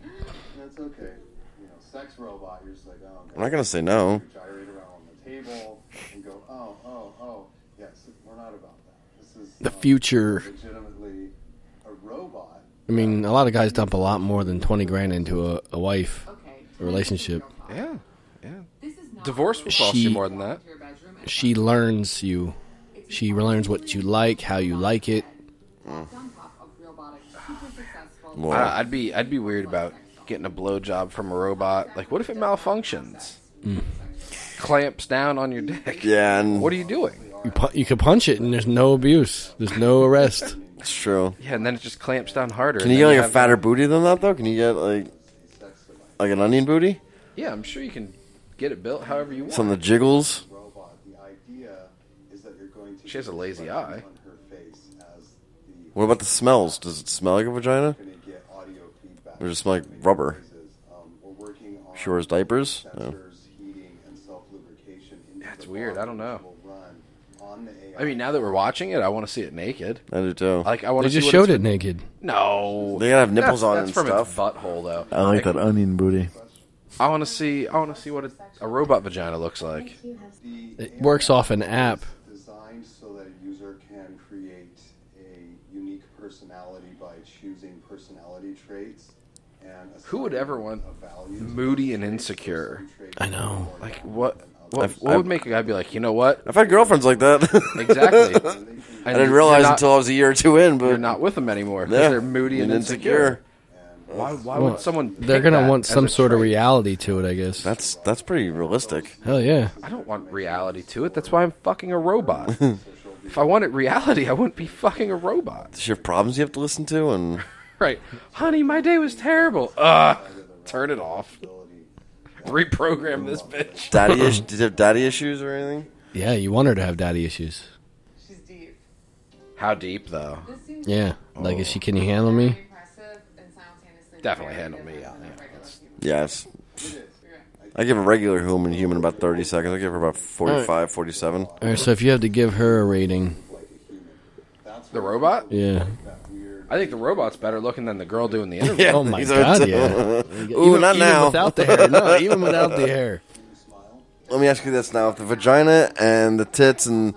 Speaker 9: That's okay. You know, sex robot. You're just like, oh,
Speaker 2: I'm not gonna say no.
Speaker 9: gyrate around on the table and go, oh, oh, oh. Yes, we're not about that. This is um,
Speaker 1: The future.
Speaker 9: legitimately a robot.
Speaker 1: I mean, a lot of guys dump a lot more than twenty grand into a, a wife, a relationship.
Speaker 3: yeah, yeah.
Speaker 11: This is not
Speaker 3: Divorce will cost you
Speaker 1: She-
Speaker 3: more than that.
Speaker 11: your bedroom. And
Speaker 1: She learns you. She learns what you like, how you like it.
Speaker 11: on top of robotic, super successful.
Speaker 3: Uh, I'd be I'd be weird about getting a blowjob from a robot. Like, what if it malfunctions? Clamps down on your dick.
Speaker 2: Yeah, and
Speaker 3: What are you doing?
Speaker 1: You, pu- you could punch it, and there's no abuse. There's no arrest.
Speaker 2: it's true.
Speaker 3: Yeah, and then it just clamps down harder.
Speaker 2: Can
Speaker 3: and
Speaker 2: you get
Speaker 3: then
Speaker 2: like a
Speaker 3: have-
Speaker 2: fatter booty than that though? Can you get like like an onion booty?
Speaker 3: Yeah, I'm sure you can get it built however you want.
Speaker 2: Something that jiggles.
Speaker 9: Robot. The idea is that you're going to.
Speaker 3: She has a
Speaker 9: get
Speaker 3: lazy
Speaker 9: reflections
Speaker 3: eye.
Speaker 9: On her face as the
Speaker 2: What about the smells? Does it smell like a vagina?
Speaker 9: going to get audio feedback.
Speaker 2: Or does it smell like rubber?
Speaker 9: noises. Um, we're working on
Speaker 2: Sure as diapers? No.
Speaker 9: sensors, heating, and self-lubrication. into
Speaker 3: That's
Speaker 9: the
Speaker 3: weird. I
Speaker 9: body,
Speaker 3: don't know.
Speaker 9: which will run on the AI.
Speaker 3: I mean, now that we're watching it, I want to see it naked.
Speaker 2: I do too.
Speaker 3: Like, I want
Speaker 1: They
Speaker 3: to
Speaker 1: just
Speaker 3: see
Speaker 1: showed
Speaker 3: what
Speaker 1: it
Speaker 3: it's-
Speaker 1: naked.
Speaker 3: No,
Speaker 2: They gotta have nipples
Speaker 3: that's,
Speaker 2: on it
Speaker 3: That's
Speaker 2: and
Speaker 3: from
Speaker 2: stuff.
Speaker 3: its butthole, though.
Speaker 4: I like that onion booty.
Speaker 3: I want to see. I want to see what a, a robot vagina looks like.
Speaker 1: It works off an app.
Speaker 9: designed so that a user can create a unique personality by choosing personality traits and
Speaker 3: Who would ever want moody and insecure?
Speaker 2: I know.
Speaker 3: Like what? What,
Speaker 2: I've-
Speaker 3: what
Speaker 2: I've-
Speaker 3: would make a guy be like, you know what?
Speaker 2: I've had girlfriends like that.
Speaker 3: Exactly.
Speaker 2: I didn't realize until I was a year or two in, but
Speaker 3: you're not with them anymore because
Speaker 2: Yeah.
Speaker 3: they're moody and,
Speaker 2: And
Speaker 3: insecure.
Speaker 2: insecure.
Speaker 3: Why? Why
Speaker 1: Well,
Speaker 3: would someone?
Speaker 1: They're
Speaker 3: pick
Speaker 1: gonna
Speaker 3: that
Speaker 1: want
Speaker 3: as
Speaker 1: some
Speaker 3: a
Speaker 1: sort of reality to it, I guess.
Speaker 2: That's that's pretty realistic.
Speaker 1: Hell yeah.
Speaker 3: I don't want reality to it. That's why I'm fucking a robot. if I wanted reality, I wouldn't be fucking a robot.
Speaker 2: There's your problems you have to listen to, and
Speaker 3: Right. Honey, my day was terrible. Uh turn it off. Reprogram this bitch.
Speaker 2: daddy is- did you have daddy issues or anything?
Speaker 1: Yeah, you want her to have daddy issues.
Speaker 3: How deep though?
Speaker 1: Yeah. Like, is she, can you handle me?
Speaker 3: Definitely handle me out there.
Speaker 2: Yes. I give a regular human human about 30 seconds. I give her about 45, 47.
Speaker 1: All right, so if you have to give her a rating,
Speaker 3: The robot?
Speaker 1: yeah.
Speaker 3: I think the robot's better looking than the girl doing the interview.
Speaker 2: Yeah,
Speaker 1: oh my
Speaker 2: these are
Speaker 1: god,
Speaker 2: two.
Speaker 1: yeah.
Speaker 2: Ooh,
Speaker 1: even,
Speaker 2: not
Speaker 1: even
Speaker 2: now.
Speaker 1: without the hair. No, even without the hair.
Speaker 2: Let me ask you this now. If the vagina and the tits and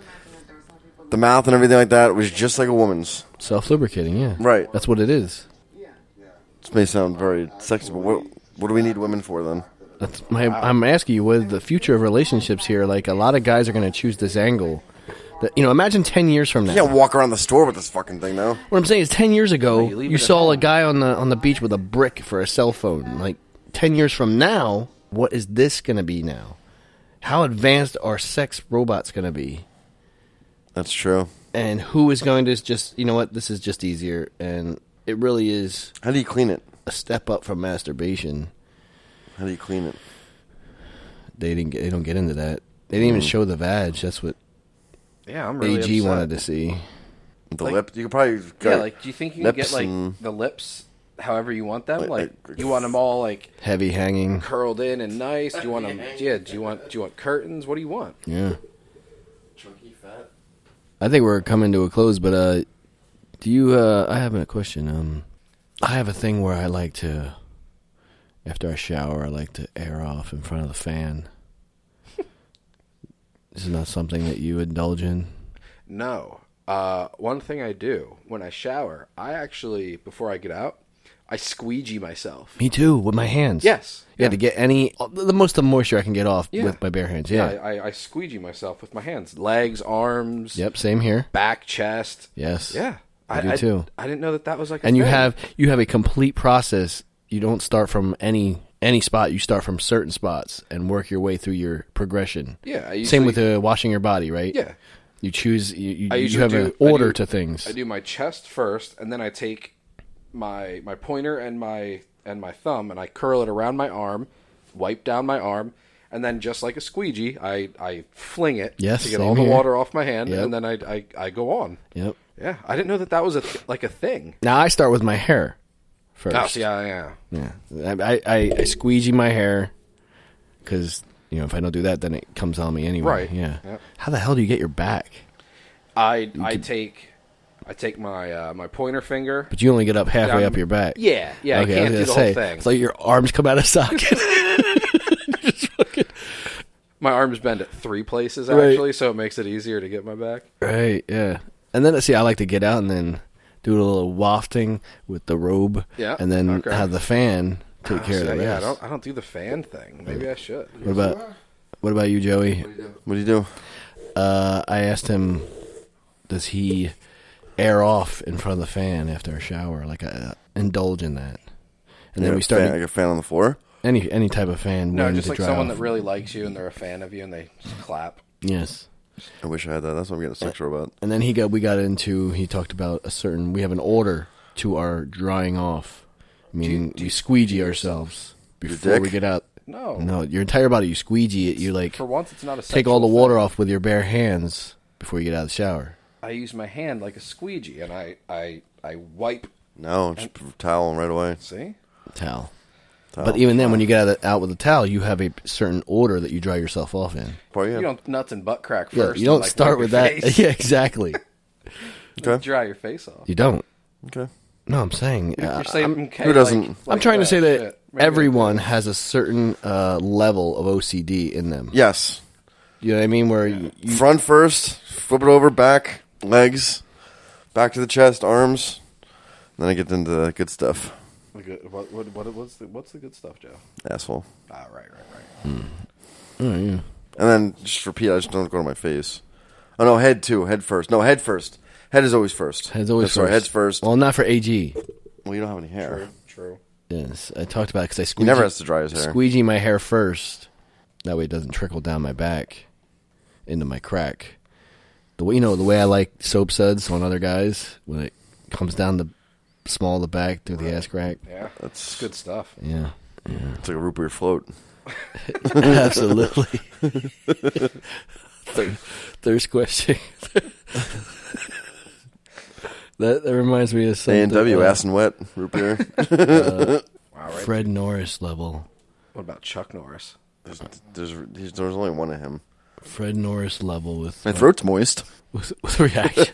Speaker 2: the mouth and everything like that was just like a woman's,
Speaker 1: Self lubricating, yeah.
Speaker 2: Right.
Speaker 1: That's what it is.
Speaker 2: this may sound very sexy, but what, what do we need women for then?
Speaker 1: That's my, I'm asking you with the future of relationships here. Like a lot of guys are going to choose this angle. That you know, imagine ten years from now.
Speaker 2: You can't walk around the store with this fucking thing now.
Speaker 1: What I'm saying is, ten years ago,
Speaker 3: you leave
Speaker 1: you
Speaker 3: it at
Speaker 1: saw a guy on the on the beach with a brick for a cell phone. Like ten years from now, what is this going to be now? How advanced are sex robots going to be?
Speaker 2: That's true.
Speaker 1: And who is going to just you know what? This is just easier, and it really is
Speaker 2: How do you clean it?
Speaker 1: a step up from masturbation.
Speaker 2: How do you clean it?
Speaker 1: They didn't get, they don't get into that. They didn't even show the vag. That's what
Speaker 3: Yeah, I'm Mm. really
Speaker 1: AG
Speaker 3: upset.
Speaker 1: wanted to see.
Speaker 2: The
Speaker 3: Like-
Speaker 2: lip? You could probably.
Speaker 3: Yeah, like do you think you can get
Speaker 2: lips
Speaker 3: like
Speaker 2: and-
Speaker 3: the lips however you want them?
Speaker 2: Like-
Speaker 3: Like
Speaker 2: like-
Speaker 3: you want them all like
Speaker 1: Heavy hanging.
Speaker 3: curled in and nice? Do you want them? Yeah. Do you want? Do you want curtains? What do you want?
Speaker 1: Yeah.
Speaker 2: Chunky fat?
Speaker 1: I think we're coming to a close, but uh, do you? Uh, I have a question. Um, I have a thing where I like to, after I shower, I like to air off in front of the fan. this is not something that you indulge in.
Speaker 3: No. Uh, one thing I do when I shower, I actually before I get out, I squeegee myself.
Speaker 1: Me too, with my hands.
Speaker 3: Yes.
Speaker 1: Yeah, to get any the most of the moisture I can get off
Speaker 3: Yeah.
Speaker 1: with my bare hands.
Speaker 3: Yeah,
Speaker 1: Yeah.
Speaker 3: I, I, I squeegee myself with my hands, legs, arms,
Speaker 1: Yep. Same here.
Speaker 3: back, chest.
Speaker 1: Yes.
Speaker 3: Yeah,
Speaker 1: I do too.
Speaker 3: I didn't know that that was like. A
Speaker 1: and you
Speaker 3: thing.
Speaker 1: have you have a complete process. You don't start from any any spot. You start from certain spots and work your way through your progression.
Speaker 3: Yeah, I
Speaker 1: Same
Speaker 3: usually-
Speaker 1: with uh, washing your body, right?
Speaker 3: Yeah.
Speaker 1: You choose. You, you,
Speaker 3: I
Speaker 1: you
Speaker 3: usually
Speaker 1: have
Speaker 3: do-
Speaker 1: an
Speaker 3: I do-
Speaker 1: order to things.
Speaker 3: I do my chest first, and then I take my my pointer and my and my thumb, and I curl it around my arm, wipe down my arm, and then just like a squeegee, I I fling it
Speaker 1: Yes,
Speaker 3: to get
Speaker 1: same
Speaker 3: all the
Speaker 1: here.
Speaker 3: water off my hand,
Speaker 1: Yep.
Speaker 3: and then I, I I go on.
Speaker 1: Yep.
Speaker 3: Yeah, I didn't know that that was a th- like a thing.
Speaker 1: Now I start with my hair first.
Speaker 3: Oh, yeah, yeah.
Speaker 1: Yeah. I, I, I squeegee my hair because you know if I don't do that, then it comes on me anyway.
Speaker 3: Right.
Speaker 1: Yeah.
Speaker 3: Yep.
Speaker 1: How the hell do you get your back?
Speaker 3: I I take I take my uh, my pointer finger.
Speaker 1: But you only get up halfway
Speaker 3: Down-
Speaker 1: up your back.
Speaker 3: Yeah, yeah, I
Speaker 1: Okay, was
Speaker 3: can't do the
Speaker 1: gonna
Speaker 3: whole
Speaker 1: say,
Speaker 3: thing.
Speaker 1: It's like your arms come out of socket.
Speaker 3: my arms bend at three places
Speaker 1: Right.
Speaker 3: actually, so it makes it easier to get my back.
Speaker 1: Right, yeah. And then see, I like to get out and then do a little wafting with the robe,
Speaker 3: Yeah,
Speaker 1: and then
Speaker 3: okay. Ah,
Speaker 1: have the fan take care of the
Speaker 3: So,
Speaker 1: rest.
Speaker 3: yeah, I don't I don't do the fan thing. Maybe I should.
Speaker 1: What about what about you, Joey?
Speaker 2: What do you do?
Speaker 1: Uh, I asked him, does he air off in front of the fan after a shower? Like, uh, indulge in that, and then
Speaker 2: Yeah,
Speaker 1: we
Speaker 2: fan- like
Speaker 1: started
Speaker 2: a fan on the floor?
Speaker 1: any any type of fan.
Speaker 3: No,
Speaker 1: wind
Speaker 3: just
Speaker 1: to
Speaker 3: like
Speaker 1: dry
Speaker 3: someone
Speaker 1: off.
Speaker 3: that really likes you and they're a fan of you and they just clap.
Speaker 1: yes.
Speaker 2: I wish I had that. That's what I'm getting a sex robot.
Speaker 1: And then he got we got into he talked about a certain we have an order to our drying off, meaning we squeegee ourselves before
Speaker 2: dick?
Speaker 1: we get out.
Speaker 3: No.
Speaker 1: no, your entire body you squeegee it. You like
Speaker 3: Oh. For once, it's not a
Speaker 1: take all the
Speaker 3: sexual
Speaker 1: water
Speaker 3: thing.
Speaker 1: off with your bare hands before you get out of the shower.
Speaker 3: I use my hand like a squeegee and I I I wipe.
Speaker 2: No, just towel right away.
Speaker 3: See?
Speaker 1: Towel. But even then, when you get out, of the, out with the towel, you have a certain order that you dry yourself off in.
Speaker 2: Probably,
Speaker 3: You
Speaker 2: yeah.
Speaker 3: don't nuts and butt crack
Speaker 1: Yeah,
Speaker 3: first.
Speaker 1: you don't
Speaker 3: and, like,
Speaker 1: start
Speaker 3: wipe
Speaker 1: with
Speaker 3: your
Speaker 1: that.
Speaker 3: face.
Speaker 1: Yeah, exactly.
Speaker 2: Okay.
Speaker 3: Dry your face off.
Speaker 1: You don't.
Speaker 2: Okay.
Speaker 1: No, I'm saying uh,
Speaker 3: You're saving K,
Speaker 2: who doesn't-
Speaker 3: like-
Speaker 1: I'm
Speaker 3: like,
Speaker 1: trying
Speaker 3: oh,
Speaker 1: to say that
Speaker 3: shit. Maybe I-
Speaker 1: everyone has a certain uh, level of OCD in them.
Speaker 2: Yes.
Speaker 1: You know what I mean? Where you, you-
Speaker 2: Front first, flip it over, back, legs, back to the chest, arms. Then I get into the good stuff.
Speaker 3: The good, what, what, what, what's, the, what's the good stuff, Joe?
Speaker 2: Asshole.
Speaker 3: Ah, right, right, right.
Speaker 2: Oh yeah. And then just repeat. I just don't go to my face. Oh no, head too. Head first. No, head first. Head is always first.
Speaker 1: Head's always
Speaker 2: That's right,
Speaker 1: first.
Speaker 2: Head's first.
Speaker 1: Well, not for AG.
Speaker 2: Well, you don't have any hair.
Speaker 3: True.
Speaker 1: Yes, I talked about because I
Speaker 2: He
Speaker 1: squeegee,
Speaker 2: never has to dry his hair.
Speaker 1: Squeegee my hair first, that way it doesn't trickle down my back into my crack. The way you know the way I like soap suds on other guys when it comes down the small of the back through the ass crack.
Speaker 3: Yeah, that's good stuff.
Speaker 1: Yeah,
Speaker 2: It's like a root beer float.
Speaker 1: absolutely. Thir- thirst question. that that reminds me of something.
Speaker 2: A&W,
Speaker 1: uh,
Speaker 2: ass and wet, root beer.
Speaker 1: uh,
Speaker 3: Wow, right.
Speaker 1: Fred Norris level.
Speaker 3: What about Chuck Norris?
Speaker 2: There's, there's, he's- there's only one of him.
Speaker 1: Fred Norris level with
Speaker 2: My throat's moist.
Speaker 1: with, with reactions.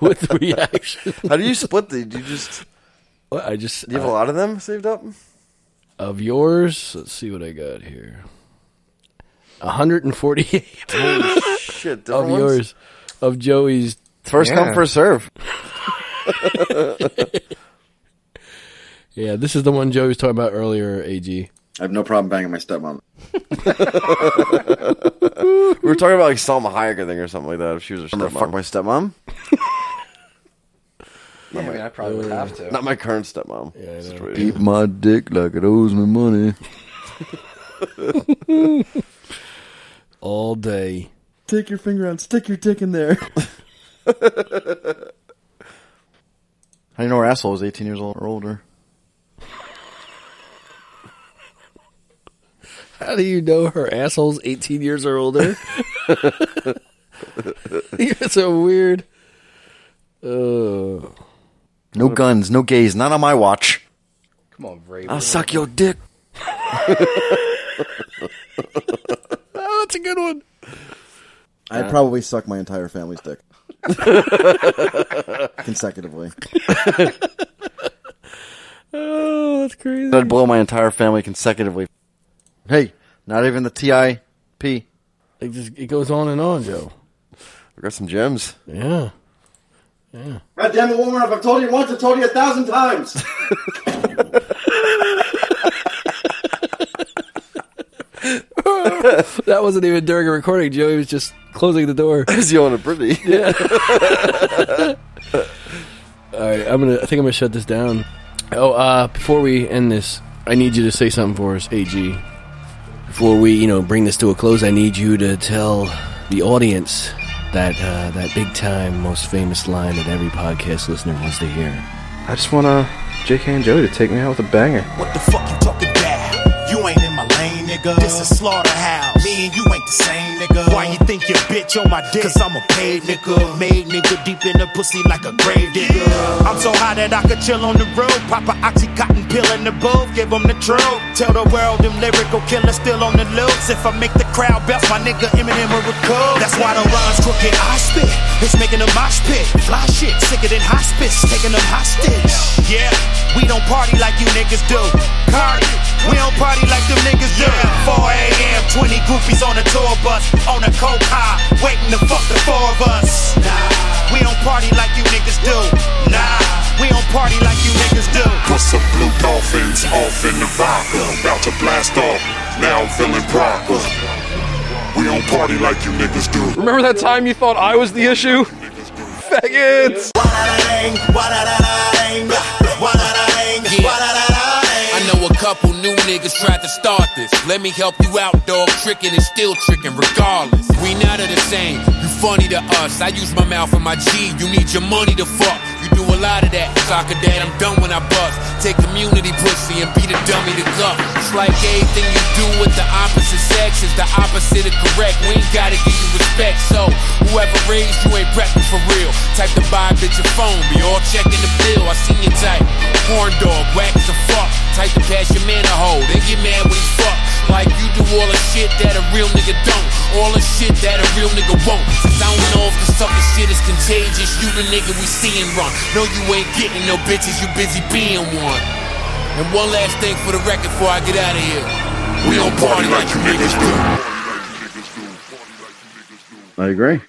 Speaker 1: with reactions.
Speaker 2: How do you split the? Do you just?
Speaker 1: What, I just. uh,
Speaker 2: Do you have a lot of them saved up?
Speaker 1: of yours. Let's see what I got here. 148
Speaker 2: Holy shit!
Speaker 1: of
Speaker 2: different ones?
Speaker 1: yours, of Joey's.
Speaker 2: First come,
Speaker 1: Yeah.
Speaker 2: first serve.
Speaker 1: Yeah, this is the one Joey was talking about earlier. Ag.
Speaker 9: I have no problem banging my stepmom.
Speaker 2: we were talking about like Salma Hayek, I think, or something like that. If she was her
Speaker 9: I'm
Speaker 2: stepmom.
Speaker 9: gonna fuck
Speaker 2: my stepmom.
Speaker 3: Yeah, I mean, I probably
Speaker 1: Uh,
Speaker 3: would have to.
Speaker 2: Not my current stepmom. situation.
Speaker 4: Beat my dick like it owes me money.
Speaker 1: All day.
Speaker 4: Take your finger out, stick your dick in there.
Speaker 2: How do you know her asshole is 18 years old or older?
Speaker 1: How do you know her asshole's 18 years or older? You're so weird. Oh.
Speaker 2: No guns, no gays, not on my watch.
Speaker 3: Come on, Ray.
Speaker 2: I'll suck your dick.
Speaker 1: oh, that's a good one.
Speaker 9: I'd probably suck my entire family's dick consecutively.
Speaker 1: Oh, that's crazy.
Speaker 2: I'd blow my entire family consecutively. Hey, not even the TIP.
Speaker 1: It just it goes on and on, Joe.
Speaker 2: We got some gems.
Speaker 1: Yeah. Yeah.
Speaker 9: God damn it, woman! If I've told you once, I've told you a thousand times.
Speaker 1: that wasn't even during a recording. Joey was just closing the door.
Speaker 2: Is you on a pretty? Yeah.
Speaker 1: All right, I'm gonna. I think I'm gonna shut this down. Oh, uh, before we end this, I need you to say something for us, AG. Before we, you know, bring this to a close, I need you to tell the audience that uh, that big time, most famous line that every podcast listener wants to hear.
Speaker 3: I just want to JK and Joey to take me out with a banger.
Speaker 12: What the fuck you talking about? You ain't in my lane, nigga. This is slaughterhouse. Me and you ain't the same, nigga. Why you think you bitch on my dick? Cause I'm a paid nigga. Made nigga deep in the pussy like a grave digger. I'm so high that I could chill on the road. Pop a oxycontin pill in the booth. Give 'em the truth. Tell the world them lyrical killers still on the loose. If I make the crowd bounce, my nigga Eminem will record. That's why the rhymes crooked I spit. It's making a mosh pit. Fly shit. Sicker than hospice. Taking them hostage. Yeah, we don't party like you niggas do. Cardi, we don't party like them niggas do. 4 a.m., 20 groupies on the tour bus, on a coke high, waiting to fuck the four of us. Nah, we don't party like you niggas do. Nah, we don't party like you niggas do.
Speaker 13: What's up, Blue Dolphins? Off in the vodka. About to blast off. Now I'm feeling proper. We don't party like you niggas do.
Speaker 3: Remember that time you thought I was the issue? Faggots!
Speaker 14: I know a couple new niggas tried to start this. Let me help you out, dog. Tricking and still tricking, regardless. We not are the same. You funny to us. I use my mouth for my G. You need your money to fuck. You do a lot of that. Soccer dad, I'm done when I bust. Take community pussy and be the dummy to cuff. It's like anything you do with the opposite sex is the opposite of correct. We ain't gotta give you respect. So whoever raised you ain't prepping for real. Type the vibe that your phone be all checking the bill. I seen your type. Horn dog, whack as a fuck. Type to pass your man a hoe. Then get mad when he fuck. Like you do all the shit that a real nigga don't. All the shit that a real nigga won't. Since I don't know if the sucker shit is contagious. You the nigga we seeing wrong. No, you ain't getting no bitches. You busy being one. And one last thing for the record before I get out of here. We don't party like you niggas do.
Speaker 9: I agree.